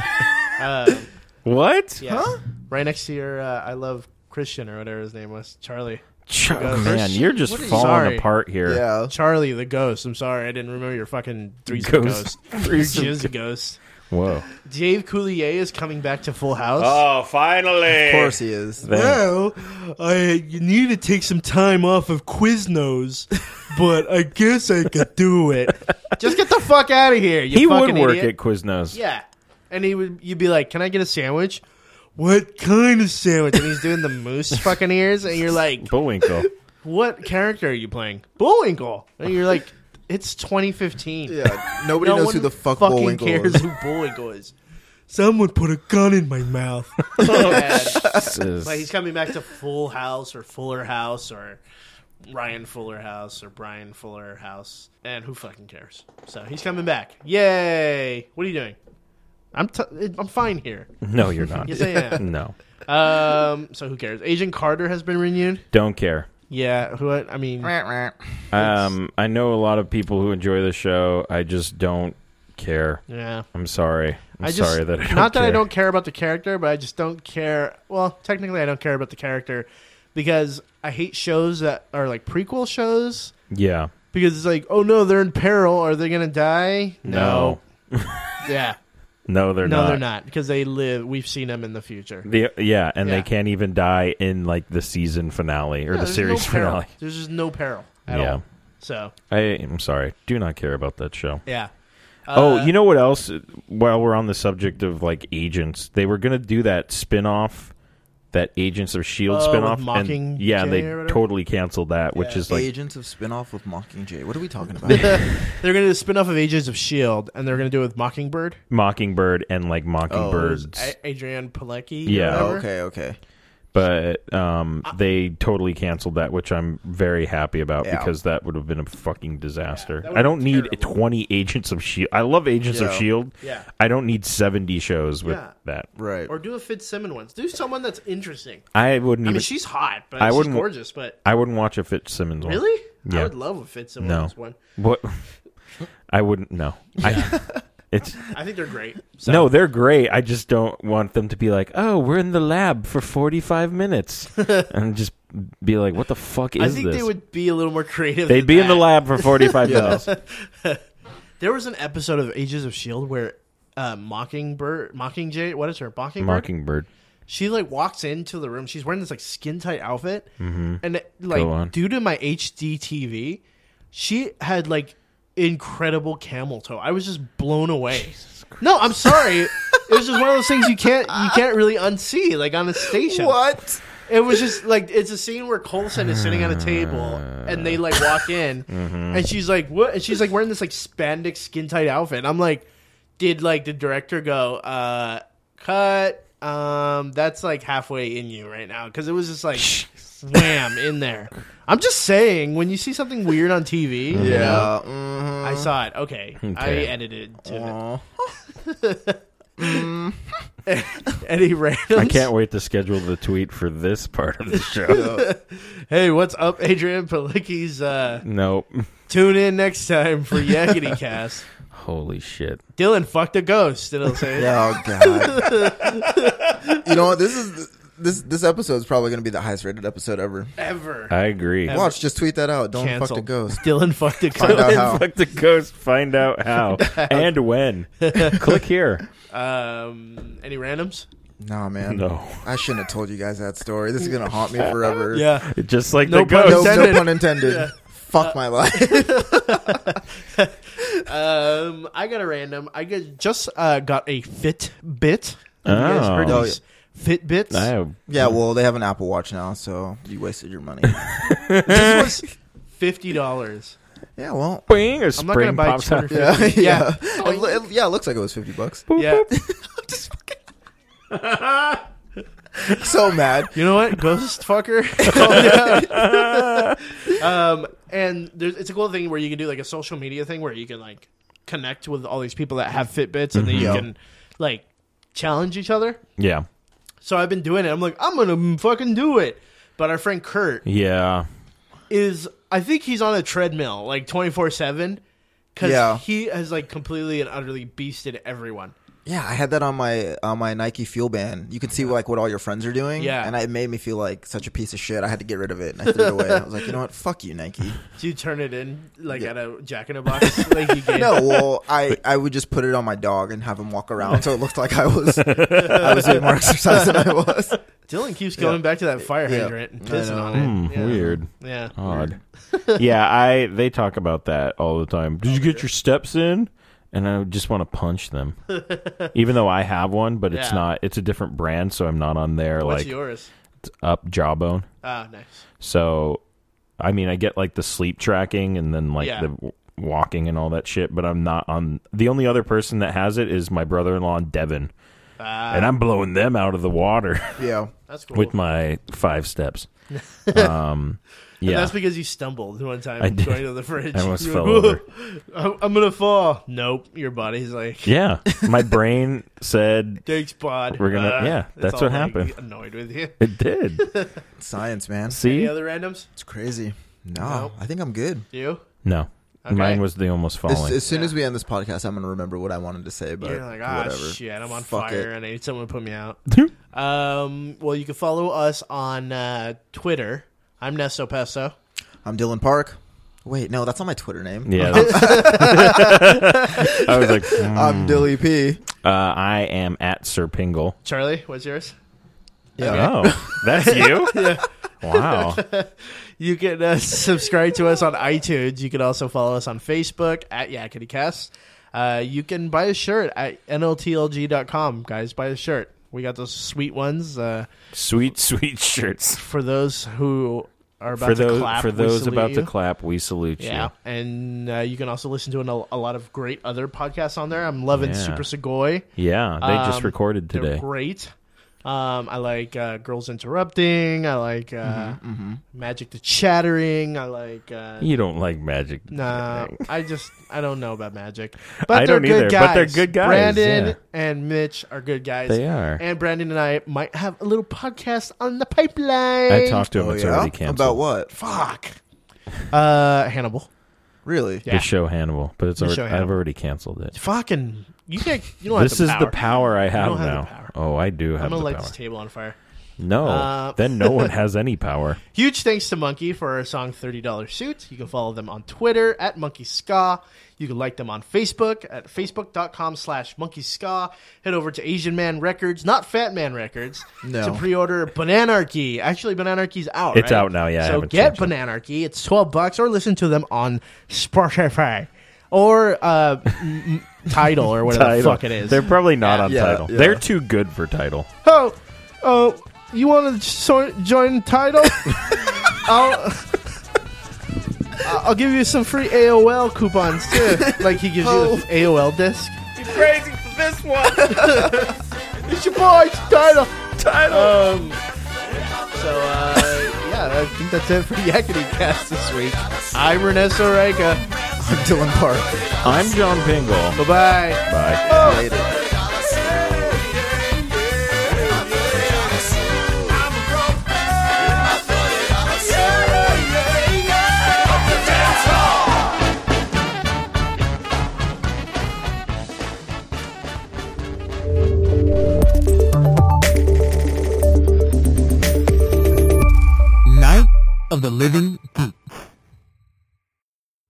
Speaker 2: um,
Speaker 3: What?
Speaker 2: yeah. Right next to your uh, I love Christian or whatever his name was. Charlie.
Speaker 3: Ch-
Speaker 2: Gosh.
Speaker 3: man, you're just
Speaker 2: What are you-
Speaker 3: falling
Speaker 2: Sorry.
Speaker 3: apart here.
Speaker 4: yeah,
Speaker 2: Charlie the ghost. I'm sorry, I didn't remember your fucking three's
Speaker 3: Ghost.
Speaker 2: ghost.
Speaker 3: Three's
Speaker 2: ghost. she is a ghost.
Speaker 3: Whoa.
Speaker 2: Dave Coulier is coming back to Full House.
Speaker 3: Oh, finally.
Speaker 4: of course he is.
Speaker 2: Well, I need to take some time off of Quiznos, but I guess I could do it. Just get the fuck out of here. You
Speaker 3: He would
Speaker 2: fucking
Speaker 3: work
Speaker 2: idiot.
Speaker 3: at Quiznos.
Speaker 2: Yeah, and he would. You'd be like, "Can I get a sandwich?" What kind of sandwich? And he's doing the moose fucking ears, and you're like,
Speaker 4: [LAUGHS]
Speaker 3: Bullwinkle.
Speaker 2: "What character are you playing?" Bullwinkle. And you're like, "It's 2015.
Speaker 4: Yeah, nobody knows who the fuck
Speaker 2: fucking
Speaker 4: Bullwinkle
Speaker 2: cares
Speaker 4: is.
Speaker 2: who Bullwinkle is." Someone put a gun in my mouth.
Speaker 4: [LAUGHS]
Speaker 2: And-
Speaker 3: This is-
Speaker 2: like he's coming back to Full House or Fuller House or Ryan Fuller House or Brian Fuller House, and who fucking cares? So he's coming back. Yay! What are you doing? I'm t- I'm fine here.
Speaker 3: [LAUGHS] no, you're not.
Speaker 2: Yes, I am.
Speaker 3: [LAUGHS] No.
Speaker 2: Um, so who cares? Agent Carter has been renewed.
Speaker 3: Don't care.
Speaker 2: Yeah. Who? I mean,
Speaker 3: Um, I know a lot of people who enjoy the show. I just don't care.
Speaker 2: yeah.
Speaker 3: I'm sorry. I'm
Speaker 2: I just,
Speaker 3: sorry that I don't
Speaker 2: not that I
Speaker 3: care.
Speaker 2: don't care about the character, but I just don't care. Well, technically, I don't care about the character because I hate shows that are like prequel shows
Speaker 3: Yeah.
Speaker 2: because it's like, oh no, they're in peril. Are they gonna die?
Speaker 3: No.
Speaker 2: Yeah.
Speaker 3: No, they're
Speaker 2: no,
Speaker 3: not.
Speaker 2: they're not because they live. We've seen them in the future.
Speaker 3: The, yeah, and
Speaker 2: Yeah.
Speaker 3: they can't even die in like the season finale
Speaker 2: Yeah,
Speaker 3: or the
Speaker 2: there's
Speaker 3: series
Speaker 2: no peril.
Speaker 3: finale.
Speaker 2: There's just no peril at
Speaker 3: Yeah.
Speaker 2: all. So
Speaker 3: I am sorry. Do not care about that show.
Speaker 2: yeah. Uh,
Speaker 3: oh, you know what else? While we're on the subject of like agents, they were going to do that spin-off that Agents of Shield
Speaker 2: Oh, with
Speaker 3: E spin-off and
Speaker 2: Mockingjay
Speaker 3: yeah, they
Speaker 2: or whatever?
Speaker 3: totally canceled that, which
Speaker 2: Yeah.
Speaker 3: is like
Speaker 4: Agents of Spinoff with Mockingjay. What are we
Speaker 3: [LAUGHS]
Speaker 4: talking
Speaker 2: [LAUGHS]
Speaker 4: about?
Speaker 2: they're gonna do a spin off of Agents of Shield, E and they're gonna do it with Mockingbird.
Speaker 3: Mockingbird and
Speaker 2: Oh,
Speaker 3: like Mockingbirds.
Speaker 2: A- Adrian Pilecki. or
Speaker 3: Yeah.
Speaker 4: Oh,
Speaker 2: whatever.
Speaker 4: okay, okay.
Speaker 3: but um they totally canceled that, which I'm very happy about
Speaker 4: Yeah.
Speaker 3: because that would have been a fucking disaster.
Speaker 2: that would
Speaker 3: I don't
Speaker 2: be
Speaker 3: need
Speaker 2: terrible.
Speaker 3: 20 Agents of Shield. I love Agents of
Speaker 4: Yeah.
Speaker 3: Shield.
Speaker 2: Yeah.
Speaker 3: I don't need 70 shows with
Speaker 2: Yeah.
Speaker 3: that.
Speaker 4: Right.
Speaker 2: Or do a Fitzsimmons one. Do someone that's interesting.
Speaker 3: I wouldn't
Speaker 2: I
Speaker 3: even
Speaker 2: mean, she's hot, but
Speaker 3: I
Speaker 2: she's
Speaker 3: wouldn't-
Speaker 2: gorgeous. But
Speaker 3: I wouldn't watch a Fitzsimmons one.
Speaker 2: really,
Speaker 3: Yeah.
Speaker 2: I would love a Fitzsimmons
Speaker 3: No.
Speaker 2: one.
Speaker 3: What? [LAUGHS] I wouldn't
Speaker 2: [LAUGHS]
Speaker 3: know. I, it's
Speaker 2: I think they're great. So,
Speaker 3: no, they're great. I just don't want them to be like, oh, we're in the lab for
Speaker 2: [LAUGHS]
Speaker 3: forty-five minutes, and just be like, what the fuck is
Speaker 2: I think
Speaker 3: this?
Speaker 2: they would be a little more creative.
Speaker 3: They'd
Speaker 2: than
Speaker 3: be in the
Speaker 2: that.
Speaker 3: lab
Speaker 2: [LAUGHS]
Speaker 3: for forty-five
Speaker 4: Yeah.
Speaker 3: minutes.
Speaker 2: There was an episode of Ages of Shield E where uh, Mockingbird, Mockingjay, what is her Mockingbird?
Speaker 3: Mockingbird.
Speaker 2: she like walks into the room. She's wearing this like skin tight outfit, and it,
Speaker 3: Mm-hmm. Go on.
Speaker 2: like due to my HD TV, she had like incredible camel toe. I was just blown away. No, I'm sorry. it was just one of those
Speaker 3: [LAUGHS]
Speaker 2: things you can't you can't really unsee like on a station.
Speaker 4: What?
Speaker 2: It was just like it's a scene where Colson is sitting at a table and they like
Speaker 3: [LAUGHS]
Speaker 2: walk in
Speaker 3: Mm-hmm.
Speaker 2: and she's like what and she's like wearing this like spandex skin tight outfit. And I'm like, did like the director go, uh cut, um, that's like halfway in you right now. Cause it was just
Speaker 3: [LAUGHS]
Speaker 2: like wham in there. I'm just saying, when you see something weird on TV, yeah.
Speaker 4: Yeah. mhm.
Speaker 2: I saw it. Okay. I
Speaker 3: Okay.
Speaker 2: edited to it.
Speaker 4: Aw.
Speaker 2: [LAUGHS] Any random
Speaker 3: I can't wait to schedule the tweet for this part of the show.
Speaker 2: Hey, what's up, Adrian Palicki's uh
Speaker 3: nope.
Speaker 2: tune in next time for Yakety Cast.
Speaker 3: Holy shit.
Speaker 2: Dylan fucked a ghost. It'll say,
Speaker 4: Yeah, Oh god. you know what? This is this this episode is probably going to be the highest rated episode ever.
Speaker 2: ever.
Speaker 3: I agree. [LAUGHS]
Speaker 4: Watch, just tweet that out. Don't fuck the
Speaker 2: Canceled.
Speaker 4: ghost.
Speaker 2: Dylan fucked a
Speaker 4: Find out
Speaker 2: ghost.
Speaker 4: how.
Speaker 3: Fuck the ghost. Find out how and when. Click here.
Speaker 2: Um, any randoms?
Speaker 4: Nah, man.
Speaker 3: No.
Speaker 4: I shouldn't have told you guys that story. This is going to haunt me forever.
Speaker 2: Yeah.
Speaker 3: Just like
Speaker 2: No
Speaker 3: the
Speaker 2: pun
Speaker 3: ghost.
Speaker 4: No, no
Speaker 2: Intended. Uh.
Speaker 4: pun intended. Fuck my life.
Speaker 2: [LAUGHS] Um, I got a random. I got, just uh, got a Fitbit. Have you guys heard
Speaker 4: Oh.
Speaker 2: of these Fitbits?
Speaker 3: I have
Speaker 4: yeah, well, they have an Apple Watch now, so you wasted your
Speaker 2: [LAUGHS]
Speaker 4: money.
Speaker 2: This was fifty dollars.
Speaker 4: yeah, well.
Speaker 3: Bing, a
Speaker 2: I'm not gonna
Speaker 3: spring
Speaker 2: buy
Speaker 3: pops
Speaker 2: two
Speaker 3: out.
Speaker 2: hundred
Speaker 4: Yeah,
Speaker 2: fifty.
Speaker 4: [LAUGHS] yeah.
Speaker 2: Yeah, Oh,
Speaker 4: It lo- it- yeah, it looks like it was 50 bucks.
Speaker 2: yeah.
Speaker 4: So mad.
Speaker 2: You know what, ghost
Speaker 4: [LAUGHS]
Speaker 2: fucker? Calm down. um, and there's, it's a cool thing where you can do like a social media thing where you can like connect with all these people that have Fitbits, and then you
Speaker 4: Mm-hmm. Yeah.
Speaker 2: can like challenge each other.
Speaker 3: Yeah.
Speaker 2: So I've been doing it. I'm like, I'm gonna fucking do it. But our friend Kurt
Speaker 3: Yeah.
Speaker 2: is, I think he's on a treadmill like 24 seven because
Speaker 4: Yeah.
Speaker 2: he has like completely and utterly beasted everyone.
Speaker 4: Yeah, I had that on my on my Nike Fuel Band. You can see like what all your friends are doing.
Speaker 2: Yeah.
Speaker 4: and it made me feel like such a piece of shit. I had to get rid of it, and I threw it away. I was like, you know what? Fuck
Speaker 2: [LAUGHS]
Speaker 4: you, Nike.
Speaker 2: Do you turn it in like
Speaker 4: Yeah.
Speaker 2: at a Jack in a Box? [LAUGHS] like you gave
Speaker 4: No, well, I I would just put it on my dog and have him walk around, so it looked like
Speaker 2: [LAUGHS]
Speaker 4: I was I was doing more exercise than I was.
Speaker 2: Dylan keeps going back to that fire hydrant and
Speaker 4: I
Speaker 2: pissing
Speaker 4: know.
Speaker 2: on it.
Speaker 3: Hmm,
Speaker 2: Yeah.
Speaker 3: Weird.
Speaker 2: Yeah.
Speaker 3: Odd. yeah, I they talk about that all the time. Did you get your steps in? And I just want to punch them. Even though I have one, but it's
Speaker 2: Yeah.
Speaker 3: not it's a different brand, so I'm not on there
Speaker 2: What's
Speaker 3: like
Speaker 2: yours?
Speaker 3: up jawbone.
Speaker 2: Ah, nice.
Speaker 3: So I mean I get like the sleep tracking and then like
Speaker 2: Yeah.
Speaker 3: the w- walking and all that shit, but I'm not on the only other person that has it is my brother in law Devin.
Speaker 2: Ah,
Speaker 3: and I'm blowing them out of the water [LAUGHS]
Speaker 4: Yeah,
Speaker 2: that's cool.
Speaker 3: with my five steps.
Speaker 2: [LAUGHS]
Speaker 3: um
Speaker 2: And
Speaker 3: yeah.
Speaker 2: That's because you stumbled one time
Speaker 3: I did.
Speaker 2: going to the fridge. [LAUGHS]
Speaker 3: I almost
Speaker 2: You
Speaker 3: fell
Speaker 2: were,
Speaker 3: over.
Speaker 2: I'm, I'm gonna fall. Nope. Your body's like,
Speaker 3: [LAUGHS] Yeah. My brain said
Speaker 2: thanks, bod.
Speaker 3: We're gonna- yeah,
Speaker 2: Uh, it's
Speaker 3: that's
Speaker 2: all,
Speaker 3: what
Speaker 2: like,
Speaker 3: happened.
Speaker 2: Annoyed with
Speaker 3: [LAUGHS]
Speaker 2: you. [LAUGHS]
Speaker 3: It did.
Speaker 4: science, man.
Speaker 2: Any
Speaker 3: See?
Speaker 2: other randoms?
Speaker 4: It's crazy. No,
Speaker 2: No.
Speaker 4: I think I'm good.
Speaker 2: You?
Speaker 3: No.
Speaker 5: Okay.
Speaker 3: Mine was the almost falling.
Speaker 4: As, as soon as we end this podcast, I'm gonna remember what I wanted to say.
Speaker 3: Uh,
Speaker 4: But
Speaker 2: You're like, ah,
Speaker 4: whatever.
Speaker 2: shit, I'm on
Speaker 4: Fuck
Speaker 2: fire
Speaker 4: it.
Speaker 2: and I need someone to put me out. um, well, you can follow us on uh, Twitter. I'm Nesto Pesto.
Speaker 4: I'm Dylan Park. Wait, no, that's not my Twitter name.
Speaker 3: yeah. [LAUGHS] that's- I was like, hmm.
Speaker 2: Mm.
Speaker 4: I'm Dilly P.
Speaker 3: uh, I am at Sir Pingle.
Speaker 2: Charlie, what's yours?
Speaker 4: Yeah.
Speaker 2: [LAUGHS]
Speaker 3: Oh, that's you? Wow.
Speaker 2: You can uh, [LAUGHS] subscribe to us on iTunes. You can also follow us on Facebook at YakityCast. Uh, you can buy a shirt at NLTLG.com, guys. Buy a shirt. We got those sweet ones uh,
Speaker 3: Sweet, sweet shirts.
Speaker 2: for those who are about
Speaker 3: for
Speaker 2: to
Speaker 3: those
Speaker 2: clap.
Speaker 3: for
Speaker 2: we
Speaker 3: those
Speaker 2: salute
Speaker 3: about
Speaker 2: you.
Speaker 3: to clap, we salute
Speaker 2: Yeah,
Speaker 3: you.
Speaker 2: and uh, you can also listen to an, a lot of great other podcasts on there. I'm loving
Speaker 3: Yeah.
Speaker 2: Super Segoy.
Speaker 3: Yeah, they just
Speaker 2: Um,
Speaker 3: recorded
Speaker 2: They're
Speaker 3: today.
Speaker 2: great. Um, I like uh, Girls Interrupting. I like uh, Magic the Chattering. I like. Uh,
Speaker 3: You don't like magic.
Speaker 2: Nah, I just I don't know about
Speaker 3: [LAUGHS]
Speaker 2: magic,
Speaker 3: I
Speaker 2: but they're
Speaker 3: don't
Speaker 2: good
Speaker 3: either,
Speaker 2: guys.
Speaker 3: but they're good guys,
Speaker 2: Brandon
Speaker 3: yeah.
Speaker 2: and Mitch are good guys.
Speaker 3: They are.
Speaker 2: And Brandon and I might have a little podcast on the pipeline.
Speaker 3: I talked to him.
Speaker 4: Oh,
Speaker 3: it's
Speaker 4: yeah?
Speaker 3: already canceled.
Speaker 4: About what?
Speaker 2: Fuck. Uh, Hannibal.
Speaker 4: Really?
Speaker 2: Yeah.
Speaker 3: The show Hannibal, but it's
Speaker 2: The
Speaker 3: already,
Speaker 2: show
Speaker 3: I've
Speaker 2: Hannibal.
Speaker 3: already canceled it.
Speaker 2: Fucking. You can't. You don't
Speaker 3: This
Speaker 2: have
Speaker 3: is
Speaker 2: the
Speaker 3: the power I have
Speaker 2: don't have the
Speaker 3: now.
Speaker 2: power.
Speaker 3: Oh, I do have
Speaker 2: I'm gonna
Speaker 3: the
Speaker 2: light
Speaker 3: power.
Speaker 2: this table on fire.
Speaker 3: No,
Speaker 2: Uh,
Speaker 3: then
Speaker 2: [LAUGHS]
Speaker 3: no one has any power.
Speaker 2: Huge thanks to Monkey for our song $30 Suit. You can follow them on Twitter at Monkey Ska. You can like them on Facebook at facebook.com slash Monkey Ska. Head over to Asian Man Records, not Fat Man Records,
Speaker 4: No.
Speaker 2: to pre-order Bananarchy. Actually, Bananarchy's out,
Speaker 3: It's
Speaker 2: right?
Speaker 3: out now, yeah, I
Speaker 2: So
Speaker 3: haven't
Speaker 2: get
Speaker 3: changed
Speaker 2: Bananarchy. It's 12 bucks or listen to them on Spotify or uh, m- Tidal or whatever the
Speaker 3: Tidal.
Speaker 2: fuck it is.
Speaker 3: They're probably not on
Speaker 4: Yeah,
Speaker 3: title.
Speaker 4: yeah.
Speaker 3: They're too good for title.
Speaker 2: Oh, oh, you want to so- join
Speaker 3: [LAUGHS]
Speaker 2: title? I'll, I'll give you some free AOL coupons too. Like he gives you the AOL disc.
Speaker 3: Oh. Crazy for this one.
Speaker 2: [LAUGHS] It's your boy title. Um,
Speaker 3: title.
Speaker 2: So uh, yeah, I think that's it for Yakety Cast this week. I'm Ernesto Reika.
Speaker 4: I'm [LAUGHS] Dylan Park.
Speaker 3: I'm John Pingle.
Speaker 2: Bye bye.
Speaker 3: Bye.
Speaker 4: Later.
Speaker 6: Night of the Living Poop.